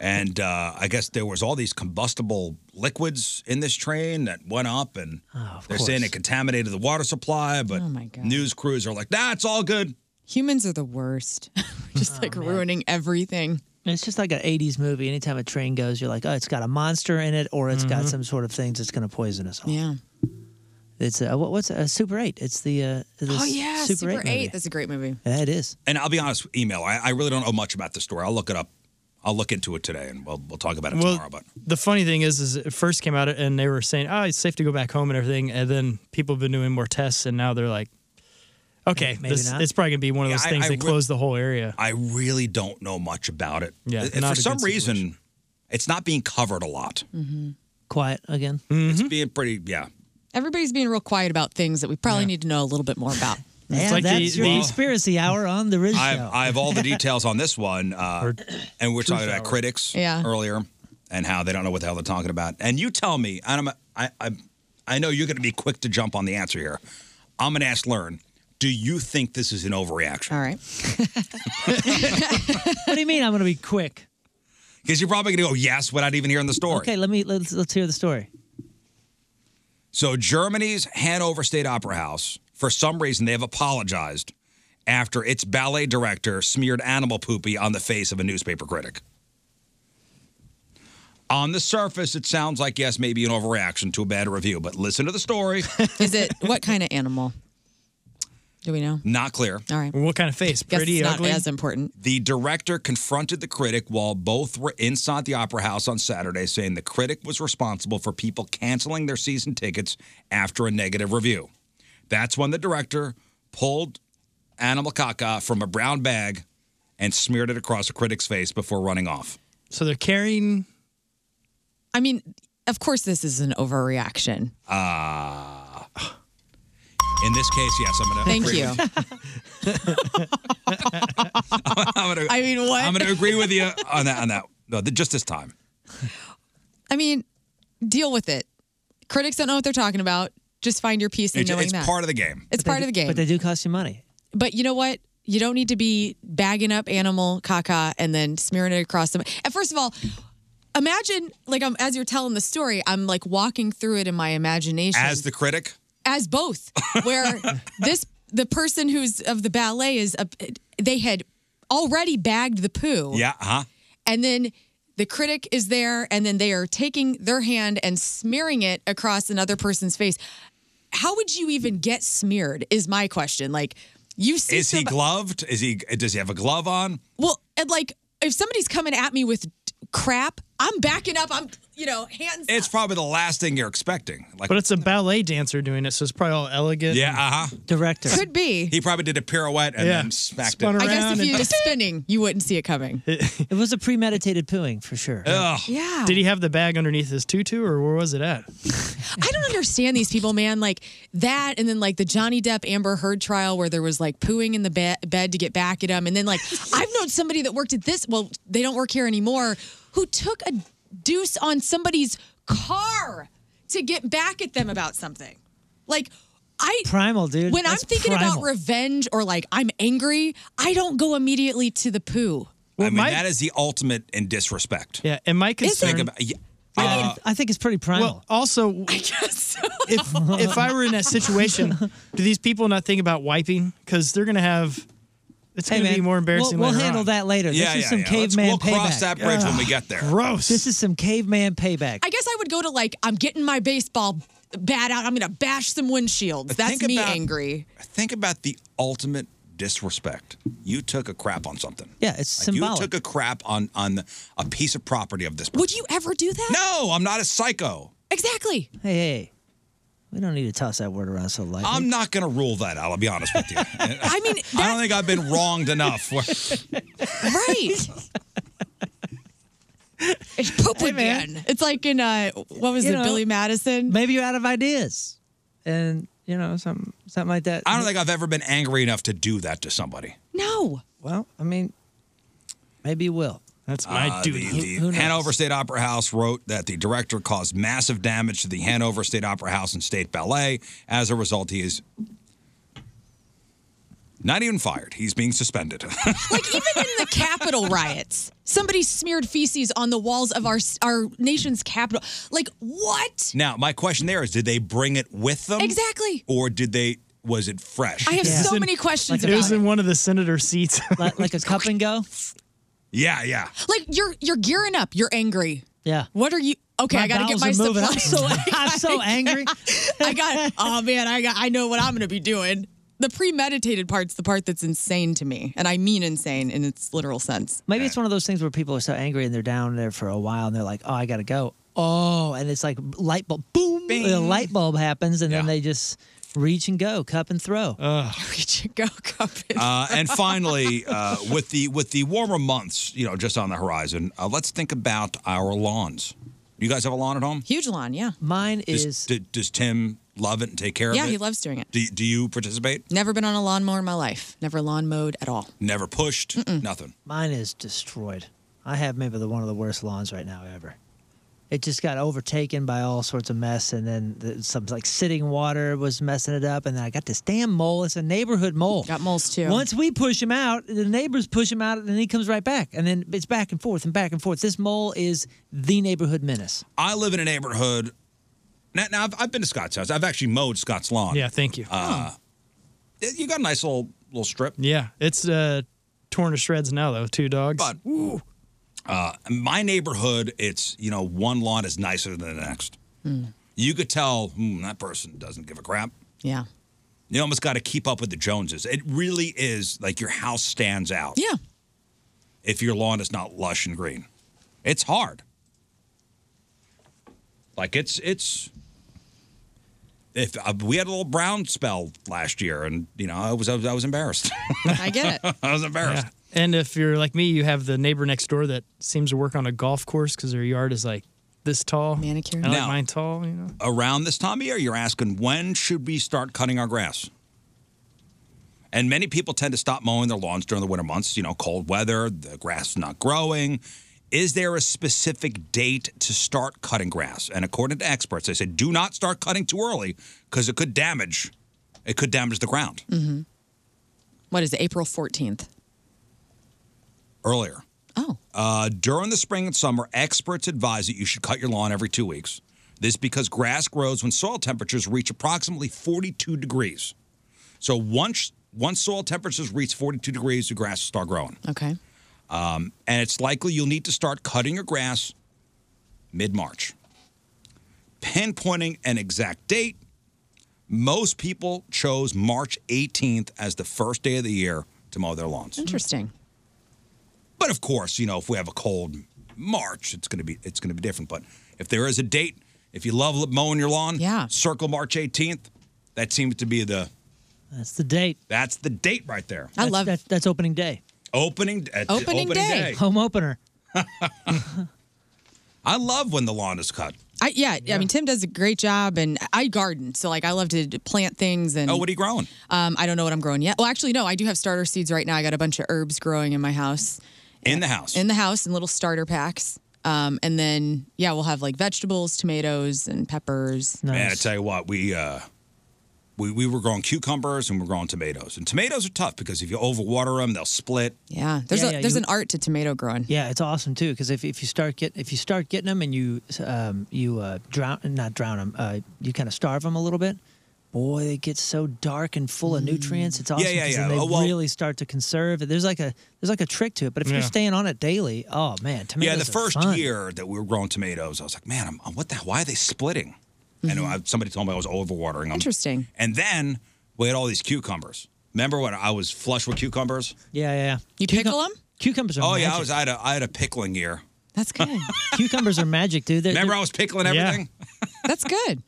A: And uh, I guess there was all these combustible liquids in this train that went up, and they're saying
B: course.
A: it contaminated the water supply. But
B: Oh, my God.
A: news crews are like, "Nah, it's all good."
B: Humans are the worst. just
C: Oh,
B: like ruining everything.
C: It's just like an 80s movie. Anytime a train goes, you're like, oh, it's got a monster in it or it's got
E: Mm-hmm.
B: Mhm.
C: some sort of things that's going to poison us all.
B: Yeah.
C: It's a, what, what's a Super 8? It's the, uh, the
B: oh yeah,
C: Super,
B: Super,
C: 8.
B: Eight.
C: movie.
B: That's a great movie.
C: Yeah, it is.
A: And I'll be honest, with email. I, I really don't know much about the story. I'll look it up. I'll look into it today, and we'll we'll talk about it
E: Well,
A: tomorrow. But
E: The funny thing is, is it first came out and they were saying, "Oh, it's safe to go back home and everything," and then people have been doing more tests, and now they're like, "Okay,
A: Maybe
E: this,
A: not.
E: it's probably gonna be one of
A: Yeah,
E: those
A: I-
E: things
A: I
E: they
A: re-
E: close the whole area."
A: I really don't know much about it.
E: Yeah,
A: And
E: not
A: for
E: a
A: some
E: good
A: reason, it's not being covered a lot.
B: Mm-hmm.
C: Quiet again.
A: It's
E: Mm-hmm.
A: being pretty, yeah.
B: Everybody's being real quiet about things that we probably need to know a little bit more about.
C: And
A: like the-
C: that's your
A: the-
C: conspiracy hour on the Riz
A: I,
C: Show.
A: I have all the details on this one, uh, and we're talking about critics
C: Yeah.
A: earlier and how they don't know what the hell they're talking about. And you tell me, and I'm, I, I, I know you're going to be quick to jump on the answer here. I'm going to ask Learn. Do you think this is an overreaction?
B: All right.
C: what do you mean I'm going to be quick?
A: Because you're probably going to go yes without even hearing the story.
C: Okay, let me let's, let's hear the story.
A: So Germany's Hanover State Opera House, for some reason, they have apologized after its ballet director smeared animal poopy on the face of a newspaper critic. On the surface, it sounds like yes, maybe an overreaction to a bad review, but listen to the story.
B: Is it what kind of animal? Do we know?
A: Not clear.
B: All right.
E: What kind of face?
B: Guess Pretty, it's not ugly? as important.
A: The director confronted the critic while both were inside the opera house on Saturday, saying the critic was responsible for people canceling their season tickets after a negative review. That's when the director pulled animal caca from a brown bag and smeared it across the critic's face before running off.
E: So they're carrying.
B: I mean, of course, this is an overreaction.
A: Uh, in this case, yes, I'm going to.
B: Thank
A: agree
B: you.
A: with I'm gonna,
B: I mean, what?
A: I'm going to agree with you on that. On that, no, th- just this time.
B: I mean, deal with it. Critics don't know what they're talking about. Just find your piece in
A: It's,
B: knowing
A: it's
B: that.
A: part of the game.
B: It's
C: But they
B: part
C: do-
B: of the game.
C: But they do cost you money.
B: But you know what? You don't need to be bagging up animal caca and then smearing it across them. And first of all, imagine like I'm as you're telling the story, I'm like walking through it in my imagination
A: As the critic,
B: as both, where this the person who's of the ballet is a, they had already bagged the poo,
A: yeah, huh?
B: and then the critic is there, and then they are taking their hand and smearing it across another person's face. How would you even get smeared? Is my question. Like you see,
A: Is he
B: somebo-
A: gloved? Is he? Does he have a glove on?
B: well, and like if somebody's coming at me with crap, I'm backing up. I'm you know hands.
A: It's probably the last thing you're expecting. Like,
E: but it's a ballet dancer doing it, so it's probably all elegant.
A: yeah, uh huh.
C: Director
B: Could be.
A: He probably did a pirouette and
E: Yeah.
A: then smacked
E: Spun
A: it.
B: I guess if you're just spinning, you wouldn't see it coming.
C: It was a premeditated pooing for sure.
B: Yeah.
E: Did he have the bag underneath his tutu, or where was it at?
B: I don't understand these people, man. Like that, and then like the Johnny Depp Amber Heard trial where there was like pooing in the be- bed to get back at him, and then like I've known somebody that worked at this. Well, they don't work here anymore. Who took a deuce on somebody's car to get back at them about something? Like I
C: Primal, dude.
B: when I'm
C: That's
B: thinking
C: primal.
B: about revenge or like I'm angry, I don't go immediately to the poo.
A: I mean, that is the ultimate in disrespect.
E: Yeah, and my concern.
A: Think about, yeah, uh,
C: I think it's pretty primal.
E: Well, also, if if I were in that situation, do these people not think about wiping? Because they're gonna have it's
C: Hey,
E: gonna be
C: man,
E: more embarrassing.
C: We'll, we'll
E: later
C: handle
E: on.
C: that later.
A: Yeah,
C: this is
A: yeah,
C: some
A: yeah. Let's-
C: caveman
A: we'll
C: payback.
A: cross that bridge when we get there.
E: Gross.
C: This is some caveman payback.
B: I guess I would go to like I'm getting my baseball bat out. I'm gonna bash some windshields.
A: But
B: That's
A: think
B: me
A: about-
B: angry.
A: think about the ultimate disrespect. You took a crap on something.
C: Yeah, it's
A: Like,
C: symbolic.
A: You took a crap on on a piece of property of this.
B: Would you ever do that?
A: No, I'm not a psycho.
B: Exactly.
C: hey, hey, we don't need to toss that word around so lightly.
A: I'm not going to rule that out. I'll be honest with you. I
B: mean,
A: I don't think I've been wronged enough.
B: Right. it's poop again. It's like in uh what was
C: You
B: it,
C: know,
B: Billy Madison?
C: Maybe you're out of ideas, and you know something, something like that.
A: I don't think I've ever been angry enough to do that to somebody.
B: No.
C: Well, I mean, maybe you will.
E: That's my
A: Uh,
E: duty.
A: The, the
E: Who knows?
A: Hanover State Opera House wrote that the director caused massive damage to the Hanover State Opera House and State Ballet. As a result, he is not even fired. He's being suspended.
B: Like even in the Capitol riots, somebody smeared feces on the walls of our our nation's capital. Like what?
A: now, my question there is: Did they bring it with them?
B: Exactly.
A: Or did they? Was it fresh?
B: I have
E: Yeah.
B: so many questions
E: it was
B: about it.
E: in one of the senator seats. like,
C: a cup and go?
A: Yeah, yeah.
B: Like you're you're gearing up. You're angry.
C: Yeah.
B: What are you? Okay,
C: My
B: I gotta get
C: bowels
B: my
C: are
B: stuff.
C: moving. I'm so- I'm so angry.
B: I got. Oh man, I got. I know what I'm gonna be doing. The premeditated part's the part that's insane to me, and I mean insane in its literal sense.
C: Maybe it's one of those things where people are so angry and they're down there for a while and they're like, "Oh, I gotta go." Oh, and it's like light bulb, boom, the light bulb happens, and then they just reach and go, cup and throw.
B: Reach and go, cup and
A: Uh, and finally, uh, with the with the warmer months, you know, just on the horizon, uh, let's think about our lawns. You guys have a lawn at home?
B: Huge lawn, yeah.
C: Mine
A: Does, d- does Tim love it and take care of it?
B: Yeah, he loves doing it.
A: Do, do you participate?
B: Never been on a lawnmower in my life. Never lawn mowed at all.
A: Never pushed. Nothing.
C: Mine is destroyed. I have maybe the one of the worst lawns right now ever. It just got overtaken by all sorts of mess, and then the, some like sitting water was messing it up, and then I got this damn mole. It's a neighborhood mole. Got
B: moles too.
C: Once we push him out, the neighbors push him out, and then he comes right back, and then it's back and forth and back and forth. This mole is the neighborhood menace.
A: I live in a neighborhood. Now, now I've, I've been to Scott's house. I've actually mowed Scott's lawn.
E: Yeah, thank you.
A: Uh, You got a nice little little strip.
E: Yeah, it's uh, torn to shreds now though. Two dogs.
A: But uh, my neighborhood, it's you know one lawn is nicer than the next.
C: Hmm.
A: You could tell hmm, that person doesn't give a crap.
B: Yeah.
A: You almost got to keep up with the Joneses. It really is like your house stands out.
B: Yeah.
A: If your lawn is not lush and green, it's hard. Like it's it's. If uh, we had a little brown spell last year, and you know I was I was, I was embarrassed.
B: I get it.
A: I was embarrassed.
E: And if you're like me, you have the neighbor next door that seems to work on a golf course because their yard is like this tall. Manicure. I like
A: Now-
E: mine tall. You know.
A: around this time of year, you're asking when should we start cutting our grass? And many people tend to stop mowing their lawns during the winter months, you know, cold weather, the grass is not growing. Is there a specific date to start cutting grass? And according to experts, they said do not start cutting too early because it could damage it could damage the ground
B: Mm-hmm. What is it? April 14th.
A: earlier. Oh. Uh, during the spring and summer, experts advise that you should cut your lawn every two weeks. This because grass grows when soil temperatures reach approximately 42 degrees. So once once soil temperatures reach 42 degrees, the grass will start growing.
B: Okay.
A: Um, and it's likely you'll need to start cutting your grass mid March. Pinpointing an exact date, most people chose March 18th as the first day of the year to mow their lawns.
B: Interesting.
A: But of course, you know, if we have a cold March, it's gonna be it's gonna be different. But if there is a date, if you love mowing your lawn, yeah, circle March 18th. That seems to be the
C: That's the date.
A: that's the date right there.
C: That's- that's, that's opening day.
A: opening uh, opening day.
C: Home opener.
A: I love when the lawn is cut.
B: I, yeah, I mean Tim does a great job, and I garden, so like I love to plant things. And
A: Oh, what are you growing?
B: Um, I don't know what I'm growing yet. Well, actually, no, I do have starter seeds right now. I got a bunch of herbs growing in my house,
A: In the house.
B: in the house, in little starter packs. Um, and then yeah, we'll have like vegetables, tomatoes, and peppers.
A: Man, I tell you what, we uh, we we were growing cucumbers and we're growing tomatoes. And tomatoes are tough because if you overwater them, they'll split.
B: Yeah, there's
C: Yeah,
B: a,
C: yeah,
B: there's
C: you-
B: an art to tomato growing.
C: Yeah, it's awesome too because if, if you start get if you start getting them and you um, you uh, drown not drown them uh, you kind of starve them a little bit. Boy, they get so dark and full of nutrients. It's
A: Yeah,
C: awesome.
A: yeah,
C: 'cause
A: yeah.
C: Then they
A: Oh, well-
C: really start to conserve. There's like a there's like a trick to it. But if you're
A: Yeah.
C: staying on it daily, oh man, tomatoes.
A: yeah, the
C: are
A: first
C: fun.
A: year that we were growing tomatoes, I was like, man, I'm, what the? Why are they splitting? And
C: Mm-hmm.
A: I, somebody told me I was overwatering them.
B: Interesting.
A: And then we had all these cucumbers. Remember when I was flush with cucumbers?
C: Yeah, yeah. yeah.
B: You pickle them?
C: Cucumbers are.
A: oh yeah, I
C: magic.
A: was. I had a, I had a pickling year.
B: That's good.
C: Cucumbers are magic, dude. They're-
A: Remember
C: they're-
A: I was pickling everything.
B: That's good.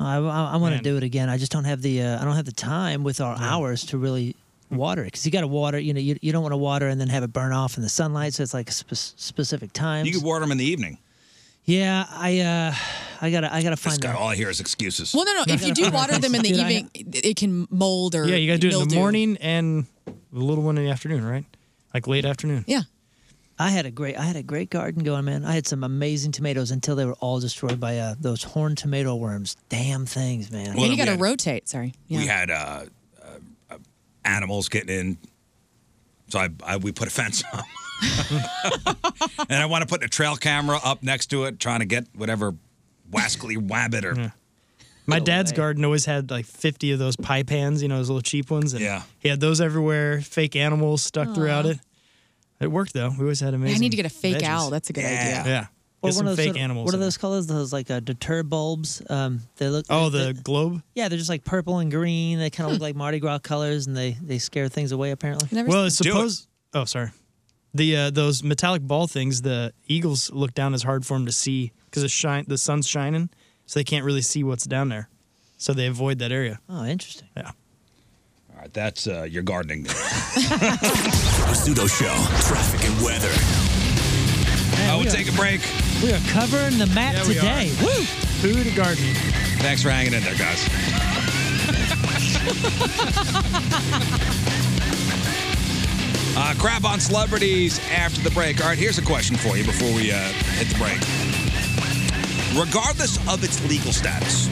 C: I, I, I want to do it again. I just don't have the uh, I don't have the time with our hours to really water it because you got to water. You know, you, you don't want to water and then have it burn off in the sunlight. So it's like spe- specific times.
A: You could water them in the evening.
C: yeah, I uh, I gotta I gotta find
A: This guy,
C: the-
A: all I hear is excuses.
B: Well, no, no. If you do water them in the
C: Dude, I-
B: evening, it it can mold or
E: yeah, you gotta do it in
B: mildew.
E: the morning and the little one in the afternoon, right? Like late afternoon.
B: Yeah.
C: I had a great I had a great garden going, man. I had some amazing tomatoes until they were all destroyed by uh, those horned tomato worms. Damn things, man.
B: and you got to rotate. Sorry.
A: We had uh, uh, uh, animals getting in, so I, I we put a fence up. and I want to put a trail camera up next to it, trying to get whatever wascally wabbit
C: Mm-hmm.
A: or
E: My dad's garden always had like 50 of those pie pans, you know, those little cheap ones. And yeah. He had those everywhere, fake animals stuck throughout
B: Aw.
E: it. It worked though. We always had amazing.
B: I need to get a fake
E: veggies.
B: owl. That's a good idea.
E: Yeah.
C: Or
E: Get some
C: of those,
E: fake
C: sort of-
E: animals.
C: What are
E: in
C: those colors? Those like uh, deter bulbs. Um, they look.
E: Oh,
C: they-
E: the globe.
C: yeah, they're just like purple and green. They kind of
B: Hmm.
C: look like Mardi Gras colors, and they they scare things away. Apparently.
E: well, it's supposed. Oh, sorry. The uh, those metallic ball things. The eagles look down is hard for them to see because shine. The sun's shining, so they can't really see what's down there. So they avoid that area.
C: Oh, interesting.
E: Yeah.
A: All right, that's uh, your gardening.
H: Pseudo show. Traffic and weather.
A: oh,
C: we
A: we'll
C: are-
A: take a break.
C: We are covering the map
A: Yeah, we
C: today.
A: are.
C: Woo!
E: Food and gardening.
A: Thanks for hanging in there, guys.
C: Oh,
A: Uh, crap on celebrities after the break. All right, here's a question for you before we uh, hit the break. Regardless of its legal status,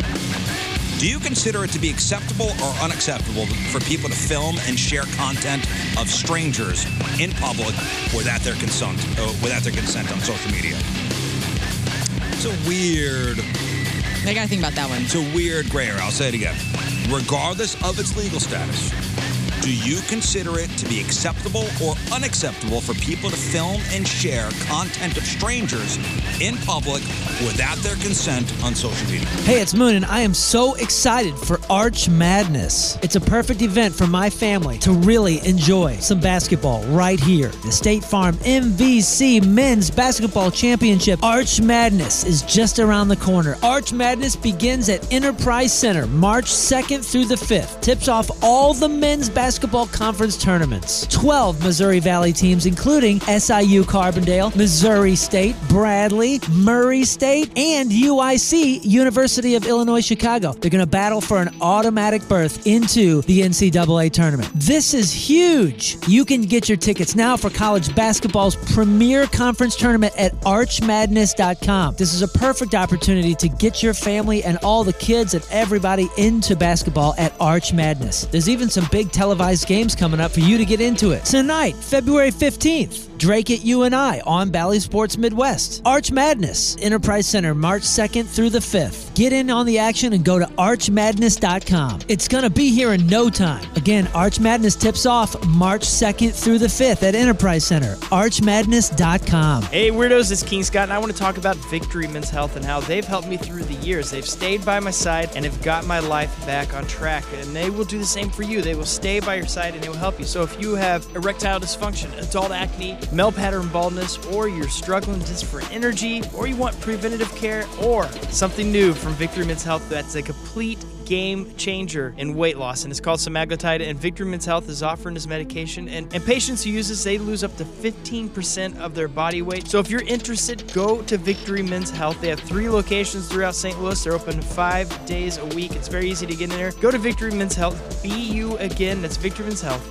A: do you consider it to be acceptable or unacceptable for people to film and share content of strangers in public without their consent, uh, without their consent on social media? It's a weird.
B: I gotta think about that one.
A: It's a weird gray area. I'll say it again. Regardless of its legal status, do you consider it to be acceptable or unacceptable for people to film and share content of strangers in public without their consent on social media?
C: Hey, it's Moon, and I am so excited for Arch Madness. It's a perfect event for my family to really enjoy some basketball right here. The State Farm MVC Men's Basketball Championship Arch Madness is just around the corner. Arch Madness begins at Enterprise Center March 2nd through the 5th. Tips off all the men's basketball conference tournaments. 12 Missouri Valley teams, including SIU Carbondale, Missouri State, Bradley, Murray State, and UIC, University of Illinois Chicago. They're going to battle for an automatic berth into the NCAA tournament. This is huge. You can get your tickets now for college basketball's premier conference tournament at archmadness.com. This is a perfect opportunity to get your family and all the kids and everybody into basketball at Arch Madness. There's even some big televised games coming up for you to get into it. Tonight, February 15th, Drake at UNI on Bally Sports Midwest. Arch Madness, Enterprise Center, March 2nd through the 5th. Get in on the action and go to archmadness.com. It's going to be here in no time. Again, Arch Madness tips off March 2nd through the 5th at Enterprise Center, archmadness.com.
I: Hey, weirdos, it's King Scott, and I want to talk about Victory Men's Health and how they've helped me through the years. They've stayed by my side and have got my life back on track, and they will do the same for you. They will stay by your side and they will help you. So if you have erectile dysfunction, adult acne, male pattern baldness, or you're struggling just for energy, or you want preventative care, or something new from Victory Men's Health that's a complete game changer in weight loss, and it's called semaglutide. And Victory Men's Health is offering this medication, and, and patients who use this, they lose up to 15% of their body weight. So if you're interested, go to Victory Men's Health. They have three locations throughout St. Louis. They're open five days a week. It's very easy to get in there. Go to Victory Men's Health. Be you again. That's Victory Men's Health.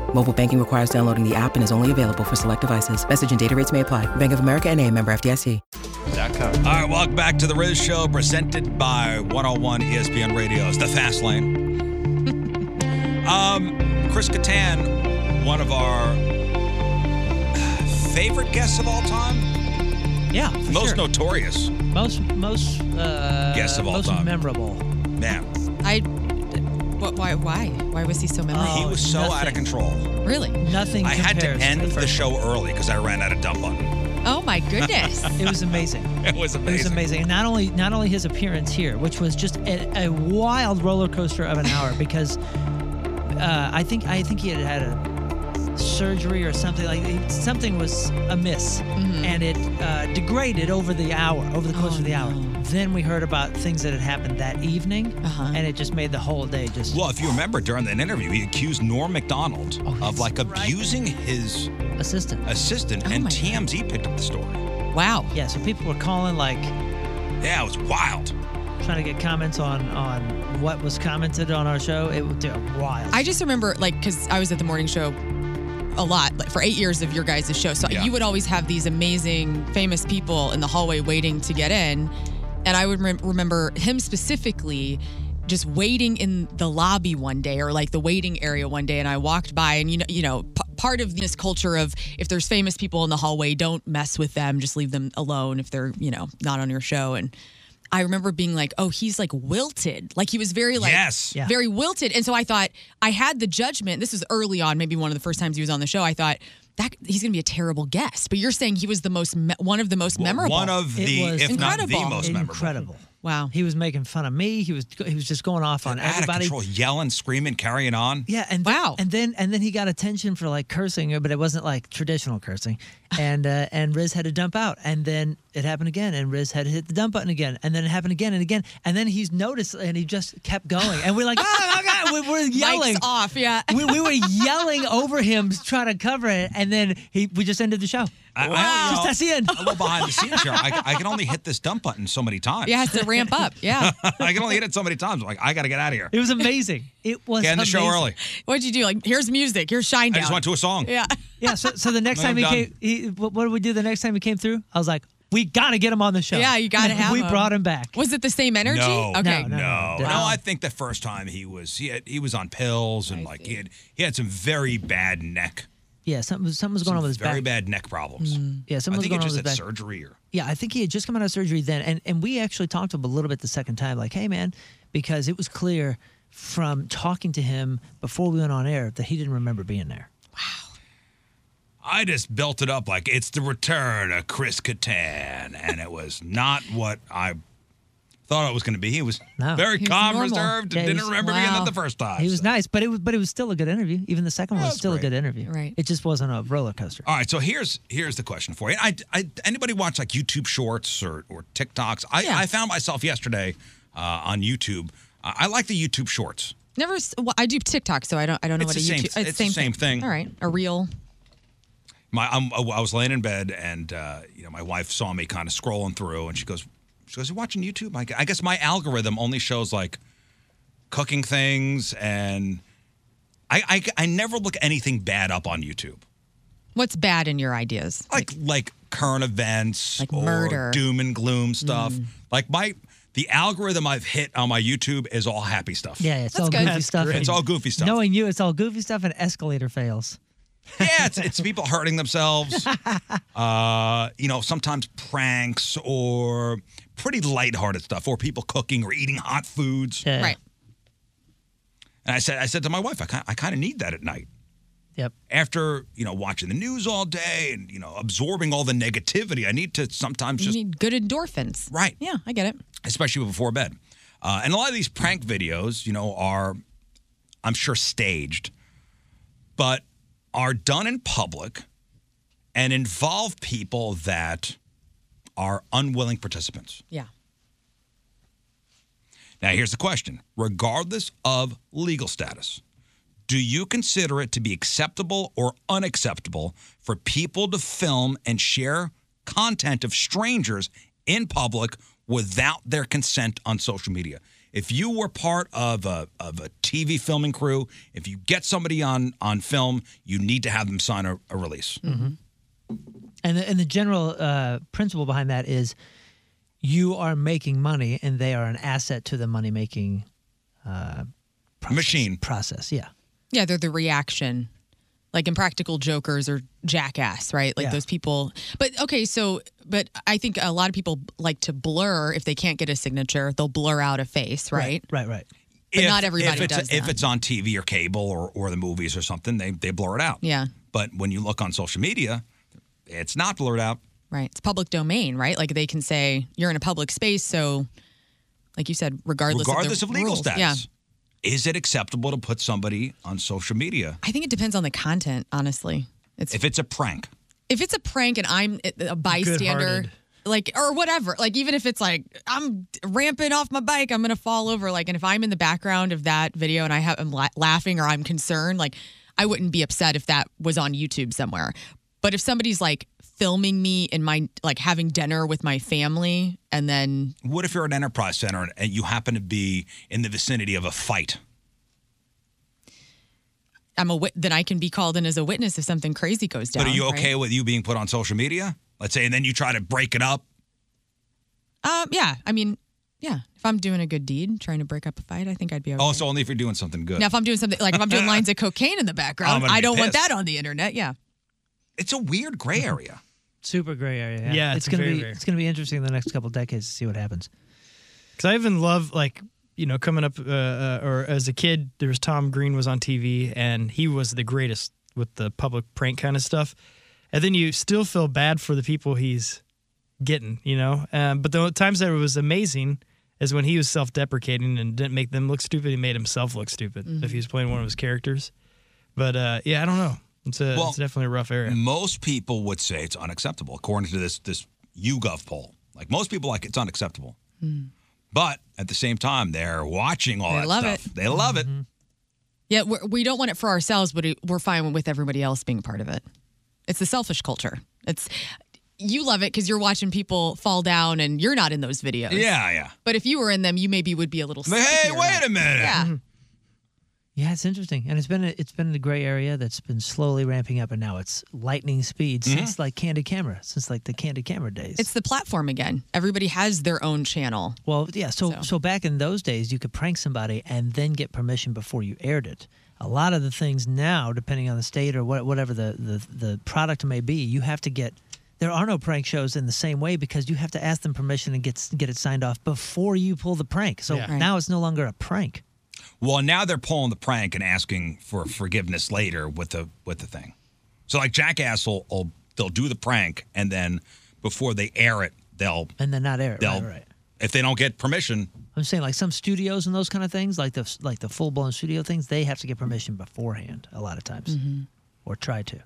J: Mobile banking requires downloading the app and is only available for select devices. Message and data rates may apply. Bank of America and a member FDIC.
A: All right, welcome back to the Riz Show, presented by 101 ESPN Radio's The Fast Lane. um, Chris Kattan, one of our favorite guests of all time,
C: Yeah,
A: most notorious
C: most most uh,
A: guest of all
C: most
A: time,
C: memorable.
A: man.
B: I. What? Why? Why? Why was he so memorable?
A: he was so out of control.
B: Really?
C: Oh, Nothing.
A: I had to end the show early because I ran out of dump button.
B: Oh my goodness!
C: it was amazing.
A: It was amazing.
C: It was amazing. And not only not only his appearance here, which was just a, a wild roller coaster of an hour, because uh, I think I think he had had a surgery or something like something was amiss,
A: Mm-hmm.
C: and it uh, degraded over the hour, over the
A: Oh,
C: course of the hour. Then we heard about things that had happened that evening,
A: Uh-huh.
C: and it just made the whole day just.
A: Well, if you remember during that interview, he accused Norm McDonald of like abusing his
C: Oh, assistant, Oh
A: assistant, and TMZ picked up the story.
C: Wow. Yeah, so people were calling like
A: Yeah, it was wild.
C: trying to get comments on on what was commented on our show. It was dude, wild.
B: I just remember, like, because I was at the morning show a lot like, for eight years of your guys' show. So
C: Yeah.
B: you would always have these amazing, famous people in the hallway waiting to get in. And I would rem- remember him specifically just waiting in the lobby one day or like the waiting area one day and I walked by and you know you know p- part of this culture of if there's famous people in the hallway don't mess with them just leave them alone if they're you know not on your show and I remember being like oh he's like wilted like he was very like
D: Yes. Yeah.
B: very wilted and so I thought I had the judgment this was early on maybe one of the first times he was on the show I thought that he's going to be a terrible guest but you're saying he was the most me- one of the most memorable
A: one of It the- was if not the
B: incredible.
A: most memorable.
C: Incredible.
B: Wow.
C: He was making fun of me. He was he was just going off on
A: Out of
C: everybody.
A: control, yelling, screaming, carrying on.
C: Yeah, and wow, and then and then he got attention for like cursing, but it wasn't like traditional cursing, and uh, and Riz had to dump out, and then it happened again, and Riz had to hit the dump button again, and then it happened again and again, and then he's noticed, and he just kept going, and we're like, oh my god, we, we're yelling
B: off, yeah,
C: we, we were yelling over him trying to cover it, and then he we just ended the show.
A: I, I
C: Just that's the end.
A: A little behind the scenes here. I, I can only hit this dump button so many times.
C: Yeah, it has to ramp up. Yeah.
A: I can only hit it so many times. I'm like, I got to get out of here.
C: It was amazing. It was
A: Get in the show
C: amazing.
A: early.
B: What'd you do? Like, here's music. Here's Shine
A: I just went to a song.
B: Yeah.
C: Yeah. So, so the next
A: Then
C: time he
A: I'm
C: came, he, what, what did we do the next time he came through? I was like, we got to get him on the show.
B: Yeah, you gotta
C: And
B: have
C: We
B: him.
C: brought him back.
B: Was it the same energy?
A: No,
B: Okay.
A: no, no,
C: no.
A: I think the first time he was he had, he was on pills and like he had he had some very bad neck,
C: Yeah, something, was- something was going
A: some
C: on with his
A: very
C: back. Mm.
A: bad neck problems.
B: Hmm.
C: Yeah, something
A: I
C: was going
A: think he
C: on
A: just
C: with
A: had
C: his back.
A: surgery or
C: Yeah, I think he had just come out of surgery then, and and we actually talked to him a little bit the second time, like, hey man, because it was clear from talking to him before we went on air that he didn't remember being there.
A: I just built it up like it's the return of Chris Kattan, and it was not what I thought it was going to be. He was very
C: He was
A: calm,
C: normal. Oh.
A: reserved,
C: Yeah,
A: and
C: he
A: didn't
C: was-
A: remember being
C: wow.
A: that the first time.
C: He was nice, but it was but it was still a good interview. Even the second one was still a good interview. Right. It just wasn't a roller coaster.
A: All right, so here's here's the question for you. I, I anybody watch like YouTube Shorts or or TikToks? I, I found myself yesterday uh, on YouTube. Uh, I like the YouTube Shorts.
B: Never. s- Well, I do TikTok, so I don't. I don't know
A: It's
B: what a
A: the same-
B: YouTube.
A: it's the same thing.
B: All right. A real.
A: my I'm, I was laying in bed and uh, you know my wife saw me kind of scrolling through and she goes she goes you watching YouTube I, gu- I guess my algorithm only shows like cooking things and I, I I never look anything bad up on YouTube
B: What's bad in your ideas?
A: like like current events like
B: murder.
A: doom and gloom stuff
C: Mm.
A: like my the algorithm I've hit on my YouTube is all happy stuff
C: Yeah, yeah, it's all goofy stuff.
A: it's all goofy stuff
C: Knowing you, it's all goofy stuff and escalator fails.
A: yeah, it's, it's people hurting themselves. uh, you know, sometimes pranks or pretty lighthearted stuff, or people cooking or eating hot foods.
C: Yeah. Right.
A: And I said, I said to my wife, I kind, I kind of need that at night.
C: Yep.
A: After you know, watching the news all day and you know, absorbing all the negativity, I need to sometimes
B: You
A: just
B: need good endorphins.
A: Right.
B: Yeah, I get it.
A: especially before bed. Uh, and a lot of these prank videos, you know, are, I'm sure, staged, but are done in public and involve people that are unwilling participants.
B: Yeah.
A: Now, here's the question regardless of legal status, do you consider it to be acceptable or unacceptable for people to film and share content of strangers in public without their consent on social media? If you were part of a, of a TV filming crew, if you get somebody on, on film, you need to have them sign a, a release.
C: Mm-hmm.
A: Mm-hmm.
C: And the, and the general uh, principle behind that is you are making money and they are an asset to the money making uh, process, machine process. Yeah.
B: Yeah, they're the reaction. Like impractical jokers or jackass, right? Like those people. But okay, so, but I think a lot of people like to blur if they can't get a signature, they'll blur out a face, right?
C: Right, right.
B: But not everybody
A: if it's,
B: does
A: If
B: that.
A: it's on TV or cable or, or the movies or something, they, they blur it out.
B: Yeah.
A: But when you look on social media, it's not blurred out.
B: Right. It's public domain, right? Like they can say you're in a public space, so like you said, regardless,
A: Regardless
B: of,
A: of
B: the
A: legal
B: rules.
A: status.
B: Yeah.
A: Is it acceptable to put somebody on social media
B: I think it depends on the content, honestly. It's
A: if it's a prank?
B: if it's a prank and I'm uh, a bystander,
A: Good-hearted.
B: like or whatever, like even if it's like I'm ramping off my bike, I'm gonna fall over, like, and if I'm in the background of that video and I have I'm la- laughing or I'm concerned, like, I wouldn't be upset if that was on YouTube somewhere. But if somebody's like filming me in my like having dinner with my family and then
A: What if you're at an enterprise center and- and you happen to be in the vicinity of a fight?
B: I'm a wit, then I can be called in as a witness if something crazy goes down.
A: but are you
B: right?
A: okay with you being put on social media? Let's say, and then you try to break it up.
B: Um, yeah, I mean, yeah. If I'm doing a good deed, trying to break up a fight, I think I'd be okay.
A: Also, Oh, only if you're doing something good.
B: Now, if I'm doing something like if I'm doing lines of cocaine in the
A: I'm
B: background,
A: gonna
B: I
A: be
B: don't want
A: pissed.
B: that on the internet. Yeah.
A: it's a weird gray area.
C: Super gray area.
E: Yeah,
C: it's,
E: it's
C: gonna
E: very
C: be
E: rare.
C: it's gonna be interesting in the next couple decades to see what happens.
E: Because I even love like you know coming up uh, uh, or as a kid, there was Tom Green was on TV and he was the greatest with the public prank kind of stuff. And then you still feel bad for the people he's getting, you know. Um, but the times that it was amazing is when he was self-deprecating and didn't make them look stupid. He made himself look stupid if he was playing one of his characters. But uh, yeah, I don't know. It's a
A: Well,
E: it's definitely a rough area.
A: Most people would say it's unacceptable, according to this this YouGov poll. Like most people, like it's unacceptable. But at the same time, they're watching all
B: They
A: that
B: love
A: stuff.
B: it.
A: They love it.
B: Yeah, we're, we don't want it for ourselves, but it- we're fine with everybody else being part of it. It's the selfish culture. It's you love it because you're watching people fall down and you're not in those videos.
A: Yeah, yeah.
B: But if you were in them, you maybe would be a little.
A: But hey,
B: stickier
A: wait
B: about it.
A: a minute.
B: Yeah.
C: Yeah, it's interesting, and it's been a, it's been the gray area that's been slowly ramping up, and now it's lightning speed
A: Mm-hmm.
B: Mhm.
C: since like candid camera, since like the candid camera days.
B: It's the platform again. Everybody has their own channel.
C: Well, yeah. So, so back in those days, you could prank somebody and then get permission before you aired it. A lot of the things now, depending on the state or what, whatever the, the the product may be, you have to get. There are no prank shows in the same way because you have to ask them permission and get get it signed off before you pull the prank. So
A: Yeah. Right.
C: now it's no longer a prank.
A: Well, now they're pulling the prank and asking for forgiveness later with the with the thing. So like Jackass will, will they'll do the prank and then before they air it, they'll
C: And then not air it.
A: they'll
C: Right, right.
A: if they don't get permission,
C: I'm saying like some studios and those kind of things, like the like the full blown studio things, they have to get permission beforehand a lot of times, or try to.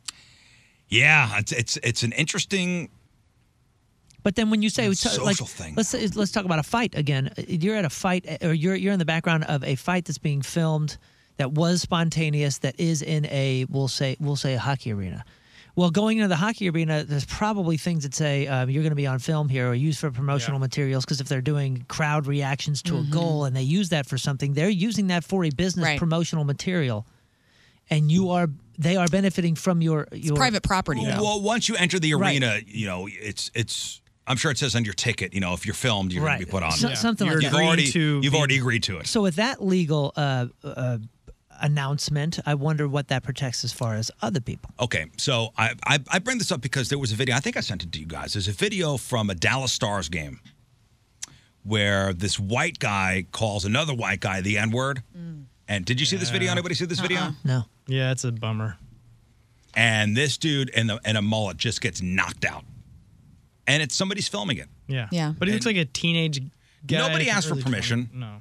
A: yeah, it's it's it's an interesting
C: But then when you say
A: It's a
C: like,
A: social thing.
C: let's say- let's talk about a fight again. You're at a fight, or you're you're in the background of a fight that's being filmed, that was spontaneous, that is in a we'll say we'll say a hockey arena. Well, going into the hockey arena, there's probably things that say um, you're going to be on film here or used for promotional materials because if they're doing crowd reactions to
B: Mm-hmm.
C: a goal and they use that for something, they're using that for a business promotional material, and you are they are benefiting from your your
B: private property,
A: Well, well, once you enter the arena, you know it's it's. I'm sure it says on your ticket. You know, if you're filmed, you're going to
C: Right.
A: be put on.
C: So- Yeah. something like
A: you've
C: that.
A: already
C: Agreed to
A: you've
C: be-
A: already agreed to it.
C: So with that legal uh, uh, announcement, I wonder what that protects as far as other people.
A: Okay, so I, I I bring this up because there was a video. I think I sent it to you guys. There's a video from a Dallas Stars game where this white guy calls another white guy the N word. And did you see this video?
E: Yeah. Uh-uh.
A: Anybody see this video?
C: No.
E: uh, Yeah, it's a bummer.
A: And this dude in the in a mullet just gets knocked out, and it's somebody's filming it.
E: Yeah.
B: Yeah.
E: But he looks like a teenage guy.
A: Nobody asked for
E: early
A: permission.
E: 20 no.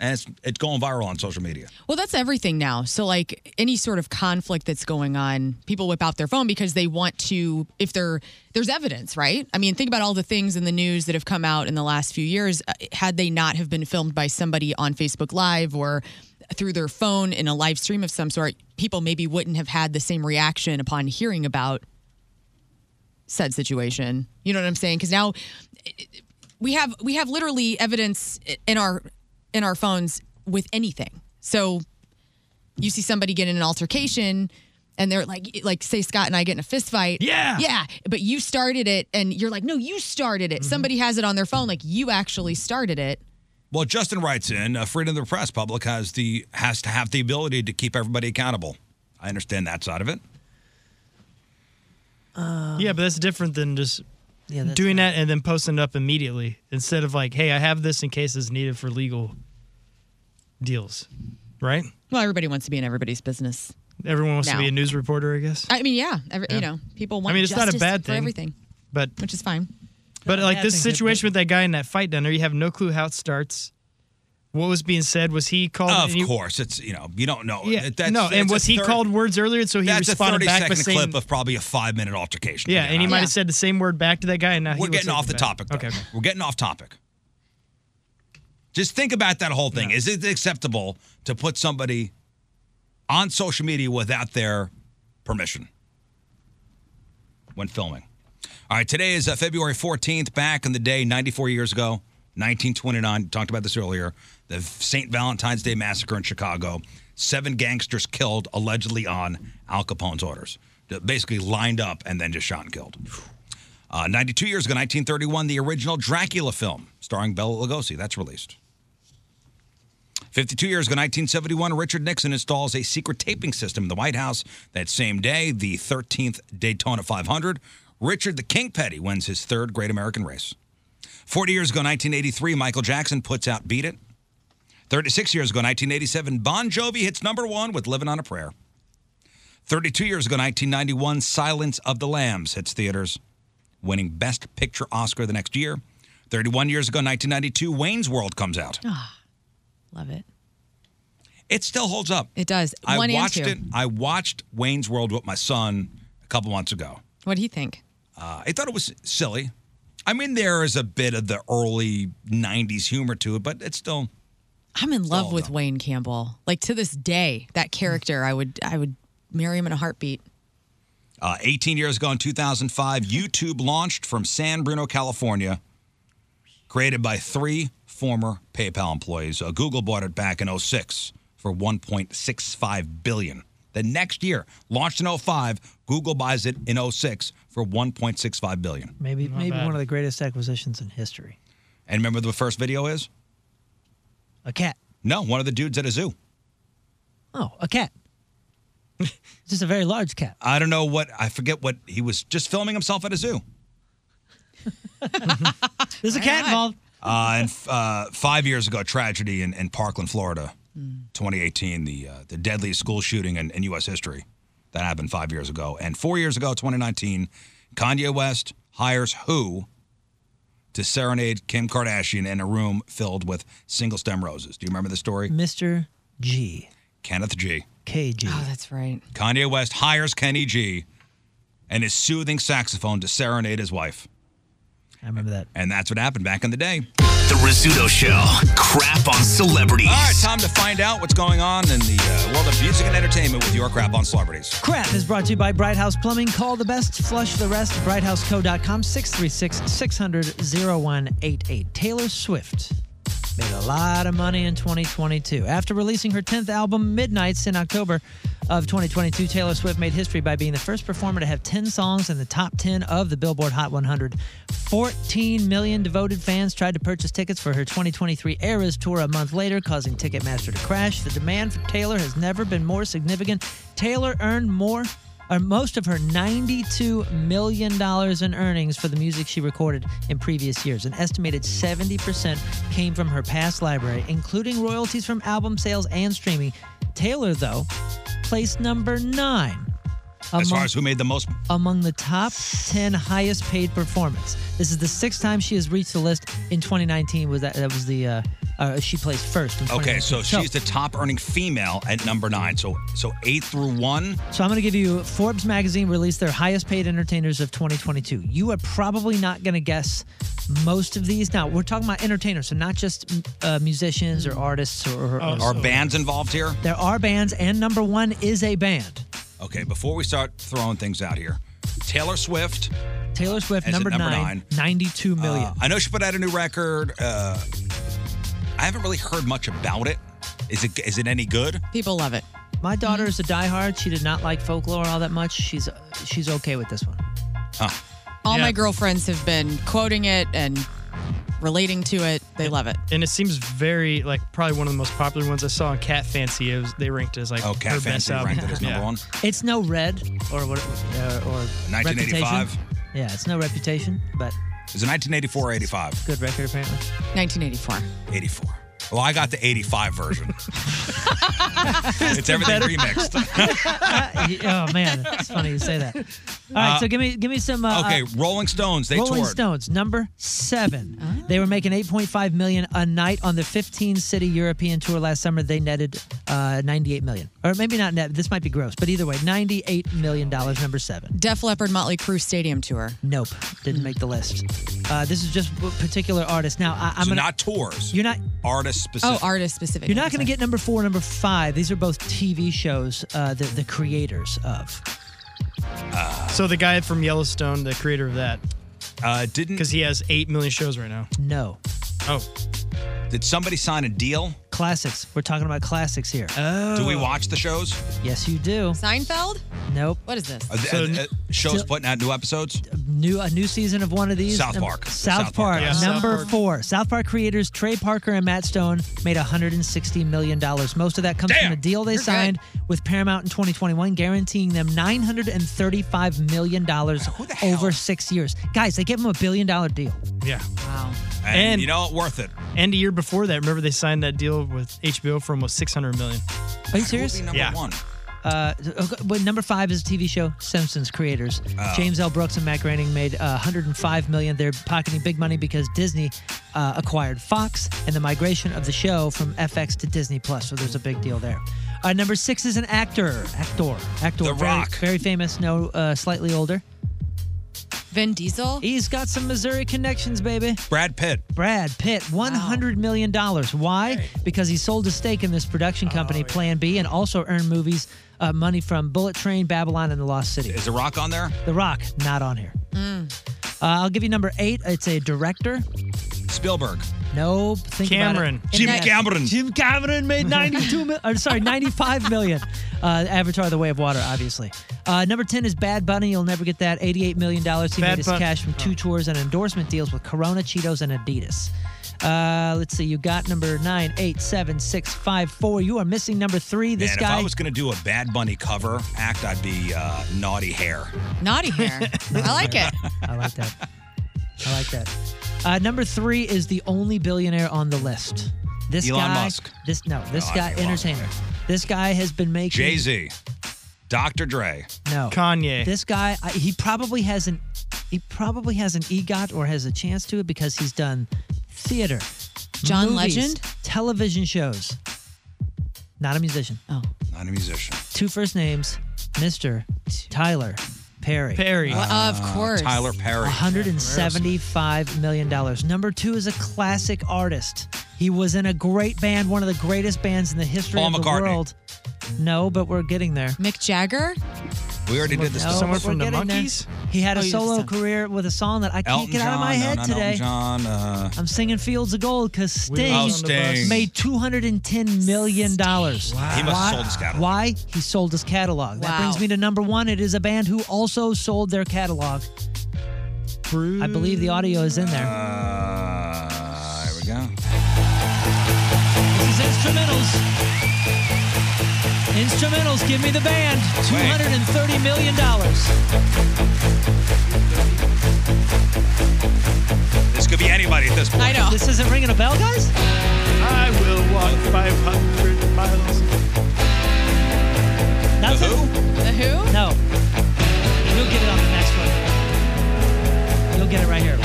A: And it's it's going viral on social media.
B: Well, that's everything now. So, like any sort of conflict that's going on, people whip out their phone because they want to, if they're, there's evidence, right? I mean, think about all the things in the news that have come out in the last few years. Uh, Had they not have been filmed by somebody on Facebook Live or through their phone in a live stream of some sort, people maybe wouldn't have had the same reaction upon hearing about said situation. You know what I'm saying? Because now we have we have literally evidence in our in our phones with anything. So you see somebody get in an altercation and they're like like say Scott and I get in a fist fight.
D: Yeah.
B: Yeah. But you started it and you're like, no, you started it. Somebody has it on their phone, like you actually started it.
A: Well, Justin writes in, uh, freedom of the press public has the has to have the ability to keep everybody accountable. I understand that side of it.
E: yeah, but that's different than just
C: Yeah, that's
E: doing that and then posting it up immediately instead of like, hey, I have this in case it's needed for legal deals, right?
B: Well, everybody wants to be in everybody's business.
E: Everyone wants
B: Now.
E: to be a news reporter, I guess.
B: I mean, yeah, every,
E: Yeah.
B: you know, people want.
E: I mean, it's not a
B: justice
E: bad
B: for
E: thing.
B: everything,
E: But
B: which is fine.
E: but
B: Not a
E: like
B: bad
E: this
B: thing, but-
E: situation with that guy in that fight down there, you have no clue how it starts. What was being said? Was he called?
A: Of
E: any-
A: course, it's you know you don't know.
E: Yeah.
A: That's-
E: no.
A: it's
E: And
A: a
E: was he
A: third-
E: called words earlier? So he
A: that's a
E: responded
A: thirty
E: back
A: second
E: the same.
A: clip of probably a five minute altercation.
E: yeah,
A: Again,
E: and he
A: I-
E: might have said the same word back to that guy, and now he
A: We're
E: was
A: getting off the
E: taken back.
A: topic. Okay, we're getting off topic. Just think about that whole thing. Is it acceptable to put somebody on social media without their permission when filming? All right, today is uh, February 14th. Back in the day, 94 years ago, 1929, talked about this earlier, the St. Valentine's Day Massacre in Chicago. Seven gangsters killed, allegedly on Al Capone's orders. Basically lined up and then just shot and killed. Uh, 92 years ago, 1931, the original Dracula film starring Bela Lugosi. That's released. 52 years ago, 1971, Richard Nixon installs a secret taping system in the White House. That same day, the 13th Daytona 500, Richard the King Petty wins his third Great American Race. 40 years ago, 1983, Michael Jackson puts out Beat It. 36 years ago, 1987, Bon Jovi hits number one with Living on a Prayer. 32 years ago, 1991, Silence of the Lambs hits theaters winning Best Picture Oscar the next year. 31 years ago, 1992, Wayne's World comes out.
B: Ah, love it.
A: It still holds up.
B: It does.
A: Uh, I
B: One
A: watched
B: and two.
A: it. I watched Wayne's World with my son a couple months ago.
B: What do you think?
A: Uh, I thought it was silly. I mean, there is a bit of the early 90s humor to it, but it's still.
B: I'm in love with Wayne Campbell. Like to this day,
A: Mm.
B: that character, I would I would marry him in a heartbeat.
A: Uh, 18 years ago in 2005, YouTube launched from San Bruno, California, created by three former PayPal employees. Uh, Google bought it back in 06 for 1.65 billion. The next year, launched in 05, Google buys it in 06 for 1.65 billion.
C: Maybe maybe
A: bad.
C: one of the greatest acquisitions in history.
A: And remember the first video is?
C: A cat.
A: No, one of the dudes at a zoo.
C: Oh, a cat. Just a very large cat.
A: I don't know what I forget what he was just filming himself at a zoo.
C: There's a cat involved.
A: Uh, and uh, five years ago, tragedy in, in Parkland, Florida, 2018, the uh, the deadliest school shooting in, in U.S. history. That happened five years ago, and four years ago, 2019, Kanye West hires who to serenade Kim Kardashian in a room filled with single stem roses. Do you remember the story?
C: Mr. G.
A: Kenneth G.
C: KG. Oh,
B: that's right.
A: Kanye West hires Kenny G. and his soothing saxophone to serenade his wife.
C: I remember that.
A: And that's what happened back in the day.
H: The Rizzuto Show. Crap on celebrities.
A: All right, time to find out what's going on in the uh, world of music and entertainment with your crap on celebrities.
C: Crap is brought to you by Bright House Plumbing. Call the best, flush the rest. BrightHouseCo.com, 636 600 0188. Taylor Swift made a lot of money in 2022. After releasing her 10th album, Midnights, in October of 2022, Taylor Swift made history by being the first performer to have 10 songs in the top 10 of the Billboard Hot 100. 14 million devoted fans tried to purchase tickets for her 2023 Eras tour a month later, causing Ticketmaster to crash. The demand for Taylor has never been more significant. Taylor earned more or most of her $92 million in earnings for the music she recorded in previous years. An estimated 70% came from her past library, including royalties from album sales and streaming. Taylor, though, placed number nine.
A: As
C: among-
A: far as who made the most,
C: among the top 10 highest paid performance. This is the sixth time she has reached the list in 2019 was that that was the uh, uh she placed first in
A: okay, so
C: 2019.
A: she's the top earning female at number nine. So so eight through one.
C: So I'm going to give you Forbes magazine released their highest paid entertainers of 2022. You are probably not going to guess most of these. Now, we're talking about entertainers, so not just uh, musicians or artists or, or
A: Are bands involved here?
C: There are bands and number 1 is a band.
A: Okay, before we start throwing things out here, Taylor Swift.
C: Taylor Swift
A: Is it
C: number,
A: number
C: 9,
A: nine?
C: 92 million.
A: uh, I know she put out a new record. Uh, I haven't really heard much about it. Is it is it any good?
B: People love it.
C: My daughter is a diehard. She did not like folklore all that much. She's she's okay with this one.
A: Huh.
B: All my girlfriends have been quoting it and relating to it. They love it.
E: And it seems very like probably one of the most popular ones I saw on Cat Fancy. It was, they ranked it as like
A: Oh, Cat
E: her best
A: Fancy
E: album.
A: ranked it as number
E: Yeah.
A: one.
C: It's no red or what uh, or
A: 1985.
C: Reputation. Yeah, it's no reputation, but
A: Is it 1984 or 85?
C: good record apparently.
B: 1984.
A: 84. Well, I got the 85 version. it's everything
C: Better.
A: remixed.
C: oh man, it's funny you say that. All right,
A: Uh,
C: so give me give me some. Uh,
A: Okay,
C: uh,
A: Rolling Stones, they
C: Rolling
A: toured.
C: Stones, number seven.
B: Oh.
C: They were making 8.5 million a night on the 15 city European tour last summer. They netted uh, 98 million, or maybe not net. This might be gross, but either way, 98 million dollars. Number seven.
B: Def Leppard Motley Crue Stadium Tour.
C: Nope, didn't make the list. Uh, this is just a particular artist. Now I, I'm
A: so
C: gonna.
A: not tours.
C: you're not
A: Artist specific.
B: Oh, artist specific.
C: You're not going to get number four, number five. These are both TV shows uh, that the creators of.
E: So the guy from Yellowstone, the creator of that,
A: uh, didn't
E: because he has eight million shows right now.
C: No.
A: Oh. Did somebody sign a deal?
C: Classics. We're talking about classics here. Oh.
A: Do we watch the shows?
C: Yes, you do.
B: Seinfeld?
C: Nope.
B: What is this?
A: Are th- uh, uh, shows
C: so-
A: putting out new episodes?
C: New a new season of one of these.
A: South
C: Num-
A: Park.
C: South,
A: South Park,
C: Park.
A: yeah. South
C: Number
A: Park.
C: four. South Park creators Trey Parker and Matt Stone made 160 million dollars. Most of that comes from a deal they signed with Paramount in 2021, guaranteeing them 935 million dollars over six years. Guys, they gave them a billion dollar deal.
E: Yeah.
B: Wow.
A: And, you know, worth it.
E: And a year before that, remember they signed that deal with HBO for almost six hundred million.
C: Are you serious?
E: yeah.
C: Uh, okay, but number five is a TV show Simpsons creators
B: Oh.
C: James L. Brooks and Matt Groening made uh, 105 million. They're pocketing big money because Disney uh, acquired Fox and the migration of the show from FX to Disney Plus. So there's a big deal there. Uh, number six is an actor, actor, actor.
B: The
C: very,
B: Rock.
C: very famous. No, uh, slightly older.
B: Vin Diesel.
C: He's got some Missouri connections, baby.
A: Brad Pitt.
C: Brad Pitt, one hundred million dollars. Why? Because he sold a stake in this production
A: Oh,
C: company, Plan B, and also earned movies uh, money from Bullet Train, Babylon, and The Lost City.
A: Is The Rock on there?
C: The Rock not on here.
B: Mm.
C: Uh, I'll give you number eight. It's a director.
A: Spielberg.
C: Nope. Think about it.
A: Cameron. Jim
C: In that-
A: Cameron.
C: Jim Cameron made ninety-two million. Or sorry, ninety-five million. Uh, Avatar: The Way of Water, obviously. Uh, number ten is Bad Bunny. You'll never get that. Eighty-eight million dollars he
E: Bad
C: made his
E: Bun-
C: cash from two tours and endorsement deals with Corona, Cheetos, and Adidas. Uh, let's see. You got number nine, eight, seven, six, five, four. You are missing number three. This
A: Man,
C: guy.
A: if I was going to do a Bad Bunny cover act, I'd be uh, Naughty Hair.
B: Naughty hair. I like it.
C: I like that. I like that. Uh, number three is the only billionaire on the list. This
A: Elon
C: guy.
A: Musk.
C: This no. This
A: No, I
C: guy
A: mean Elon
C: entertainer. This guy has been making
A: Jay Z. Dr. Dre.
C: No.
E: Kanye.
C: This guy, I, he probably has an he probably has an EGOT or has a chance to it because he's done theater,
B: John
C: movies,
B: Legend?
C: television shows. Not a musician.
B: Oh.
A: Not a musician.
C: Two first names, Mr. Tyler Perry.
A: Perry. Well, of Uh, course. Tyler Perry.
C: 175 million dollars. Number 2 is a classic artist. He was in a great band, one of the greatest bands in the history
A: Paul
C: of the
A: McCartney.
C: world. No, but we're getting there.
B: Mick Jagger?
A: We already did this.
C: No, but we're getting there. He had a solo career with a song that I can't
A: Oh, Elton
C: get out of my
A: John,
C: head
A: no, not
C: today.
A: Elton John. Uh,
C: I'm singing Fields of Gold because
A: We
C: Sting,
A: love Sting.
C: made 210 million dollars.
A: He must have sold his catalog.
C: Why? He sold his catalog. That brings me to number one. It is a band who also sold their catalog. I believe the audio is in there.
A: uh, here we go.
C: This is instrumentals. Instrumentals, give me the band. Two hundred and thirty million dollars.
A: This could be anybody at this point.
C: This isn't ringing a bell, guys.
E: I will walk 500 miles.
C: That's the who?
B: The who?
C: No. You'll get it on the next one. You'll get it right here.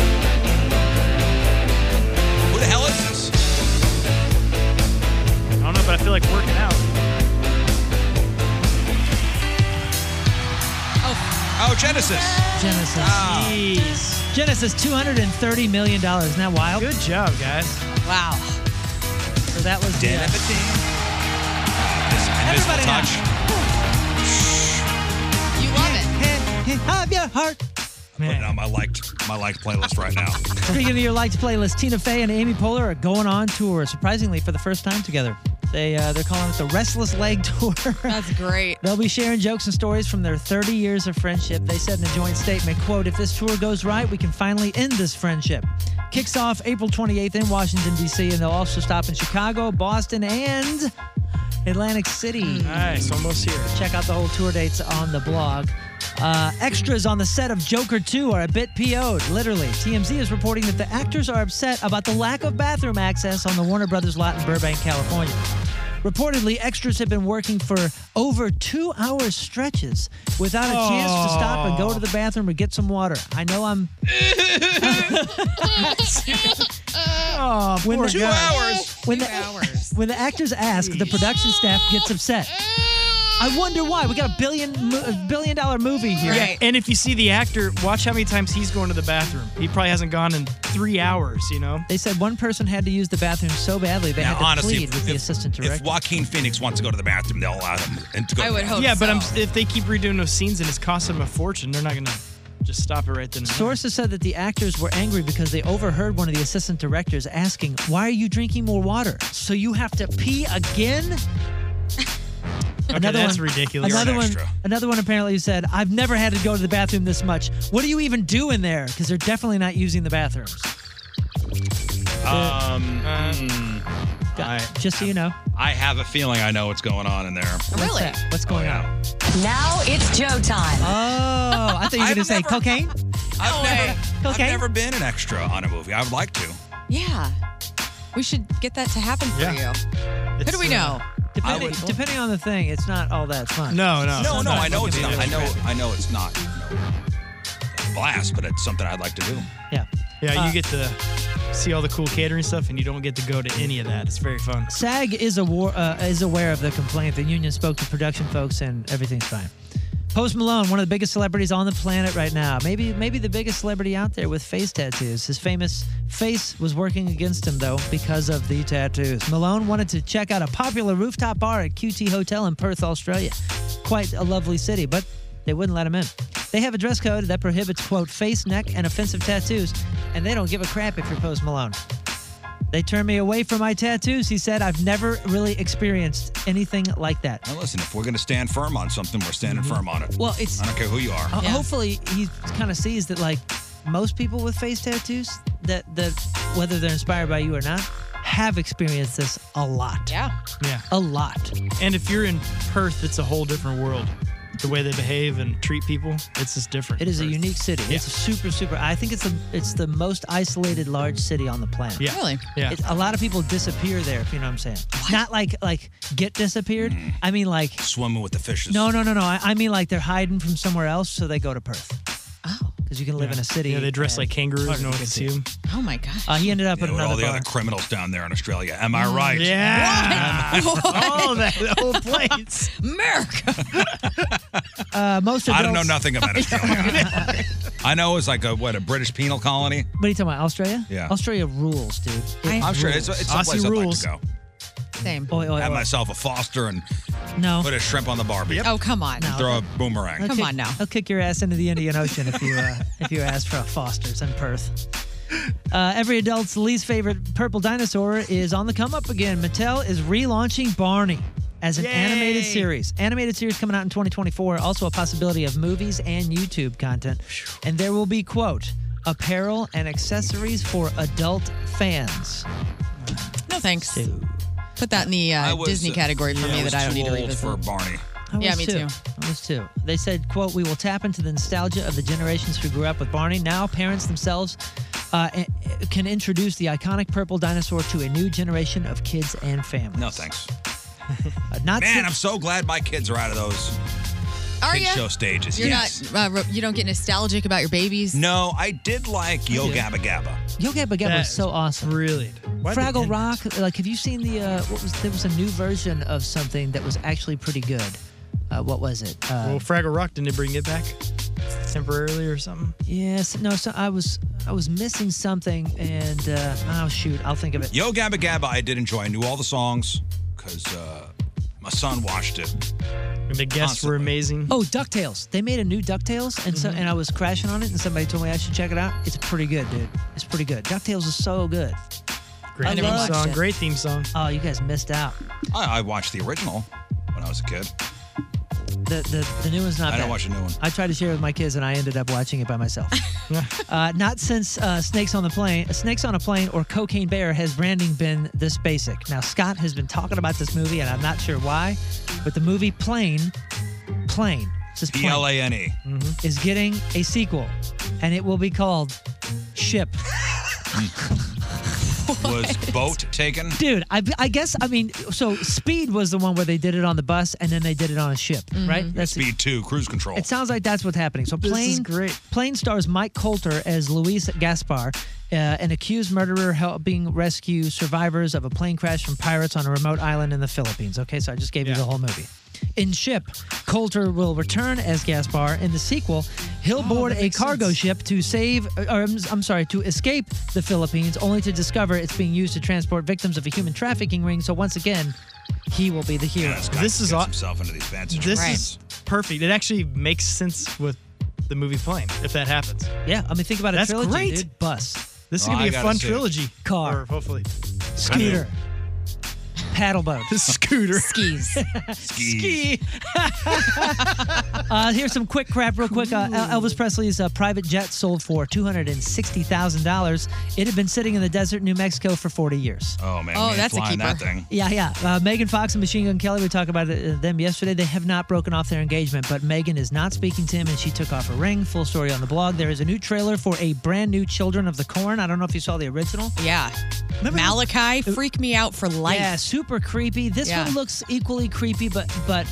A: Who the hell is this?
E: I don't know, but I feel like working out.
A: Oh, Genesis.
C: Genesis.
B: Ah.
C: Genesis, $230 million. Isn't that wild? Good
E: job, guys.
C: Wow. So that was. the- uh, Everybody now.
B: You love it.
C: Have your heart.
A: Putting it on my liked my liked playlist right now.
C: Speaking of your liked playlist, Tina Fey and Amy Poehler are going on tour, surprisingly, for the first time together. They, uh, they're calling it the Restless Leg Tour. That's
B: great.
C: They'll be sharing jokes and stories from their 30 years of friendship. They said in a joint statement, quote, if this tour goes right, we can finally end this friendship. Kicks off April 28th in Washington, D.C., and they'll also stop in Chicago, Boston, and Atlantic City.
E: Nice, almost here.
C: Check out the whole tour dates on the blog. Uh, extras on the set of Joker 2 are a bit PO'd, literally. TMZ is reporting that the actors are upset about the lack of bathroom access on the Warner Brothers lot in Burbank, California. Reportedly, extras have been working for over two hour stretches without a chance to stop and go to the bathroom or get some water. I know I'm. oh,
D: When
C: poor
D: the- Two
C: guy.
D: hours.
C: When
D: Two
C: the, When the actors ask, the production staff gets upset. I wonder why. We got a billion mo- a billion dollar movie here.
E: Yeah, and if you see the actor, watch how many times he's going to the bathroom. He probably hasn't gone in three hours, you know?
C: They said one person had to use the bathroom so badly they
A: Now,
C: had to
A: honestly,
C: plead
A: if-
C: with the assistant director.
A: If Joaquin Phoenix wants to go to the bathroom, they'll allow him and to go. to the bathroom.
E: Yeah, but I'm, if they keep redoing those scenes and it's costing them a fortune, they're not going to just stop it right then and there.
C: Sources said that the actors were angry because they overheard one of the assistant directors asking, Why are you drinking more water? So you have to pee again?
E: that's ridiculous.
C: Another
E: You're an
C: one,
E: extra.
C: another one apparently said, I've never had to go to the bathroom this much. What do you even do in there? Because they're definitely not using the bathrooms.
A: Um, I,
C: Just so you know.
A: I have a feeling I know what's going on in there. Oh,
C: Really? What's, going on?
K: Now it's Joe time.
C: Oh, I thought you were going to say cocaine?
A: I've, never, I've never been an extra on a movie. I would like to.
B: Yeah. We should get that to happen for
A: Yeah.
B: you. Who do
A: uh,
B: we know?
C: Depending, depending on the thing, it's not all that fun.
A: no, no.
C: Sometimes
A: I know
C: it
A: it's
C: can
A: not.
C: be
A: I know.
C: frustrating.
A: I know it's not. No. A blast, but it's something I'd like to do.
C: Yeah.
E: Yeah,
C: Uh,
E: you get to see all the cool catering stuff, and you don't get to go to any of that. It's very fun.
C: SAG is awar- uh, is aware of the complaint. The union spoke to production folks, and everything's fine. Post Malone, one of the biggest celebrities on the planet right now, maybe maybe the biggest celebrity out there with face tattoos. His famous face was working against him though because of the tattoos. Malone wanted to check out a popular rooftop bar at QT Hotel in Perth, Australia. Quite a lovely city, but they wouldn't let him in. They have a dress code that prohibits quote face, neck, and offensive tattoos, and they don't give a crap if you're Post Malone. They turned me away from my tattoos. He said, I've never really experienced anything like that.
A: Now listen, if we're going to stand firm on something, we're standing firm on it.
C: Well, it's-
A: I don't care who you are.
C: Ho- Hopefully, he kind of sees that, like most people with face tattoos, that that whether they're inspired by you or not, have experienced this a lot.
B: Yeah,
E: Yeah.
C: a lot.
E: And if you're in Perth, it's a whole different world. The way they behave and treat people, it's just different.
C: It is a
E: Perth.
C: unique city. It's a super, super. I think it's the it's the most isolated large city on the planet.
E: Yeah. Really? Yeah.
C: It, a lot of people disappear there. If you know what I'm saying. Not like like get disappeared.
E: Mm.
C: I mean like
A: swimming with the fishes.
C: No, no, no, no. I, I mean like they're hiding from somewhere else, so they go to Perth. Oh. Because you can live
E: Yeah.
C: in a city.
E: Yeah, they dress like kangaroos,
C: and
E: no one can see 'em.
B: Oh my god.
C: Uh, he ended up
A: Yeah,
C: at
A: with all
C: another
A: the
C: bar.
A: other criminals down there in Australia. Am I right?
E: Yeah.
A: Am I-
E: All Oh, that whole place.
B: America.
C: uh, most adults,
A: I don't know nothing about Australia. I know it's like a what a British penal colony.
C: What are you talking about? Australia?
A: Yeah.
C: Australia rules, dude. It
A: I'm sure it's,
C: rules.
A: it's someplace I'd like to go.
B: Same.
C: Oi, oi,
A: Have
C: oi.
A: myself a Foster and
C: No.
A: put a shrimp on the barbie.
B: Oh, come on.
C: No.
A: Throw a boomerang.
C: I'll kick- I'll kick your ass into the Indian Ocean if you uh, if you ask for a Foster's in Perth. Uh, every adult's least favorite purple dinosaur is on the come up again. Mattel is relaunching Barney as an animated series. Animated series coming out in 2024. Also a possibility of movies and YouTube content. And there will be quote apparel and accessories for adult fans.
B: No thanks. Put that in the
C: I
B: uh,
C: was,
B: Disney
C: uh,
B: category for
C: yeah, I
B: me
C: was
B: that I don't
C: too
B: need to
C: old
B: revisit.
C: for Barney. I
B: Yeah,
C: was
B: me too.
C: I was too. They said, quote, we will tap into the nostalgia of the generations who grew up with Barney. Now parents themselves uh, eh, eh, can introduce the iconic purple dinosaur to a new generation of kids and families.
A: No thanks.
C: Uh, not
A: Man,
C: si-
A: I'm so glad my kids are out of those
B: Are
A: kid
B: ya?
A: show stages.
B: You're
A: yes.
B: not. Uh, ro- you don't get nostalgic about your babies.
A: No, I did like Yo
B: do.
A: Gabba Gabba.
C: Yo Gabba Gabba
A: That
C: was so awesome.
E: Really?
C: Fraggle Rock, like, have you seen the, uh, what was, there was a new version of something that was actually pretty good. Uh, what was it? Uh,
E: well, Fraggle Rock didn't they bring it back temporarily or something?
C: Yes, no. So I was I was missing something, and uh, oh shoot, I'll think of it.
A: Yo Gabba Gabba, I did enjoy. I knew all the songs because uh, my son watched it.
E: And the guests were amazing. Mm-hmm.
C: Oh, Ducktales! They made a new Ducktales, and so and I was crashing on it, and somebody told me I should check it out. It's pretty good, dude. It's pretty good. Ducktales is so good.
E: Great
C: I
E: theme
C: loved
E: song.
C: it.
E: Great theme song.
C: Oh, you guys missed out.
A: I, I watched the original when I was a kid.
C: The the, the new one's not.
A: I
C: bad.
A: don't watch a new one.
C: I tried to share it with my kids, and I ended up watching it by myself. uh, not since uh, Snakes on the Plane, Snakes on a Plane, or Cocaine Bear has branding been this basic. Now Scott has been talking about this movie, and I'm not sure why, but the movie Plane, Plane Just
A: B L A N E.
C: is getting a sequel, and it will be called Ship.
A: Was boat taken?
C: Dude, I, I guess I mean so Speed was the one where they did it on the bus and then they did it on a ship,
B: Mm-hmm.
A: Mm-hmm.
C: right? That's
A: Speed two, cruise control.
C: It sounds like that's what's happening. So
A: This
C: plane,
A: is
C: great. Plane stars Mike Coulter as Luis Gaspar, uh, an accused murderer helping rescue survivors of a plane crash from pirates on a remote island in the Philippines. Okay, so I just gave you the whole movie. In Ship, Coulter will return as Gaspar in the sequel. He'll
A: Oh,
C: board a cargo ship to save, uh, or I'm, I'm sorry, to escape the Philippines, only to discover it's being used to transport victims of a human trafficking ring. So once again, he will be the hero.
E: This is
A: Gets
E: aw-
A: himself into these bad
E: This
A: situations.
E: is perfect. It actually makes sense with the movie playing if that happens.
C: Yeah, I mean, think about a
E: That's
C: trilogy,
E: great.
C: dude. Bus.
E: This is
A: Oh,
E: gonna be
C: a
E: a fun trilogy.
C: Car.
E: Or hopefully.
C: Scooter. Paddle boat.
E: Scooter.
B: Skis.
C: Ski. uh, here's some quick crap, real quick. Uh, El- Elvis Presley's uh, private jet sold for two hundred and sixty thousand dollars. It had been sitting in the desert, in New Mexico, for forty years.
A: Oh man,
C: Oh,
A: we ain't
C: that's a
A: flying That
C: keeper.
A: thing.
C: Yeah, yeah. Uh, Megan Fox and Machine Gun Kelly, we talked about it, uh, them yesterday. They have not broken off their engagement, but Megan is not speaking to him and she took off her ring. Full story on the blog. There is a new trailer for a brand new Children of the Corn. I don't know if you saw the original.
B: Yeah. Malachi freaked me out for life.
C: Yeah, super creepy. This
B: Yeah.
C: one looks equally creepy, but but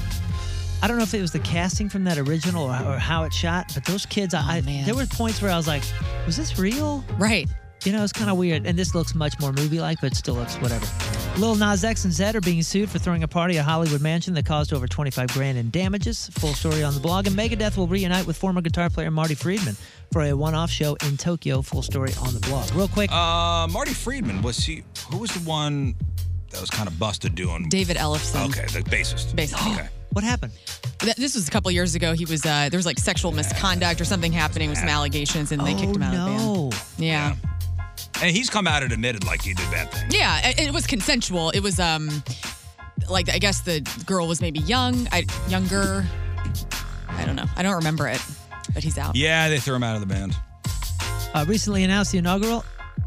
C: I don't know if it was the casting from that original or, or how it shot, but those kids, I, I there were points where I was like, was this real?
B: Oh, Right.
C: You know, it's kind of weird. And this looks much more movie-like, but it still looks whatever. Lil Nas X and Zed are being sued for throwing a party at Hollywood Mansion that caused over 25 grand in damages. Full story on the blog. And Megadeth will reunite with former guitar player Marty Friedman for a one-off show in Tokyo. Full story on the blog. Real quick.
A: Uh, Marty Friedman was he? Who was the one that was kind of busted doing?
B: David Ellefson.
A: Okay, the bassist.
B: Bassist.
A: Okay.
C: What happened?
B: This was a couple years ago. He was uh, there was like sexual misconduct or something happening with some allegations, and they kicked him out
C: Oh,
B: of the band. Yeah.
A: And he's come out and admitted like he did that thing.
B: Yeah, it- it was consensual. It was um like I guess the girl was maybe young, I younger. I don't know. I don't remember it. But he's out.
A: Yeah, they threw him out of the band.
C: uh, recently announced the inaugural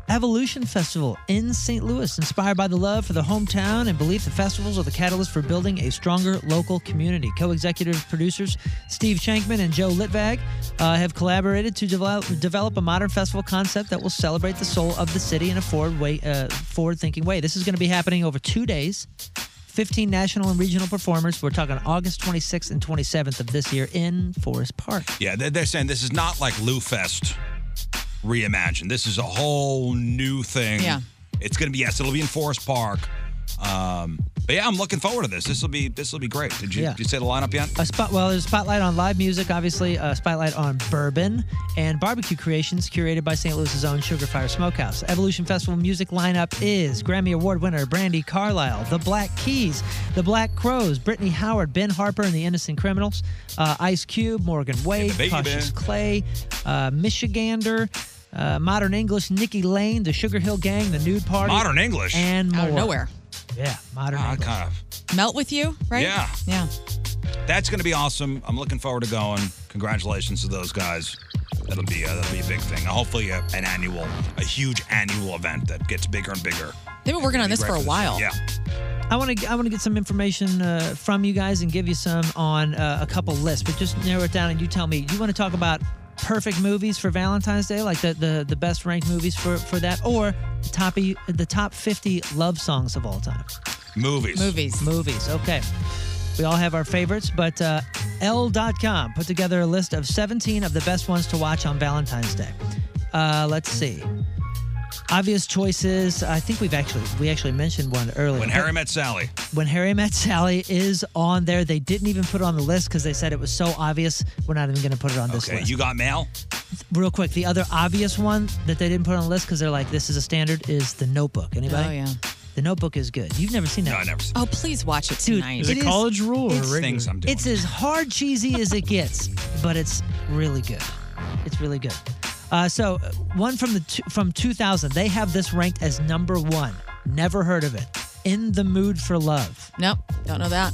C: Evolution Festival in St. Louis. Inspired by the love for the hometown and belief that festivals are the catalyst for building a stronger local community. Co executive producers Steve Shankman and Joe Litvag uh, have collaborated to develop, develop a modern festival concept that will celebrate the soul of the city in a forward way, uh, forward-thinking way. This is going to be happening over two days. 15 national and regional performers. We're talking August 26th and 27th of this year in Forest Park.
A: Yeah, they- they're saying this is not like Lou Fest reimagined. This is a whole new thing.
C: Yeah.
A: It's gonna be yes, it'll be in Forest Park. Um, but yeah, I'm looking forward to this. This will be this will be great. Did you
C: Yeah.
A: did you say the lineup yet?
C: A spot, well, there's a spotlight on live music, obviously, a spotlight on bourbon and barbecue creations curated by St. Louis's own Sugar Fire Smokehouse. Evolution Festival music lineup is Grammy Award winner Brandy Carlisle, The Black Keys, The Black Crows, Brittany Howard, Ben Harper, and the Innocent Criminals, uh, Ice Cube, Morgan Wade,
A: Baby
C: Cautious
A: Band.
C: Clay, uh, Michigander. Uh, Modern English, Nikki Lane, the Sugar Hill Gang, the Nude Party,
A: Modern English?
C: and more.
B: Out of nowhere.
C: Yeah, Modern
A: Ah,
C: English.
A: kind of.
B: Melt with you, right?
A: Yeah.
B: Yeah.
A: That's going to be awesome. I'm looking forward to going. Congratulations to those guys. That'll be uh, that'll be a big thing. Hopefully, a, an annual, a huge annual event that gets bigger and bigger.
B: They've been working on this for a while.
A: Yeah.
C: I want to I want to get some information uh, from you guys and give you some on uh, a couple lists, but just narrow it down and you tell me. You want to talk about perfect movies for Valentine's Day, like the the, the best ranked movies for, for that, or the top e- the top fifty love songs of all time.
A: Movies.
B: Movies.
C: Movies. Okay. We all have our favorites, but uh, L.com put together a list of 17 of the best ones to watch on Valentine's Day. Uh, let's see. Obvious choices. I think we've actually we actually mentioned one earlier.
A: When
C: but-
A: Harry Met Sally.
C: when Harry Met Sally is on there. They didn't even put it on the list because they said it was so obvious. We're not even going to put it on this
A: Okay,
C: list.
A: you got mail.
C: Real quick, the other obvious one that they didn't put on the list because they're like, this is a standard, is The Notebook. Anybody?
B: Oh, yeah.
C: The Notebook is good. You've never seen that? No, I
A: never seen
B: Oh, please watch it
C: Dude,
B: tonight.
C: it's- It's as hard cheesy as it gets, but it's really good. It's really good. Uh, so uh, one from the t- from 2000, they have this ranked as number one. Never heard of it. In the mood for love.
B: Nope, don't know that.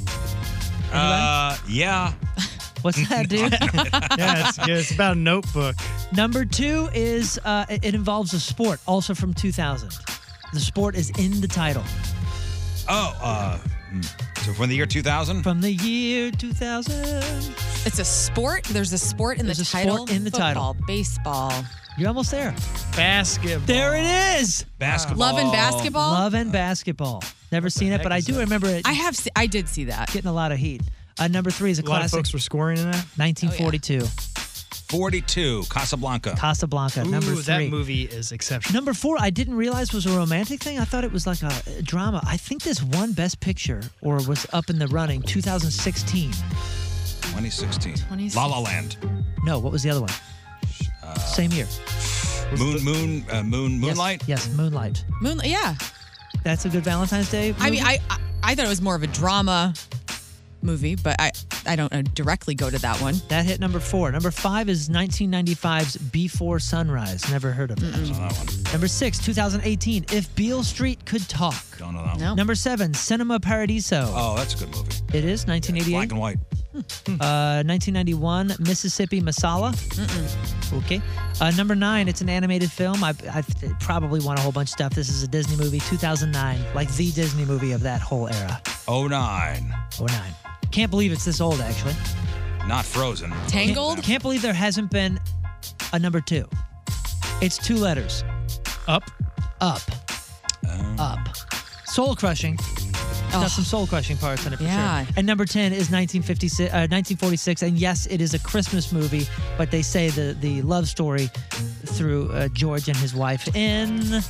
A: Uh, yeah.
C: What's that, dude?
E: yeah, it's good. It's about a notebook.
C: Number two is uh, it it involves a sport, also from 2000. The sport is in the title.
A: Oh, uh, hmm. so mm. from the year 2000.
C: From the year 2000.
B: It's a sport. There's a sport in
C: There's
B: the
C: a sport
B: title.
C: in the title.
B: Football, baseball.
C: You're almost there.
E: Basketball.
C: There it is.
B: Basketball. Love and basketball?
C: Love and basketball. Never seen it, but I do remember it. I
B: have. Se- I did see that.
C: Getting a lot of heat. Uh, number three is a,
A: A lot of
C: classic.
A: folks
E: were scoring in that.
B: Oh,
C: 1942.
A: 42, Casablanca.
C: Casablanca. number three.
E: that movie is exceptional.
C: Number four, I didn't realize was a romantic thing. I thought it was like a a drama. I think this won Best Picture or was up in the running 2016.
A: 2016. La La Land.
C: No, what was the other one?
E: uh,
C: Same year.
A: Moon, moon, uh, moon,
C: Yes,
A: moonlight.
C: Yes, Moonlight.
B: Moon. Yeah.
C: That's a good Valentine's Day.
B: I mean, I, I I thought it was more of a drama movie, but I I don't uh, directly go to that one.
C: That hit number four. Number five is 1995's Before Sunrise. Never heard of it. Number six, 2018, If Beale Street Could Talk.
A: Don't know that one.
C: Number seven, Cinema Paradiso.
A: Oh, that's a good movie.
C: It is 1988.
A: Black and white.
C: Uh, 1991, Mississippi Masala. Mm-mm. Okay. Uh, number nine, it's an animated film. I, I probably won a whole bunch of stuff. This is a Disney movie, 2009, like the Disney movie of that whole era.
A: 09.
C: 09. Can't believe it's this old, actually.
A: Not Frozen.
C: Can't, can't believe there hasn't been a number two. It's two letters.
E: Up.
C: Up. Up. Soul crushing. It's got some soul crushing parts in it for
B: Yeah.
C: sure. And number 10 is 1956, uh, 1946. And yes, it is a Christmas movie, but they say the, the love story through uh, George and his wife in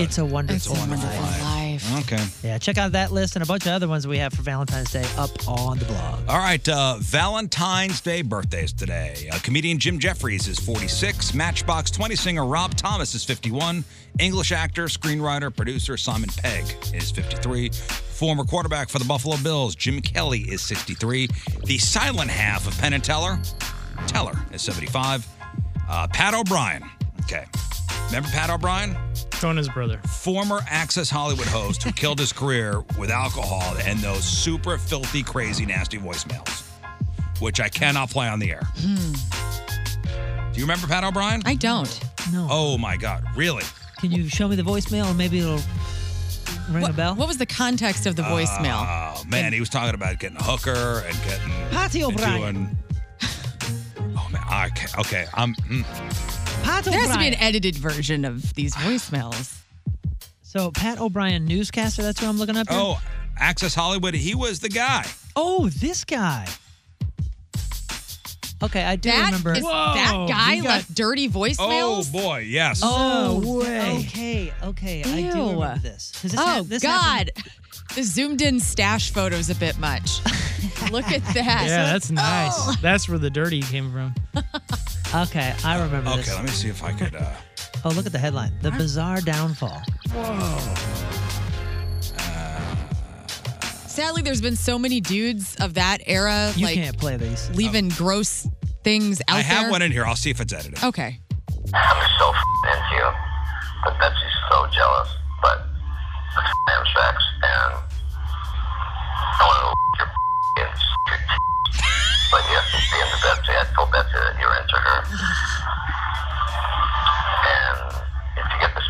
C: It's a Wonderful, Life.
A: Okay.
C: Yeah, check out that list and a bunch of other ones we have for Valentine's Day up on the blog.
A: All right, uh, Valentine's Day birthdays today. Uh, comedian Jim Jeffries is 46, Matchbox 20 singer Rob Thomas is 51, English actor, screenwriter, producer Simon Pegg is 53, former quarterback for the Buffalo Bills Jim Kelly is 63, the silent half of Penn and Teller, Teller is 75, uh, Pat O'Brien. Okay. Remember Pat O'Brien?
E: Tona's brother.
A: Former Access Hollywood host who killed his career with alcohol and those super filthy, crazy, nasty voicemails, which I cannot play on the air. Do you remember Pat O'Brien?
B: Hmm. I don't.
C: No.
A: Oh my God, really?
C: Can you show me the voicemail and maybe it'll ring a bell?
B: What was the context of the voicemail?
A: Oh man, he was talking about getting a hooker and getting.
C: Patty
A: and
C: O'Brien.
A: doing- oh man, I can't. Okay, I'm. mm.
B: there has to be an edited version of these voicemails.
C: So Pat O'Brien, newscaster. That's who I'm looking up. Here.
A: Oh, Access Hollywood. He was the guy.
C: Oh, this guy. Okay, I do
B: That
C: remember.
B: is- that guy
C: You got-
B: left dirty voicemails.
A: Oh boy, yes.
C: Oh,
B: No
C: way.
B: way.
C: Okay, okay, I do
B: Ew.
C: remember this. 'Cause this
B: oh
C: hap- this
B: God,
C: happened-
B: the zoomed in stash photo's a bit much. Look at that.
E: Yeah, that's nice.
B: Oh.
E: That's where the dirty came from.
C: okay, I remember
A: okay,
C: this.
A: let me see if I could. Uh,
C: Oh, look at the headline: "The Bizarre Downfall."
B: Sadly, there's been so many dudes of that era.
C: You
B: like,
C: can't play these.
B: Leaving gross things out
A: I have
B: there.
A: one in here. I'll see if it's edited.
B: Okay.
D: I'm so f***ing into you, but Betsy's so jealous. But I have sex, and I want to your p- and suck your t- But you have to be into Betsy. I told Betsy that you're into her. And if you get this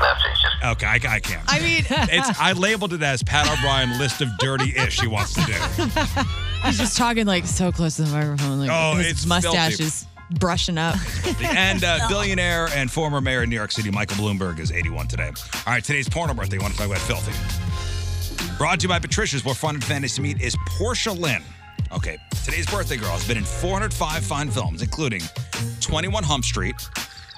D: message, just
A: Okay, I, I can't.
D: I mean-
A: it's I labeled it as Pat O'Brien list of dirty ish he wants to do.
B: He's just talking like so close to the microphone. Like
A: Oh,
B: his
A: it's
B: mustache
A: filthy.
B: is brushing up.
A: And uh, billionaire and former mayor of New York City Michael Bloomberg is 81 today. All right, today's porno birthday. You want to talk about filthy? Brought to you by Patricia's, where fun and fantasy meet is Portia Lynn. Okay, today's birthday girl has been in 405 fine films, including 21 Hump Street,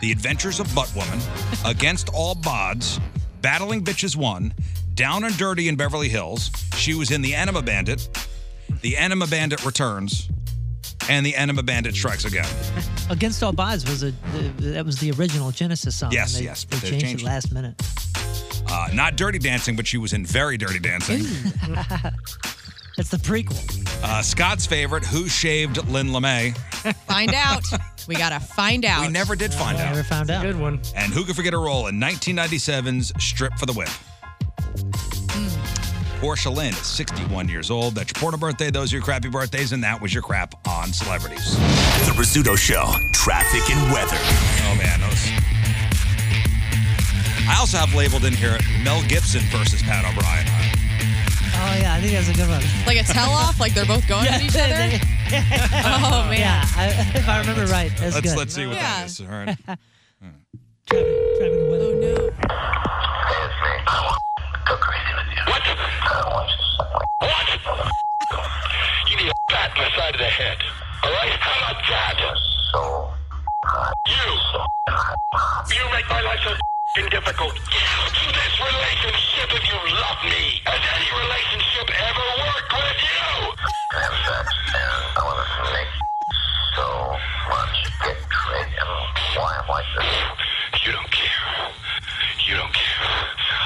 A: The Adventures of Butt Woman, Against All Bods, Battling Bitches One, Down and Dirty in Beverly Hills. She was in The Anima Bandit, The Anima Bandit Returns, and The Anima Bandit Strikes Again.
C: Against All Odds was a the, that was the original Genesis song.
A: Yes,
C: and they,
A: yes,
C: they
A: but they
C: changed,
A: changed
C: it
A: it.
C: last minute.
A: Uh, not Dirty Dancing, but she was in Very Dirty Dancing.
C: That's the prequel.
A: Uh, Scott's favorite, Who Shaved Lynn LeMay?
B: find out. We gotta find out. We
A: never did find out.
C: Never found out.
E: Good one.
A: And who could forget her role in 1997's Strip for the Whip? Portia Lynn is 61 years old. That's your portal birthday. Those are your crappy birthdays, and that was your crap on celebrities.
L: The Rizzuto Show, traffic and weather.
A: Oh, man. Those... I also have labeled in here Mel Gibson versus Pat O'Brien.
C: Oh yeah, I think that's a good one.
B: Like a tell off. like they're both going at each other. Oh, man.
M: Yeah, I, if I remember right, that's
A: let's
M: good.
A: let's see what that is. All right.
D: You need a bat in the side of the head. All right? How about that? You. You make my life so f***ing difficult. Get out of this relationship if you love me. Has any relationship ever worked with you? Have sex, and I want to make so much get crazy. I don't know why I'm like this. You don't care. You don't care.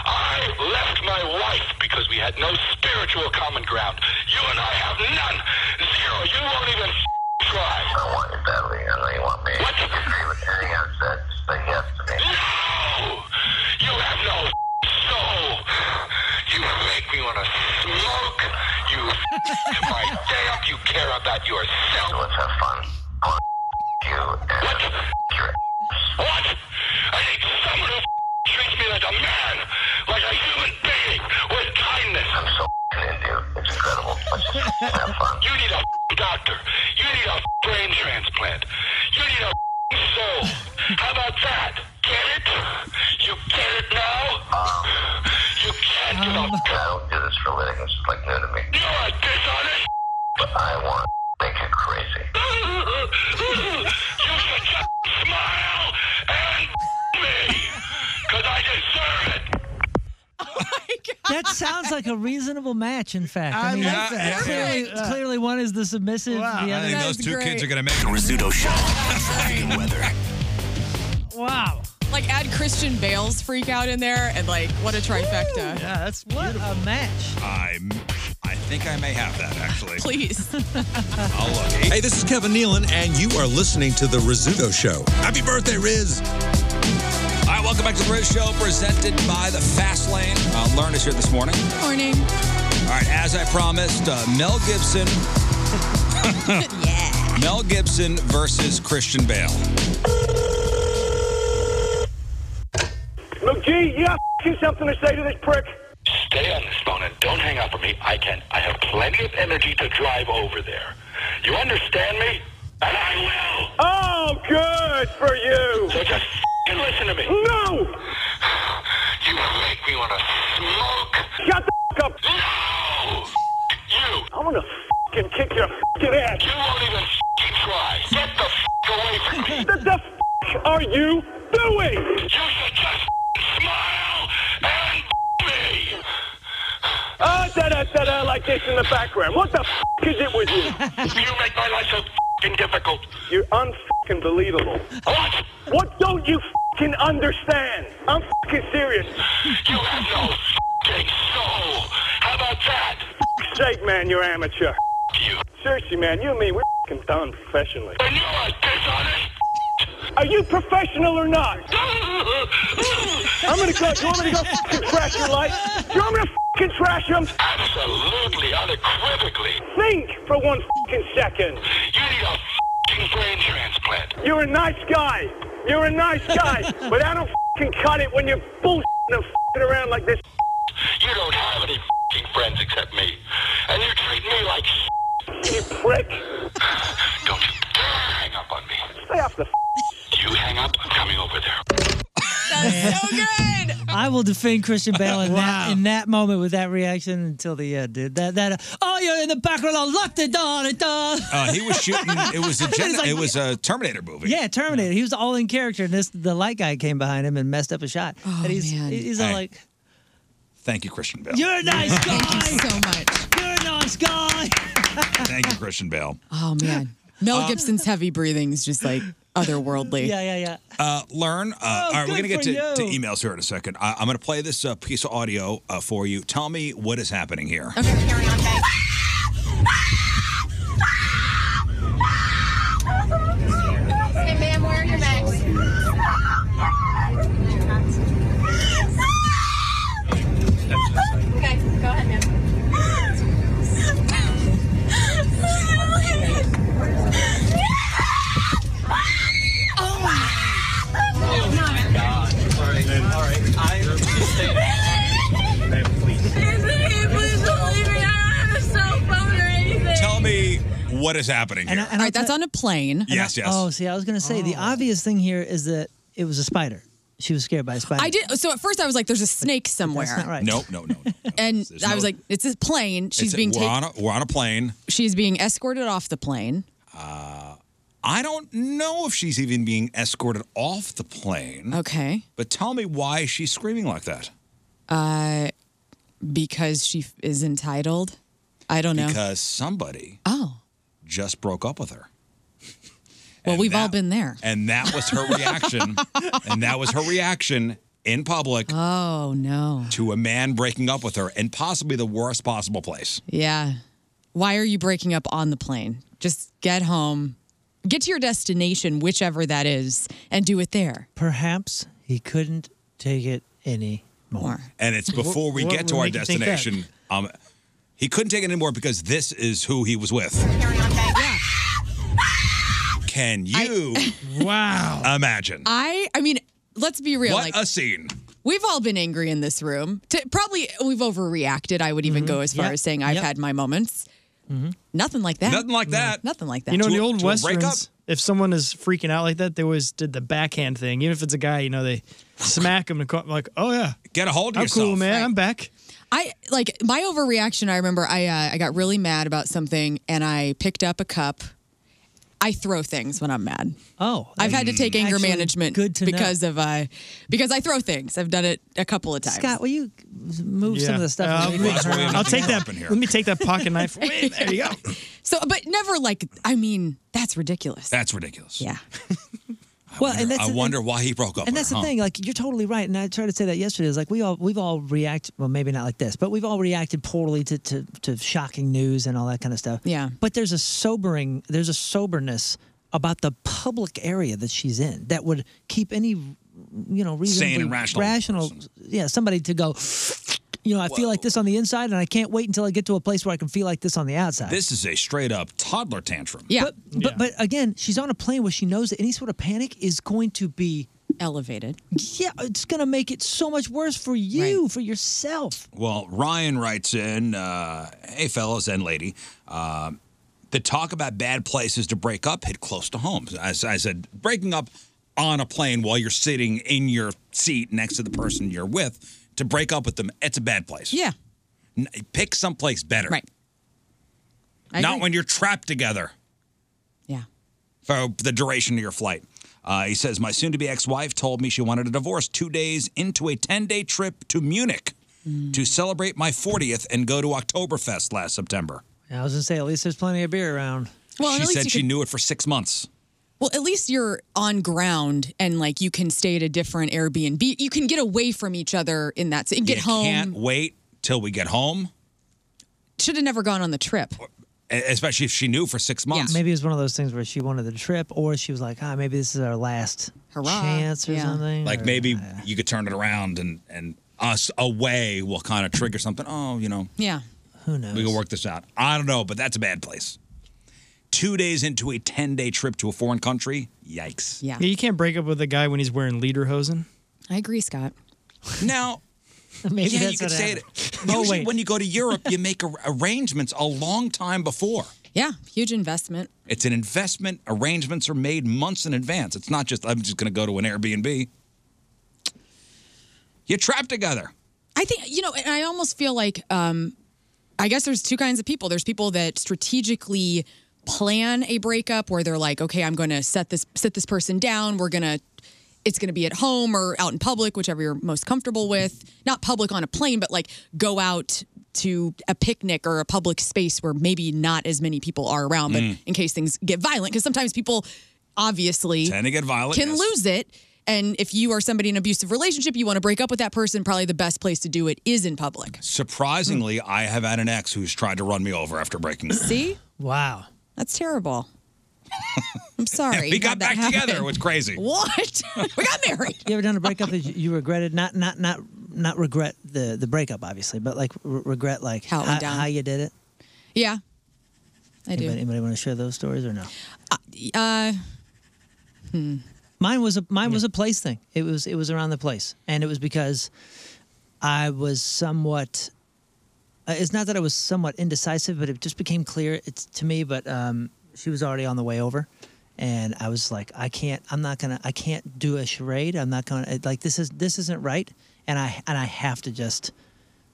D: I left my wife because we had no spiritual common ground. You and I have none. Zero. You won't even f- try. I want you badly. I know you want me. What? You agree with anything I've said. Say yes to me. No! You have no f- soul. You make me want to smoke. You f- my day up. You care about yourself. Let's have fun. You and what? Your what? I need someone who f- treats me like a man, like a human being, with kindness. I'm so into you. It's incredible. Let's just have fun. You need a f- doctor. You need a f- brain transplant. You need a f- soul. How about that? Get it? You get it now? Um, you can't give up. I don't do this for a living. This is like new to me. You're a dishonest. But I want to make you crazy. you should just smile and me, because I deserve it.
M: That sounds like a reasonable match. In fact,
D: I
M: mean,
D: like that.
M: clearly,
D: Yeah.
M: clearly one is the submissive. the
A: "Ah, I
M: other
A: think those two kids are going to make it.
H: Rizzuto Show.
B: Wow. Like add Christian Bale's freak out in there and like what a trifecta. Yeah,
M: that's what a match.
A: I, I think I may have that actually.
B: Please.
A: I'll look. Hey,
N: this is Kevin Nealon, and you are listening to The Rizzuto Show. Happy birthday, Riz.
A: All right, welcome back to the Riz Show, presented by the Fast Lane. Uh, Learn is here this morning.
B: Morning.
A: All right, as I promised, uh, Mel Gibson. yeah. Mel Gibson versus Christian Bale.
D: McGee, you have f***ing something to say to this prick. Stay on this phone and don't hang up on me. I can. I have plenty of energy to drive over there. You understand me? And I will. Oh, good for you. So just f***ing listen to me. No. You make me want to smoke. Shut the f- up. No. F- You. I want to f***ing kick your f***ing ass. You won't even f***ing try. Get the f*** away from me. What the f*** are you doing? You should just smile and me. Oh, da-da, da-da, like this in the background. What the f- is it with you? you make my life so f***ing difficult. You're unfucking believable. What? What don't you f***ing understand? I'm f***ing serious. You have no f***ing soul. How about that? F- sake, man, you're amateur. You. Seriously, man, you and me, we're f***ing done professionally. And you're a dishonest are you professional or not? I'm gonna go. Do you want me to go f***ing trash your life? Do you want me to f***ing trash him? Absolutely, unequivocally. Think for one f***ing second. You need a f***ing brain transplant. You're a nice guy. You're a nice guy, but I don't f***ing cut it when you're bullshitting and f***ing around like this. You don't have any f***ing friends except me, and you treat me like you prick. Don't you dare hang up on me. Stay off the you hang up, I'm coming over there.
M: I will defend Christian Bale in, that, in that moment with that reaction until the end, dude. That that uh, oh, you're in the background, I'll lock the door, the door.
A: Uh, he was shooting. It was a
M: It's
A: gen-
M: like-
A: it was a Terminator movie.
M: Yeah, Terminator. He was all in character, and this the light guy came behind him and messed up a shot. Oh, and he's, man. he's all
A: Hey.
M: like,
A: Thank you, Christian Bale.
M: "You're a nice guy.
B: Thank you so much.
M: You're a nice guy."
A: Thank you, Christian Bale.
B: Oh man. Mel
A: Uh,
B: Gibson's heavy breathing is just like otherworldly.
A: Yeah,
M: yeah, yeah.
A: Uh, learn. Uh, all right,
B: good
A: we're gonna get
B: for
A: to,
B: you.
A: to emails here in a second. I, I'm gonna play this uh, piece of audio uh, for you. Tell me what is happening here.
D: Hey, ma'am, where are your mags?
O: Okay, go ahead, ma'am.
D: Oh, my God. All right, all right. I'm just saying. Ma'am, please.
O: Please don't leave me. I don't have a son.
A: what is happening here?
B: All right, that's on a plane.
A: Yes, yes.
C: Oh, see, I was going to say the obvious thing here is that it was a spider. She was scared by a spider.
B: I did. So at first I was like, "There's a snake somewhere,"
C: not right.
A: No, no, no.
B: and I
A: no-
B: was like, "It's a plane. She's
A: It's-
B: being
A: we're,
B: taken.
A: on a, we're on a plane.
B: she's being escorted off the plane."
A: I don't know if she's even being escorted off the plane.
B: Okay.
A: But tell me why she's screaming like that.
B: Uh, because she f- is entitled. I don't know.
A: Because somebody
B: oh,
A: just broke up with her.
B: well, we've all been there.
A: And that was her reaction. and that was her reaction in public
B: Oh no.
A: to a man breaking up with her and possibly the worst possible place.
B: Yeah. Why are you breaking up on the plane? Just get home, get to your destination, whichever that is, and do it there.
C: Perhaps he couldn't take it any more.
A: And it's
C: What-
A: before we
C: what
A: get to
C: would
A: our
C: make you think that?
A: destination. Um, he couldn't take it anymore because this is who he was with. Can you wow imagine?
B: I, I mean, let's be real.
A: what
B: like,
A: a scene.
B: we've all been angry in this room. T- probably we've overreacted. I would even go as far
E: Yep.
B: as saying I've
E: Yep.
B: had my moments. Nothing like that.
E: Mm-hmm. Nothing like that.
B: No, Nothing like that.
E: You know, in the old westerns, if someone is freaking out like that, they always did the backhand thing. Even if it's a guy, you know, they smack him to call, like, oh yeah,
A: get a hold
B: of
E: I'm Cool,
B: yourself.
E: man.
B: Right.
E: I'm back.
B: I like my overreaction. I remember I uh, I got really mad about something, and I picked up a cup. I throw things when I'm mad.
C: Oh,
B: I've had to
E: Mm.
B: take anger
C: Actually,
B: management
C: good to know.
B: because of uh, because I throw things. I've done it a couple of times.
C: Scott, will you move some of the stuff?
E: Uh,
C: and
E: I'll-
C: make it turn around?
E: I'll take that. Let me take that pocket knife. Wait, there you go.
B: So, but never like. I mean, that's ridiculous.
A: That's ridiculous.
B: Yeah.
C: Well, and that's
A: I
C: the-
A: wonder why he broke
C: and
A: up. with
C: that's
A: her,
C: the
A: huh?
C: thing like you're totally right and i tried to say that yesterday is like we all we've all react well maybe not like this but we've all reacted poorly to, to to shocking news and all that kind of stuff
B: yeah
C: but there's a sobering there's a soberness about the public area that she's in that would keep any you know reasonably
A: Sane and rational
C: rational yeah somebody to go you know i feel like this on the inside and i can't wait until i get to a place where i can feel like this on the outside
A: This is a straight up toddler tantrum.
B: Yeah.
C: But, but but again, she's on a plane where she knows that any sort of panic is going to be
B: elevated.
C: Yeah, it's going to make it so much worse for you, for yourself.
A: Well, Ryan writes in, uh, "Hey fellas and lady, uh, the talk about bad places to break up hit close to home. As I said, breaking up on a plane while you're sitting in your seat next to the person you're with to break up with them, it's a bad place.
B: Yeah,
A: N- pick someplace better. Right.
B: I
A: Not
B: agree.
A: when you're trapped together.
B: Yeah.
A: For the duration of your flight." Uh, he says, My soon to be ex wife told me she wanted a divorce two days into a 10 day trip to Munich to celebrate my 40th and go to Oktoberfest last September.
C: I was going to say, at least there's plenty of beer around.
B: Well, and
A: she
B: at least
A: said
B: you
A: she
B: could-
A: knew it for six months.
B: Well, at least you're on ground and like you can stay at a different Airbnb. You can get away from each other in that. So get
A: you
B: home.
A: Can't wait till we get home,
B: Should have never gone on the trip.
A: e- especially if she knew for six months.
C: Maybe it was one of those things where she wanted the trip, or she was like, ah, maybe this is our last chance or something.
A: Like maybe you could turn it around and and us away will kind of trigger something. Oh, you know,
B: Yeah.
C: Who knows?
A: we can work this out. I don't know, but that's a bad place. Two days into a ten day trip to a foreign country, yikes.
B: Yeah.
E: You can't break up with a guy when he's wearing lederhosen.
B: I agree, Scott.
A: Now,
C: Maybe
A: yeah,
C: that's
A: you could
C: what
A: say
C: happened. Oh,
A: it. Usually, when you go to Europe, you make ar- arrangements a long time before.
B: Yeah. Huge investment.
A: It's an investment. Arrangements are made months in advance. It's not just I'm just going to go to an Airbnb. You're trapped together.
B: I think you know, and I almost feel like um, I guess there's two kinds of people. There's people that strategically plan a breakup where they're like, okay, I'm going to set this set this person down. We're gonna it's going to be at home or out in public, whichever you're most comfortable with. Not public on a plane, but like go out to a picnic or a public space where maybe not as many people are around, but
A: Mm.
B: in case things get violent, because sometimes people obviously
A: Tend to get violent,
B: can
A: Oh, yes.
B: lose it. And if you are somebody in an abusive relationship, you want to break up with that person, probably the best place to do it is in public.
A: Surprisingly, I have had an ex who's tried to run me over after breaking up.
B: See?
C: Wow.
B: That's terrible. I'm sorry.
A: we got
B: How'd that
A: back together. It
B: happen?
A: was crazy.
B: What? we got married.
C: You ever done a breakup that you- you regretted? Not, not, not, not regret the the breakup, obviously, but like re- regret like
B: How it went
C: ho-
B: down.
C: how, you did it.
B: Yeah. I
C: Anybody,
B: do.
C: anybody want to share those stories or no?
B: Uh,
C: Hmm. Mine was a mine was a place thing. It was it was around the place, and it was because I was somewhat Uh, it's not that I was somewhat indecisive, but it just became clear it's to me. But um, she was already on the way over, and I was like, I can't. I'm not gonna. I can't do a charade. I'm not gonna. it- Like this is this isn't right. And I and I have to just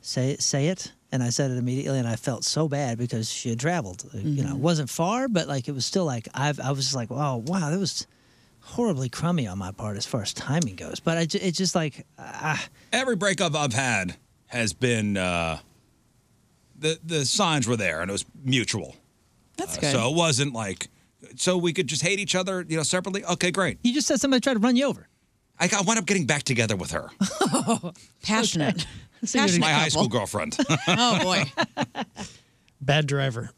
C: say it, say it. And I said it immediately, and I felt so bad because she had traveled. Like, You know,
O: Mhm.
C: it wasn't far, but like it was still like I've. I was just like, oh wow, that was horribly crummy on my part as far as timing goes. But I, ju- it's just like ah,
A: Every breakup I've had has been uh, the the signs were there and it was mutual. Uh,
C: That's
O: good.
A: So it wasn't like so we could just hate each other, you know, separately. Okay, great.
C: you just said somebody tried to run you over.
A: I, got, I wound up getting back together with her,
B: Passionate.
A: my
B: Passionate
A: high
B: couple.
A: school girlfriend.
B: oh boy.
A: Bad driver.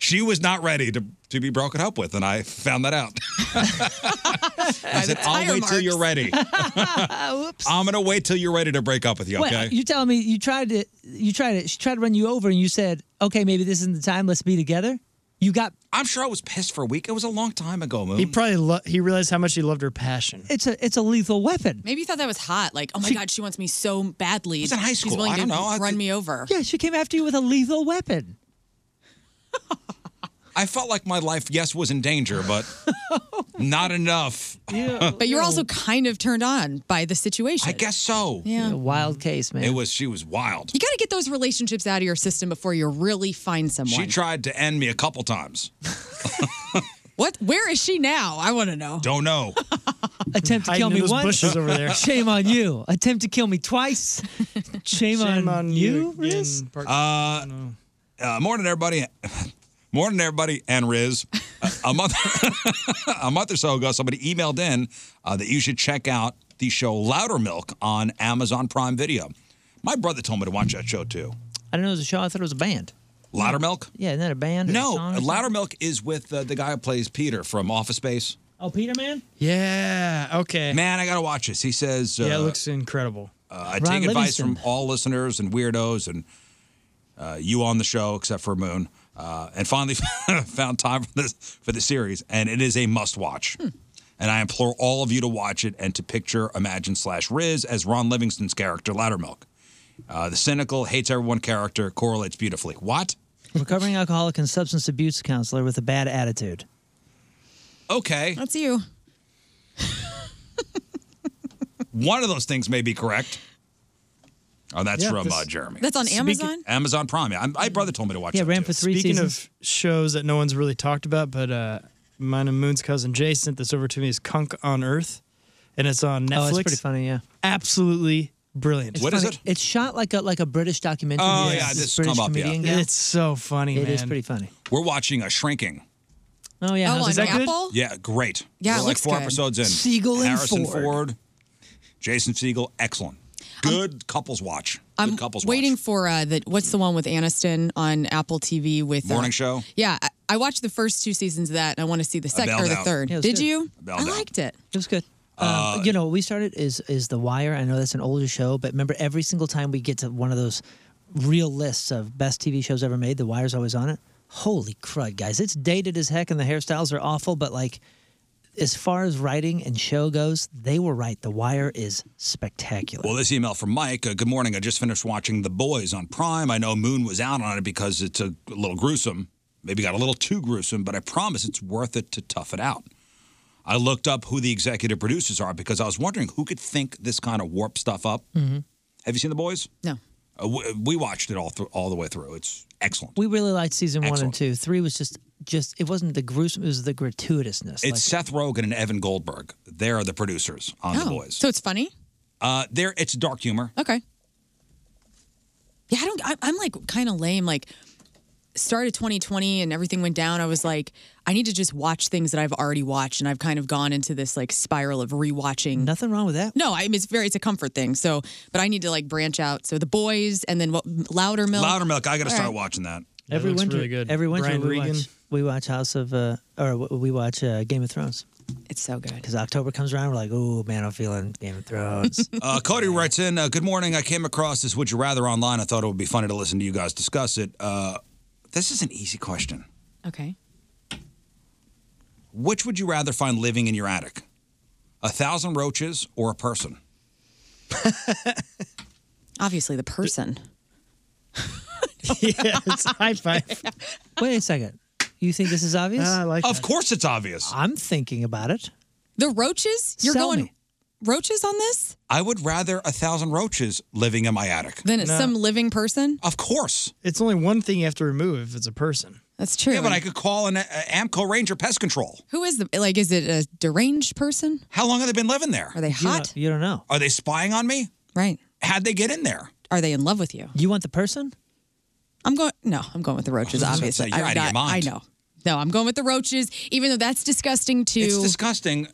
A: She was not ready to, to be broken up with, and I found that out. I said, I'll wait till you're ready.
C: Whoops.
A: I'm going to wait till you're ready to break up with you,
C: Wait,
A: okay?
C: you telling me you tried to you tried it? She tried to run you over, and you said, "Okay, maybe this isn't the time. Let's be together." You got.
A: I'm sure I was pissed for a week. It was a long time ago, Moon.
E: He probably lo- he realized how much he loved her passion.
C: It's a it's a lethal weapon.
B: Maybe you thought that was hot. Like, oh my God, she wants me so badly.
C: It's in high school.
B: She's willing
C: I don't
B: to
C: know. I
B: run me over.
C: Yeah, she came after you with a lethal weapon.
A: I felt like my life, yes, was in danger, but not enough.
B: But you're also kind of turned on by the situation. I guess
A: so.
B: Yeah.
C: wild case, man.
A: It was she was wild.
B: You got to get those relationships out of your system before you really find someone.
A: She tried to end me a couple times.
B: what? Where is she now? I want to know.
A: Don't know.
C: Attempt to
B: Hiding
C: kill
B: in
C: me
B: those
C: once.
B: bushes over there.
C: Shame on you. Attempt to kill me twice. Shame, on, you, Riz.
A: Uh, uh, morning, everybody. morning, everybody, and Riz. Uh, a month, a month or so ago, somebody emailed in uh, that you should check out the show Louder Milk on Amazon Prime Video. My brother told me to watch that show too.
C: I didn't know it was a show. I thought it was a band.
A: Louder Milk?
C: Yeah, isn't that a band? or a song or
A: No,
C: something?
A: Louder Milk is with uh, the guy who plays Peter from Office Space.
C: Oh, Peter, man.
A: Yeah. Okay. Man, I gotta watch this. He says. Uh,
E: yeah, it looks incredible.
A: Uh, I take advice from all listeners and weirdos and uh, you on the show, except for Moon. Uh, and finally found time for this for the series, and it is a must watch. And I implore all of you to watch it and to picture Imagine slash Riz as Ron Livingston's character Loudermilk. Uh, the cynical, hates everyone character correlates beautifully. What?
C: Recovering alcoholic and substance abuse counselor with a bad attitude.
A: Okay.
B: That's you.
A: One of those things may be correct. Oh, that's
E: Yeah,
A: from
E: this-
A: uh, Jeremy.
B: That's on Speaking- Amazon?
A: Amazon Prime. Yeah, my brother told me to watch it. too.
E: Speaking of shows that no one's really talked about, but uh, mine and Moon's cousin Jay sent this over to me is Kunk on Earth, and it's on Netflix.
C: Oh, it's pretty funny. Yeah.
E: Absolutely brilliant.
C: What is it? It's shot like a like a British documentary.
A: Oh,
C: It's
A: yeah,
C: this
A: this
C: British
A: come up, yeah.
C: comedian gal.
E: It's so funny.
C: It is
A: man.
C: pretty funny.
A: We're watching a shrinking.
C: Oh yeah.
B: Oh,
C: how's
B: on
C: it?
B: Apple?
A: Yeah, great.
B: Yeah,
A: We're
B: it
A: like
B: looks
A: four
B: good.
A: episodes in.
B: Siegel and
A: Harrison
B: Ford.
A: Jason Siegel, excellent. Good couples watch.
B: I'm
A: Good couples
B: waiting for uh, the what's the one with Aniston on Apple TV with
A: watch.
B: uh,
A: Morning show.
B: Yeah, I, I watched the first two seasons of that, and I want to see the
A: I
B: second or
A: bailed
B: the
A: out.
B: third.
A: Yeah, it was
B: Did
A: good.
B: you?
A: I
B: I
A: bailed out.
B: liked it.
C: It was good.
A: Uh,
C: Um, you know, what we started is is The Wire. I know that's an older show, but remember, every single time we get to one of those real lists of best TV shows ever made, The Wire's always on it. Holy crud, guys! It's dated as heck, and the hairstyles are awful. But like, as far as writing and show goes, they were right. The Wire is spectacular.
A: Well, this email from Mike. Uh, Good morning. I just finished watching The Boys on Prime. I know Moon was out on it because it's a little gruesome. Maybe got a little too gruesome, but I promise it's worth it to tough it out. I looked up who the executive producers are because I was wondering who could think this kind of warp stuff up.
C: Mm-hmm.
A: Have you seen The Boys?
B: No.
A: Uh, we, we watched it all through, all the way through. It's excellent.
C: We really liked season one and
A: Excellent.
C: two. Three was just just it wasn't the gruesome, it was the gratuitousness.
A: It's Seth Rogen and Evan Goldberg. They are the producers on The Boys.
B: So it's funny.
A: Uh, there, it's dark humor.
B: Okay. Yeah, I don't. I, I'm like kind of lame. Like, started 2020 and everything went down. I was like, I need to just watch things that I've already watched, and I've kind of gone into this like spiral of rewatching.
C: Nothing wrong with that.
B: No, I mean, it's very it's a comfort thing. So, but I need to like branch out. So the boys, and then what? Louder milk.
A: Louder Milk. I got to
B: All
A: start
B: right.
A: watching that.
C: every winter, every winter
B: Brian
C: we
B: Regan.
C: watch we watch House of uh, or w- we watch uh, Game of Thrones.
B: It's so good
C: because October comes around, we're like, oh man, I'm feeling Game of Thrones.
A: Uh, Cody writes in, uh, "Good morning. I came across this Would You Rather online. I thought it would be funny to listen to you guys discuss it. Uh, this is an easy question.
B: Okay.
A: Which would you rather find living in your attic, a thousand roaches or a person?
B: Obviously, the person.
E: yes, high five.
C: Wait a second. You think this is obvious?
E: Ah, I like
A: Of course it's obvious.
C: I'm thinking about it.
B: The roaches? You're
C: Sell
B: going
C: me.
B: roaches on this?
A: I would rather a thousand roaches living in my attic.
B: Then it's some living person?
A: Of course.
E: It's only one thing you have to remove if it's a person.
B: That's true.
A: Yeah, but I could call an uh, Amco Ranger Pest Control.
B: Who is the like is it a deranged person?
A: How long have they been living there?
B: Are they hot?
C: You don't know.
A: Are they spying on me?
B: Right.
A: How'd they get in there?
B: Are they in love with you?
C: You want the person?
B: I'm going no, I'm going with the roaches,
A: I was gonna say,
B: obviously.
A: you're
B: I'm
A: out of your
B: not-
A: mind.
B: I know. No, I'm going with the roaches, even though that's disgusting too.
A: It's disgusting.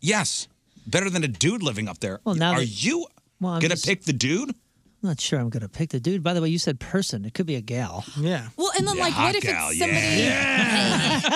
A: Yes. Better than a dude living up there.
C: Well, now
A: Are
C: that-
A: you
C: Well, I'm
A: going to
C: just-
A: pick the dude?
C: I'm not sure I'm going to pick the dude. By the way, you said person. It could be a gal.
E: Yeah.
B: Well, and then
C: Yeah,
B: like,
C: hot
B: what if
C: gal,
B: it's somebody?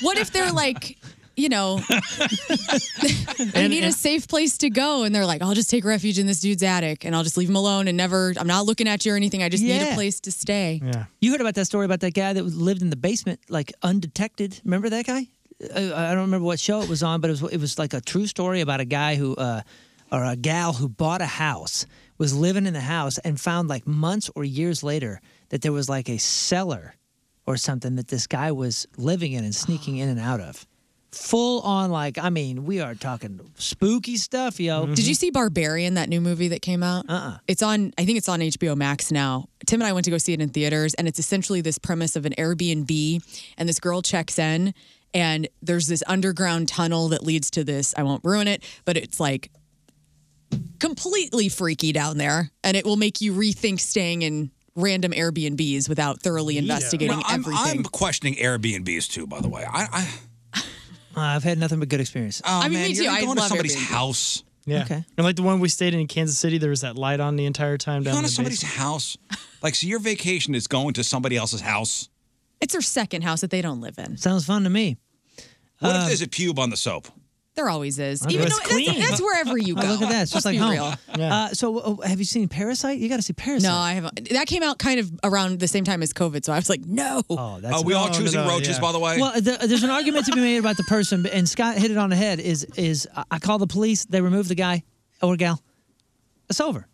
B: what if they're like, you know, I need a safe place to go, and they're like, I'll just take refuge in this dude's attic, and I'll just leave him alone, and never, I'm not looking at you or anything. I just need
C: Yeah.
B: a place to stay.
E: Yeah.
C: You heard about that story about that guy that lived in the basement, like undetected. Remember that guy? Uh, I don't remember what show it was on, but it was it was like a true story about a guy who, uh, or a gal who bought a house, was living in the house, and found like months or years later that there was like a cellar or something that this guy was living in and sneaking in and out of. Full on, like I mean, we are talking spooky stuff, yo.
B: Mm-hmm. Did you see Barbarian, that new movie that came out? Uh-uh. It's on, I think it's on HBO Max now. Tim and I went to go see it in theaters, and it's essentially this premise of an Airbnb, and this girl checks in, and there's this underground tunnel that leads to this, I won't ruin it, but it's like completely freaky down there, and it will make you rethink staying in random Airbnbs without thoroughly investigating
A: Well, I'm,
B: everything.
A: I'm questioning Airbnbs too, by the way. I, I,
C: Uh, I've had nothing but good experiences.
A: oh, man, you're
B: I
A: going to
B: love
A: somebody's
B: Airbnb.
A: house.
E: Yeah.
C: Okay.
E: And like the one we stayed in in Kansas City, there was that light on the entire time
A: You're
E: down
A: going
E: in
A: to
E: the
A: somebody's
E: basement.
A: house. Like, so your vacation is going to somebody else's house.
B: it's her second house that they don't live in.
C: Sounds fun to me.
A: What
C: Uh,
A: if there's a pube on the soap?
B: There always is.
C: Okay.
B: Even though
C: That's
B: that's,
C: clean.
B: that's wherever you go.
C: Oh, look at that. It's just
B: Let's
C: like
B: be
C: home.
B: real.
C: Uh, so, uh, have you seen Parasite? You got to see Parasite.
B: No, I haven't. That came out kind of around the same time as COVID, so I was like, no.
C: Oh, that's
A: Are we all No, no, choosing no, roaches, yeah. by the way?
C: Well, th- there's an argument to be made about the person, and Scott hit it on the head. Is is I- I call the police, they remove the guy or gal. It's over.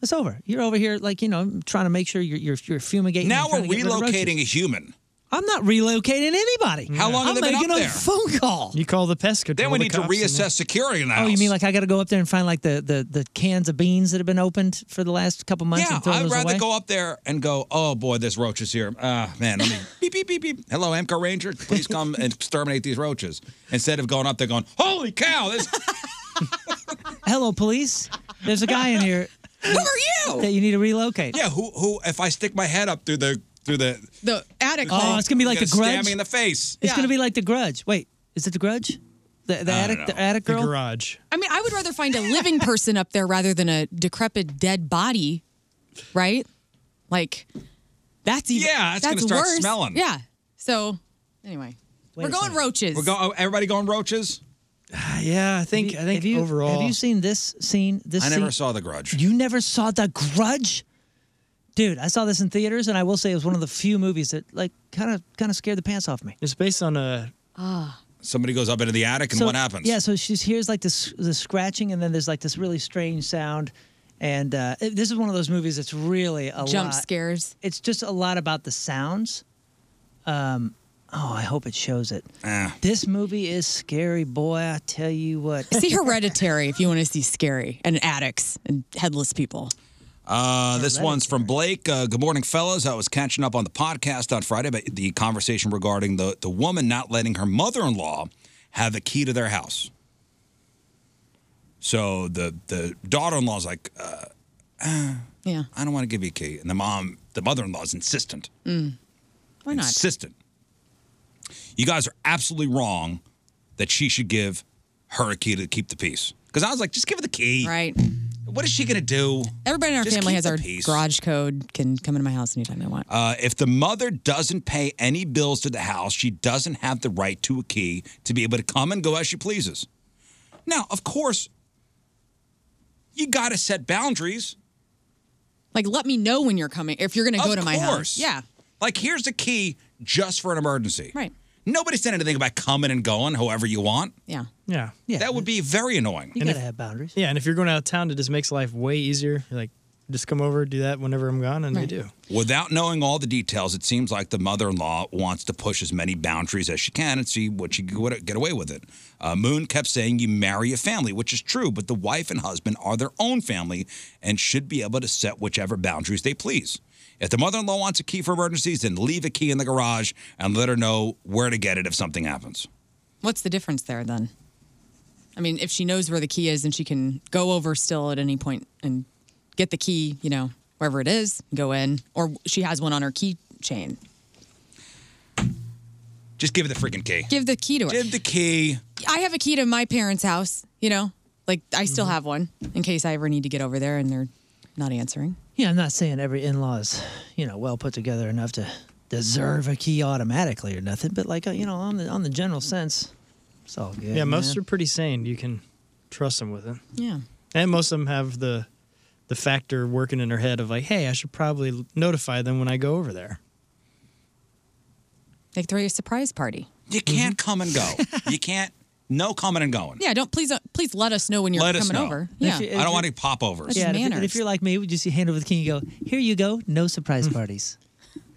C: It's over. You're over here, like you know, trying to make sure you're you're, you're fumigating.
A: Now
C: and trying to
A: we're
C: get rid of roaches.
A: relocating a human.
C: I'm not relocating anybody.
A: How long
C: I'm
A: have they been
C: making
A: up
C: a
A: there?
C: phone call.
E: You call the pest control.
A: Then we
E: the
A: need to
E: cops, and
A: reassess security in that
C: Oh, you
A: house.
C: mean like I got to go up there and find like the, the the cans of beans that have been opened for the last couple months?
A: Yeah,
C: and throw
A: I'd
C: those
A: rather
C: away?
A: go up there and go, oh boy, there's roaches here. Ah, man, let me beep, beep, beep, beep. Hello, Amco Ranger, please come and exterminate these roaches. Instead of going up there going, holy cow, this.
C: Hello, police. There's a guy in here.
B: who are
C: That you need to relocate.
A: Yeah, who, who, if I stick my head up through the, through the,
B: The attic
C: Oh,
B: hole.
C: it's gonna be like the
A: Gonna
C: grudge.
A: Stab me in the face.
C: It's gonna be like the grudge. Wait, is it the grudge? The, the
A: I don't
C: attic, the attic girl.
E: garage.
B: I mean, I would rather find a living person up there rather than a decrepit dead body, right? Like, that's even.
A: Yeah, it's
B: that's
A: gonna start
B: worse.
A: smelling.
B: Yeah. So, anyway, we're going roaches.
A: We're going. oh, everybody going roaches. Uh,
E: Yeah, I think I think
C: you,
E: overall.
C: Have you seen this scene? This
A: I never
C: scene?
A: saw The Grudge.
C: You never saw The Grudge, dude. I saw this in theaters, and I will say it was one of the few movies that like kind of kind of scared the pants off me.
E: It's based on a.
C: Ah.
A: Somebody goes up into the attic, and
C: So-
A: what happens?
C: Yeah, so she hears like this the scratching, and then there's like this really strange sound. And uh, it- this is one of those movies that's really a
B: Jump
C: lot-
B: scares.
C: It's just a lot about the sounds. Um, oh, I hope it shows it.
A: Ah.
C: This movie is scary, boy. I tell you what.
B: see Hereditary if you want to see scary and addicts and headless people.
A: Uh, this one's from Blake. Uh, good morning, fellas. I was catching up on the podcast on Friday, but the conversation regarding the, the woman not letting her mother in law have the key to their house. So the, the daughter in law's like, uh, uh,
B: Yeah.
A: I don't want to give you a key. And the mom, the mother in law's insistent.
B: Mm. Why not?
A: Insistent. You guys are absolutely wrong that she should give her a key to keep the peace. Because I was like, just give her the key.
B: Right.
A: What is she going to do?
B: Everybody in our
A: Just
B: family
A: keep
B: has
A: the
B: our
A: peace.
B: garage code, can come into my house anytime they want.
A: Uh, if the mother doesn't pay any bills to the house, she doesn't have the right to a key to be able to come and go as she pleases. Now, of course, you got to set boundaries.
B: Like, let me know when you're coming, if you're going to go
A: Of
B: to my
A: course.
B: house. Yeah.
A: Like, here's the key just for an emergency.
B: Right.
A: Nobody said anything about coming and going however you want.
B: Yeah.
E: Yeah.
A: That would be very annoying.
E: And if-
C: have boundaries.
E: Yeah, and if you're going out of town, it just makes life way easier. You're like, Just come over, do that whenever I'm gone, and they do.
A: Without knowing all the details, it seems like the mother-in-law wants to push as many boundaries as she can and see what she could get away with it. Uh, Moon kept saying, "You marry a family," which is true, but the wife and husband are their own family and should be able to set whichever boundaries they please. If the mother-in-law wants a key for emergencies, then leave a key in the garage and let her know where to get it if something happens.
B: What's the difference there then? I mean, if she knows where the key is, then she can go over still at any point and get the key, you know, wherever it is, go in, or she has one on her keychain.
A: Just give her the freaking key.
B: Give the key to her.
A: Give the key.
B: I have a key to my parents' house, you know, like I
A: Mm-hmm.
B: still have one in case I ever need to get over there and they're not answering.
C: Yeah, I'm not saying every in law is, you know, well put together enough to deserve a key automatically or nothing, but like, uh, you know, on the on the general sense, it's all good.
E: Yeah, most
C: man.
E: are pretty sane. You can trust them with it.
B: Yeah.
E: And most of them have the the factor working in their head of like, hey, I should probably notify them when I go over there.
B: They throw you a surprise party.
A: You can't come and go. you can't. No coming and going.
B: Yeah, don't please don't, please let us know when you're
A: Let us
B: coming
A: know.
B: over.
C: If
B: Yeah.
C: you- if
A: I don't
C: you-
A: want any popovers.
C: Yeah, and if, and if you're like me, we just hand over the key and you go, here you go, no surprise parties.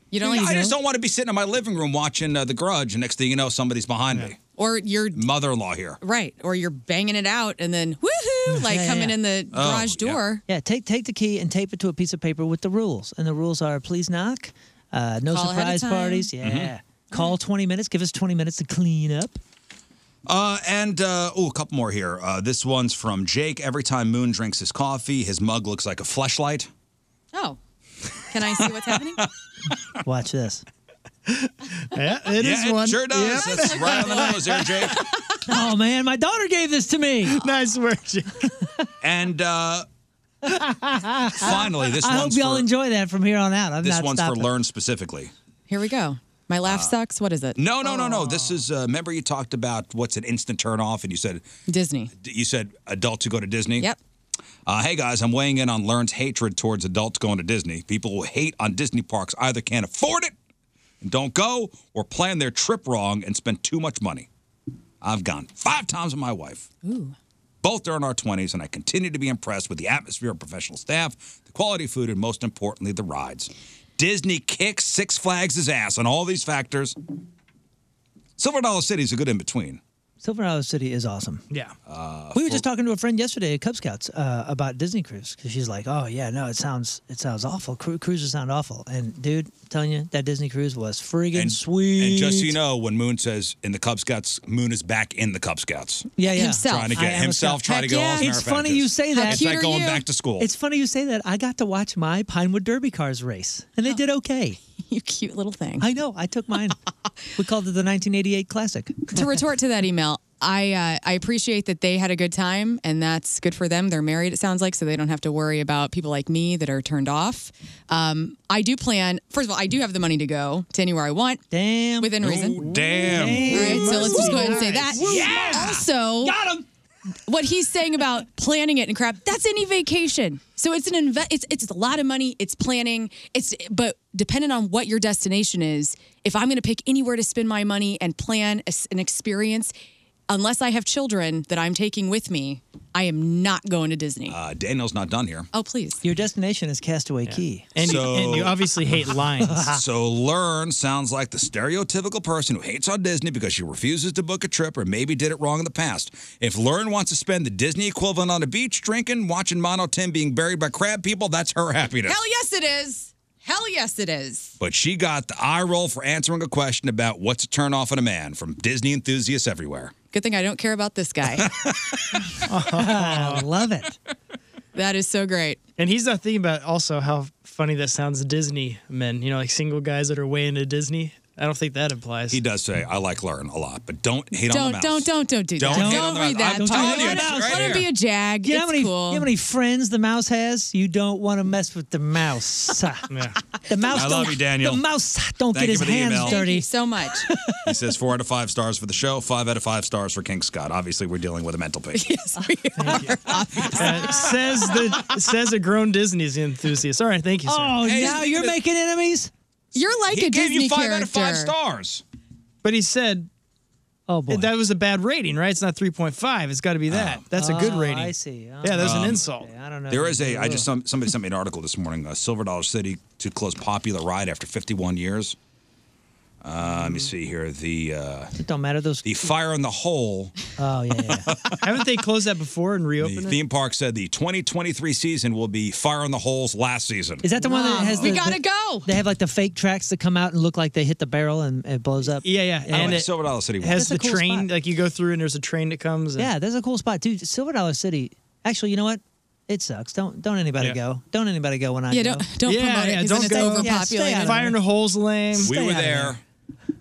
B: You
A: know, I just don't want to be sitting in my living room watching uh, The Grudge, and next thing you know, somebody's behind me.
B: Or your
A: mother-in-law here.
B: Right. Or you're banging it out and then woohoo, like
C: Yeah,
B: coming
C: yeah. Oh,
B: in the garage door.
C: Yeah, take take the key and tape it to a piece of paper with the rules. And the rules are please knock, uh, no
B: Call ahead of
C: surprise
B: time.
C: parties. Yeah.
A: Mhm.
C: Call 20 minutes, give us 20 minutes to clean up.
A: Uh, and uh, oh, a couple more here. Uh, this one's from Jake. Every time Moon drinks his coffee, his mug looks like a fleshlight.
B: Oh. Can I see what's happening?
C: Watch this.
E: yeah,
A: it is Yeah, it one. sure does. Yep. That's right on the nose there, Jake.
C: oh man, my daughter gave this to me.
E: nice work, Jake.
A: And uh, finally, this
C: I hope
A: one's
C: y'all
A: for-
C: enjoy that from here on out. I'm
A: this
C: not
A: one's
C: stopping.
A: for Learn specifically.
B: Here we go. My laugh
A: Uh,
B: sucks. What is it?
A: No, no, no, no. This is. Uh, remember, you talked about what's an instant turn off, and you said
B: Oh. Disney.
A: You said adults who go to Disney.
B: Yep.
A: Uh, hey guys, I'm weighing in on Learn's hatred towards adults going to Disney. People who hate on Disney parks either can't afford it and don't go, or plan their trip wrong and spend too much money. I've gone five times with my wife.
B: Ooh.
A: Both are in our 20s, and I continue to be impressed with the atmosphere of professional staff, the quality of food, and most importantly, the rides. Disney kicks Six Flags' his ass on all these factors. Silver Dollar City is a good in between.
C: Silver Dollar City is awesome.
E: Yeah.
A: Uh,
C: we were just talking to a friend yesterday at Cub Scouts uh, about Disney cruise because she's like, "Oh yeah, no, it sounds it sounds awful. Cru- cruises sound awful." And dude, I'm telling you that Disney cruise was friggin' sweet.
A: And just so you know, when Moon says in the Cub Scouts, Moon is back in the Cub Scouts.
C: yeah, yeah,
A: Trying to get himself, trying to get all
C: It's funny you say that.
A: It's like going back to school.
C: It's funny you say that. I got to watch my Pinewood Derby cars race, and they
A: Oh.
C: did okay.
B: You cute little thing.
C: I know. I took mine. we called it the 1988 Classic.
B: to retort to that email, I uh, I appreciate that they had a good time and that's good for them. They're married, it sounds like, so they don't have to worry about people like me that are turned off. Um, I do plan. First of all, I do have the money to go to anywhere I want.
C: Damn,
B: within
A: Oh,
B: reason.
A: damn.
B: All right, so let's just go ahead and say that.
D: Nice. Woo. Yeah.
B: Also, got him. What he's saying about planning it and crap—that's any vacation. So it's an invest. It's it's a lot of money. It's planning. It's but depending on what your destination is, if I'm going to pick anywhere to spend my money and plan a s an experience, unless I have children that I'm taking with me, I am not going to Disney.
A: Uh, Daniel's not done here.
B: oh please.
C: Your destination is Castaway Key.
A: so learn sounds like the stereotypical person who hates on Disney because she refuses to book a trip or maybe did it wrong in the past. If learn wants to spend the Disney equivalent on a beach drinking, watching Mono Tim being buried by crab people, that's her happiness.
B: Hell yes, it is. Hell yes, it is.
A: But she got the eye roll for answering a question about what's a turn off in a man from Disney enthusiasts everywhere.
B: Good thing I don't care about this guy.
E: Oh,
C: I love it.
B: That is so great.
E: And he's not thinking about also how funny that sounds to Disney men, you know, like single guys that are way into Disney. I don't think that applies.
A: He does say, I like learn a lot, but don't hate on the
B: Don't
A: mouse.
B: don't don't don't do that.
A: Don't hate on the
B: read
A: mouse.
B: that.
A: I'm telling you,
B: Let
A: it's
B: him-
A: right
B: let him
A: here.
B: be a jag.
C: You know
B: it's
C: how many
B: cool.
C: you know how many friends the mouse has? You don't want to mess with the mouse. The mouse.
A: I
C: don't,
A: love you, Daniel.
C: The mouse don't
A: Thank
C: get
A: you
C: his
A: for the
C: hands
A: email.
C: dirty.
B: Thank you so much.
A: He says four out of five stars for the show, five out of five stars for King Scott. Obviously, we're dealing with a mental patient.
B: yes, we
E: Uh, says the says a grown Disney enthusiast. All right, thank you, sir.
C: Oh, now you're making enemies.
B: You're like
E: He
B: a
E: gave you
B: Disney
E: five
B: character.
E: out of five
A: stars.
E: But he said
C: Oh boy,
E: that was a bad rating, right? It's not three point five. It's got to be that. That's a good
C: Oh,
E: rating.
C: I see. Oh,
E: yeah, that's an
A: Um,
E: insult.
C: I don't know.
A: There is a. I just
C: Ugh.
A: some, somebody sent me an article this morning. Uh, Silver Dollar City to close popular ride after 51 years. Uh, let me see here. The uh,
C: Hmm. It don't matter those.
A: the fire in the hole.
C: Oh yeah.
E: Haven't they closed that before and
A: The
E: reopened it?
A: theme park said the 2023 season will be fire in the holes last season.
C: Is that the one that has? the, the-
B: go.
C: They have like the fake tracks that come out and look like they hit the barrel and it blows up.
E: Yeah, yeah,
A: I like Silver Dollar City.
E: It
A: one.
E: has
C: That's a
E: the
C: cool
E: train
C: spot.
E: like you go through and there's a train that comes. and-
C: Yeah, that's a cool spot, dude. Silver Dollar City. Actually, you know what? It sucks. Don't don't anybody
E: Yeah.
C: go. Don't anybody go when I
B: Yeah,
C: go.
B: don't- don't Yeah, promote it, yeah, 'cause then don't it's go. overpopulated.
C: stay out of
E: Fire in
C: it.
E: the hole's lame.
A: we were there,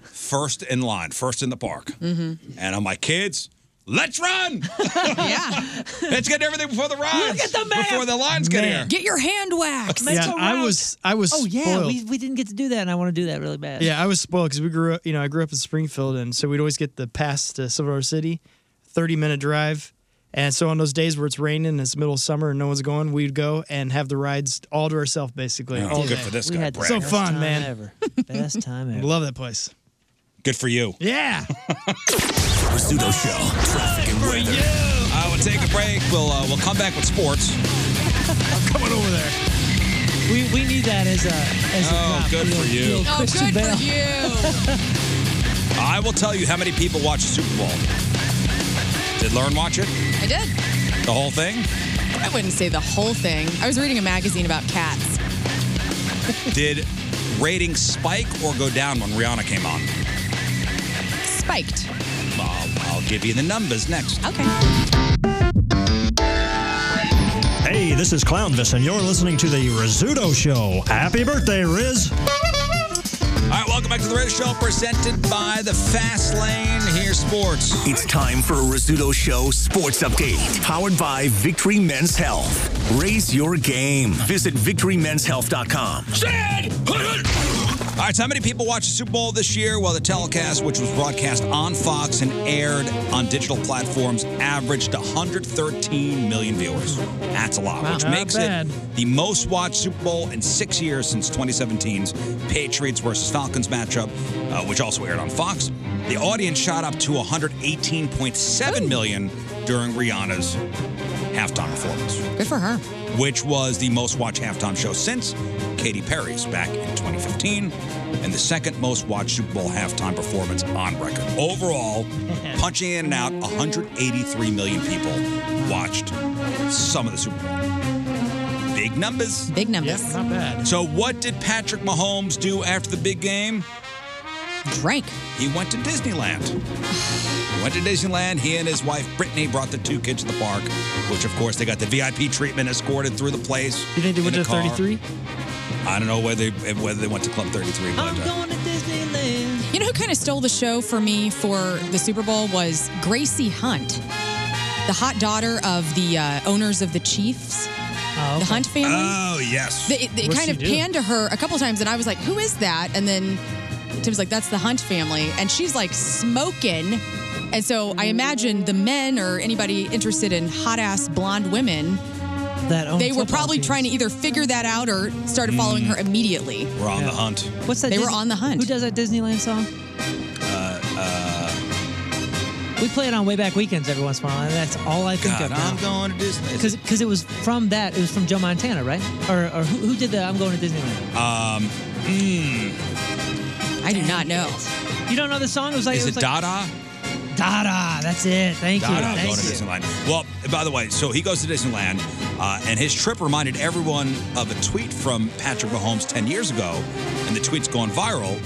A: first in line, first in the park,
B: Mm-hmm.
E: Mhm.
A: and I'm like, kids, let's run.
B: yeah.
A: Let's get everything before the rides.
C: Look at the map.
A: Before the lines get here.
B: Get your hand waxed.
E: Yeah, I was I was
C: Oh yeah,
E: spoiled.
C: we, we didn't get to do that, and I want to do that really bad.
E: Yeah, I was spoiled because we grew up. You know, I grew up in Springfield, and so we'd always get the pass to Silver Dollar City, thirty minute drive. And so on those days where it's raining, and it's middle of summer, and no one's going, we'd go and have the rides all to ourselves, basically.
A: Oh,
E: all
A: good
E: day.
A: for this We guy, had the
E: So
A: bragger. best
E: fun,
A: time
E: man.
C: ever. Best time ever.
E: Love that place.
A: Good for you.
E: Yeah.
A: Rizzuto Show. Traffic and weather. Uh, we'll take a break. We'll uh, we'll come back with sports.
E: I'm coming over there.
C: We, we need that as a as
A: Oh,
C: a prop.
A: good
C: Little-
A: for you.
C: little
A: Oh,
C: Christian
A: good for
C: Bale.
A: I will tell you how many people watch the Super Bowl. Did Lauren watch it?
B: I did.
A: The whole thing?
B: I wouldn't say the whole thing. I was reading a magazine about cats.
A: Did ratings spike or go down when Rihanna came on?
B: Spiked.
A: I'll, I'll give you the numbers next.
D: Hey, this is Clownvis, and you're listening to the Rizzuto Show. Happy birthday, Riz!
A: All right, welcome back to the radio show presented by the Fast Lane. Here's sports.
H: It's time for a Rizzuto Show Sports Update, powered by Victory Men's Health. Raise your game. Visit victorymenshealth.com.
A: All right, so how many people watched the Super Bowl this year? Well, the telecast, which was broadcast on Fox and aired on digital platforms, averaged 113 million viewers. That's a lot,
E: Wow.
A: which
E: Not
A: makes
E: bad.
A: it the most watched Super Bowl in six years since 2017's Patriots versus Falcons matchup, uh, which also aired on Fox. The audience shot up to 118.7 million during Rihanna's halftime performance
B: Good for her.
A: which was the most watched halftime show since Katy Perry's back in 2015, and the second most watched Super Bowl halftime performance on record. Overall, punching in and out, 183 million people watched some of the Super Bowl. Big numbers.
B: Big numbers.
E: not bad.
A: So, what did Patrick Mahomes do after the big game?
B: Drank.
A: He went to Disneyland. He went to Disneyland. He and his wife Brittany brought the two kids to the park, which, of course, they got the VIP treatment, escorted through the place.
E: You think they
A: in
E: went
A: a
E: to
A: car.
E: 33?
A: I don't know whether whether they went to Club 33. But,
B: Oh,
A: uh,
B: You know who kind of stole the show for me for the Super Bowl was Gracie Hunt, the hot daughter of the uh, owners of the Chiefs, the Hunt family.
A: Oh, yes.
B: They, they kind of panned to her a couple times, and I was like, "Who is that?" And then Tim's like, "That's the Hunt family," and she's like smoking. And so I imagine the men or anybody interested in hot ass blonde women,
C: That own
B: they were
C: football
B: probably
C: teams.
B: trying to either figure that out or started following her immediately.
A: We're on the hunt.
C: What's that?
B: They were
C: Disney-
B: on the hunt.
C: Who does that Disneyland song?
A: Uh, uh,
C: We play it on way back weekends every once in a while, and that's all I think
A: God,
C: of.
A: I'm going to Disney.
C: Because it was from that. It was from Joe Montana, right? Or, or who, who did the I'm going to Disneyland?
A: um, hmm.
B: I do not know.
C: You don't know the song? It was like
A: Is
C: it was
A: it
C: like,
A: Dada?
C: Dada. That's it. Thank you.
A: Dada
C: Thank
A: going to
C: you.
A: Disneyland. Well, by the way, so he goes to Disneyland, uh, and his trip reminded everyone of a tweet from Patrick Mahomes 10 years ago, and the tweet's gone viral.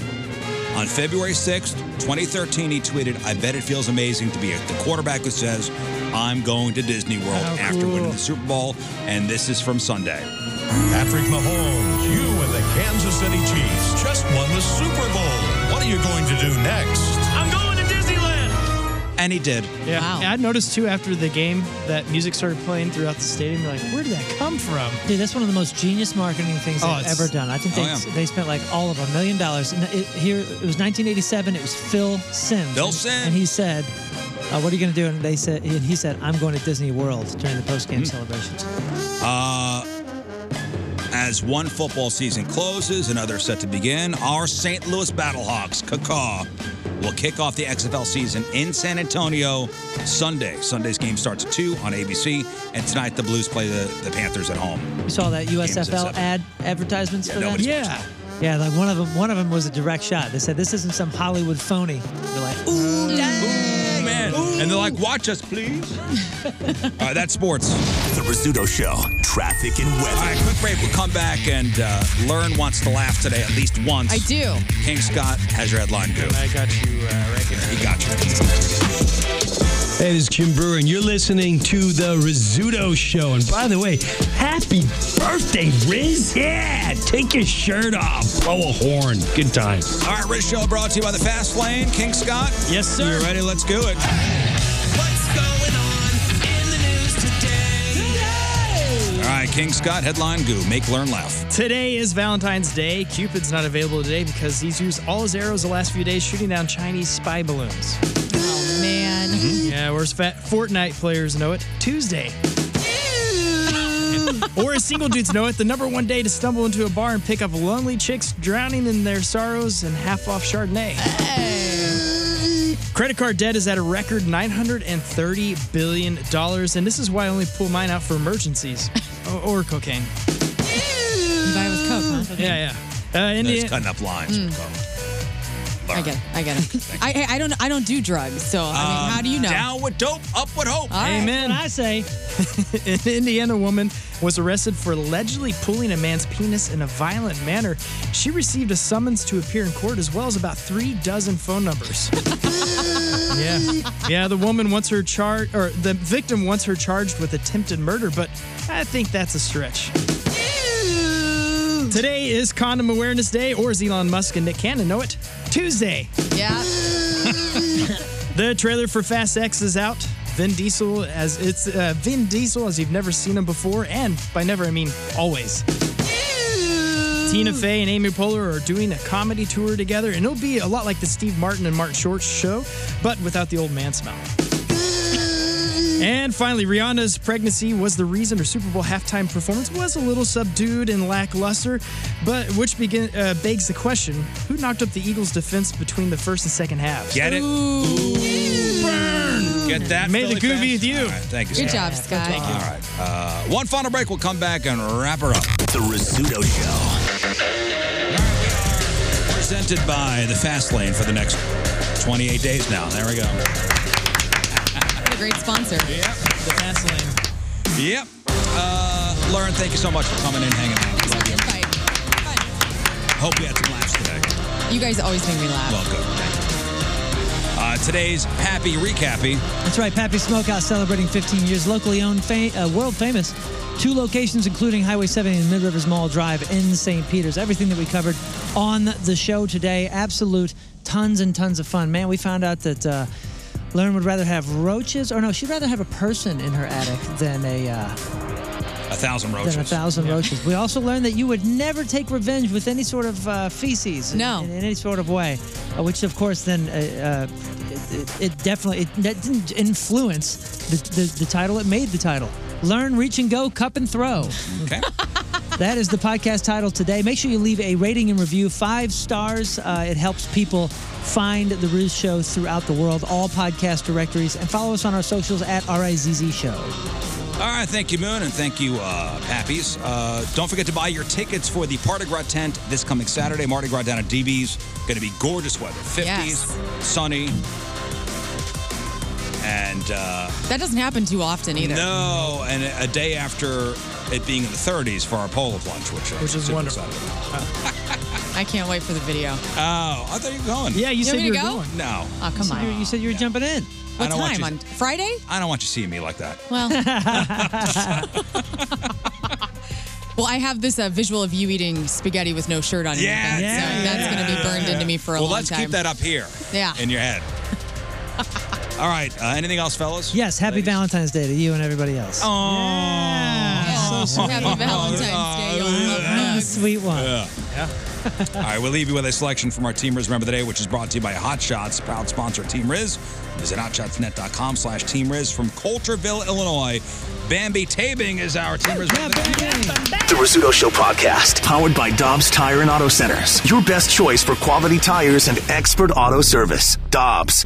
A: On February 6th, 2013, he tweeted, I bet it feels amazing to be the quarterback who says, I'm going to Disney World
C: Oh,
A: after winning the Super Bowl. And this is from Sunday.
P: Patrick Mahomes, you and the Kansas City Chiefs just won the Super Bowl. What are you going to do next?
E: I'm going to Disneyland.
A: And he did.
E: Yeah. And I noticed too after the game that music started playing throughout the stadium. You're like, where did that come from?
C: Dude, that's one of the most genius marketing things
E: Oh,
C: I've
E: it's-
C: ever done. I think they,
E: Oh, yeah.
C: they spent like all of a million dollars. And it, here it was 1987. It was Phil Sims.
A: Phil
C: And-
A: Sims.
C: And he said, uh, "What are you going to do?" And they said, and he said, "I'm going to Disney World during the post-game celebrations."
A: Uh, as one football season closes, another set to begin. Our St. Louis Battlehawks, Kaka, will kick off the XFL season in San Antonio Sunday. Sunday's game starts at 2 on ABC, and tonight the Blues play the, the Panthers at home.
C: You saw that USFL
A: seven.
C: ad advertisements for that?
A: nobody's Yeah.
C: Yeah, like one of them. One of them was a direct shot. They said this isn't some Hollywood phony. They're like, ooh,
A: Oh, man. And they're like, watch us, please. All right, that's sports.
Q: The Rizzuto Show, traffic and weather.
A: All right, quick break. We'll come back, and uh, Learn wants to laugh today at least once.
B: I do.
A: King Scott has your headline, dude. I got you uh, right here. He got you.
D: Hey, this is Jim Brewer, and you're listening to The Rizzuto Show. And by the way, happy birthday, Riz. Yeah, take your shirt off, blow a horn. Good time.
A: All right, Rich Show brought to you by the Fast Lane. King Scott. Yes, sir. You ready? Let's do it. All right, King Scott, headline goo. Make Learn laugh.
E: Today is Valentine's Day. Cupid's not available today because he's used all his arrows the last few days shooting down Chinese spy balloons. Mm-hmm.
B: Oh, man.
E: Yeah, where's fat Fortnite players know it? Tuesday. or as single dudes know it, the number one day to stumble into a bar and pick up lonely chicks drowning in their sorrows and half off Chardonnay. Credit card debt is at a record $930 billion, and this is why I only pull mine out for emergencies or, or cocaine.
B: You buy it with Coke, huh?
E: Yeah, yeah. Uh,
A: They're
E: Indiana,
A: just cutting up lines.
B: Mm. I get it. I get it. I, I I don't I don't do drugs, so I mean, how do you know?
A: Um, Down with dope, up with hope.
E: Amen. I say. An Indiana woman was arrested for allegedly pulling a man's penis in a violent manner. She received a summons to appear in court as well as about three dozen phone numbers. yeah. Yeah, the woman wants her charged, or the victim wants her charged with attempted murder, but I think that's a stretch. Today is Condom Awareness Day, or as Elon Musk and Nick Cannon know it, Tuesday.
B: Yeah.
E: The trailer for Fast X is out. Vin Diesel as it's uh, Vin Diesel as you've never seen him before, and by never I mean always. Tina Fey and Amy Poehler are doing a comedy tour together, and it'll be a lot like the Steve Martin and Martin Short show, but without the old man smell. And finally, Rihanna's pregnancy was the reason her Super Bowl halftime performance was a little subdued and lackluster, but which begin, uh, begs the question: Who knocked up the Eagles' defense between the first and second halves?
A: Get it? Burn. Get that.
E: May the
A: Philly
E: goo
A: fans?
E: be with you.
A: All right, thank you.
B: Good job, Scott.
A: All right. Uh, one final break. We'll come back and wrap her up. The Rizzuto Show. Presented by the Fast Lane for the next 28 days now. There we go.
B: What a great sponsor. Yep.
E: The fast lane.
A: Yep. Uh, Lauren, thank you so much for coming in, hanging out. Love you. Hope you had some laughs today.
B: You guys always make me laugh.
A: Well, good. Uh, today's happy recappy.
C: That's right, Pappy Smokehouse celebrating 15 years, locally owned, fa- uh, world famous. Two locations, including Highway 7 and Mid Rivers Mall Drive in St. Peter's. Everything that we covered on the show today, absolute tons and tons of fun. Man, we found out that uh, Lauren would rather have roaches, or no, she'd rather have a person in her attic than a uh,
A: A thousand roaches.
C: than a thousand roaches. We also learned that you would never take revenge with any sort of uh, feces, no, in, in any sort of way, uh, which of course then uh, uh, it, it, it definitely it, that didn't influence the, the, the title. It made the title. Learn, reach, and go, cup and throw.
A: Okay.
C: That is the podcast title today. Make sure you leave a rating and review, five stars. Uh, it helps people find the Riz Show throughout the world, all podcast directories, and follow us on our socials at RIZZ Show.
A: All right, thank you, Moon, and thank you, uh, Pappies. Uh, don't forget to buy your tickets for the Mardi Gras tent this coming Saturday. Mardi Gras down at DB's. Going to be gorgeous weather. 50s, sunny. And uh,
B: That doesn't happen too often either.
A: no, and a- a day after it being in the 30s for our polo plunge, which, I'm
B: Which is
A: super
B: wonderful.
A: excited about.
B: I can't wait for the video.
A: Oh, I thought you were going.
B: Yeah, you You want said me to you were go? going.
A: No.
B: Oh, come on.
C: You said you were jumping in.
A: I
B: What
A: don't want
B: time?
A: you-
B: On Friday?
A: I don't want you seeing me like that.
B: Well. well, I have this uh, visual of you eating spaghetti with no shirt on. in your
A: Yeah,
B: back, so that's going to be burned into me for a
A: well,
B: long
A: let's
B: time.
A: keep that up here.
B: Yeah.
A: In your head. All right. Uh, anything else, fellas?
C: Yes, happy Valentine's Day to you and everybody else.
A: Oh,
B: Happy Valentine's Day, y'all.
C: I'm the sweet one.
A: Yeah. All right, we'll leave you with a selection from our Team Riz Remember the Day, which is brought to you by Hot Shots, proud sponsor of Team Riz. Visit hotshotsnet.com slash Team Riz from Coulterville, Illinois. Bambi Tabing is our Timbers.
H: The Rizzuto Show podcast, powered by Dobbs Tire and Auto Centers. Your best choice for quality tires and expert auto service. Dobbs.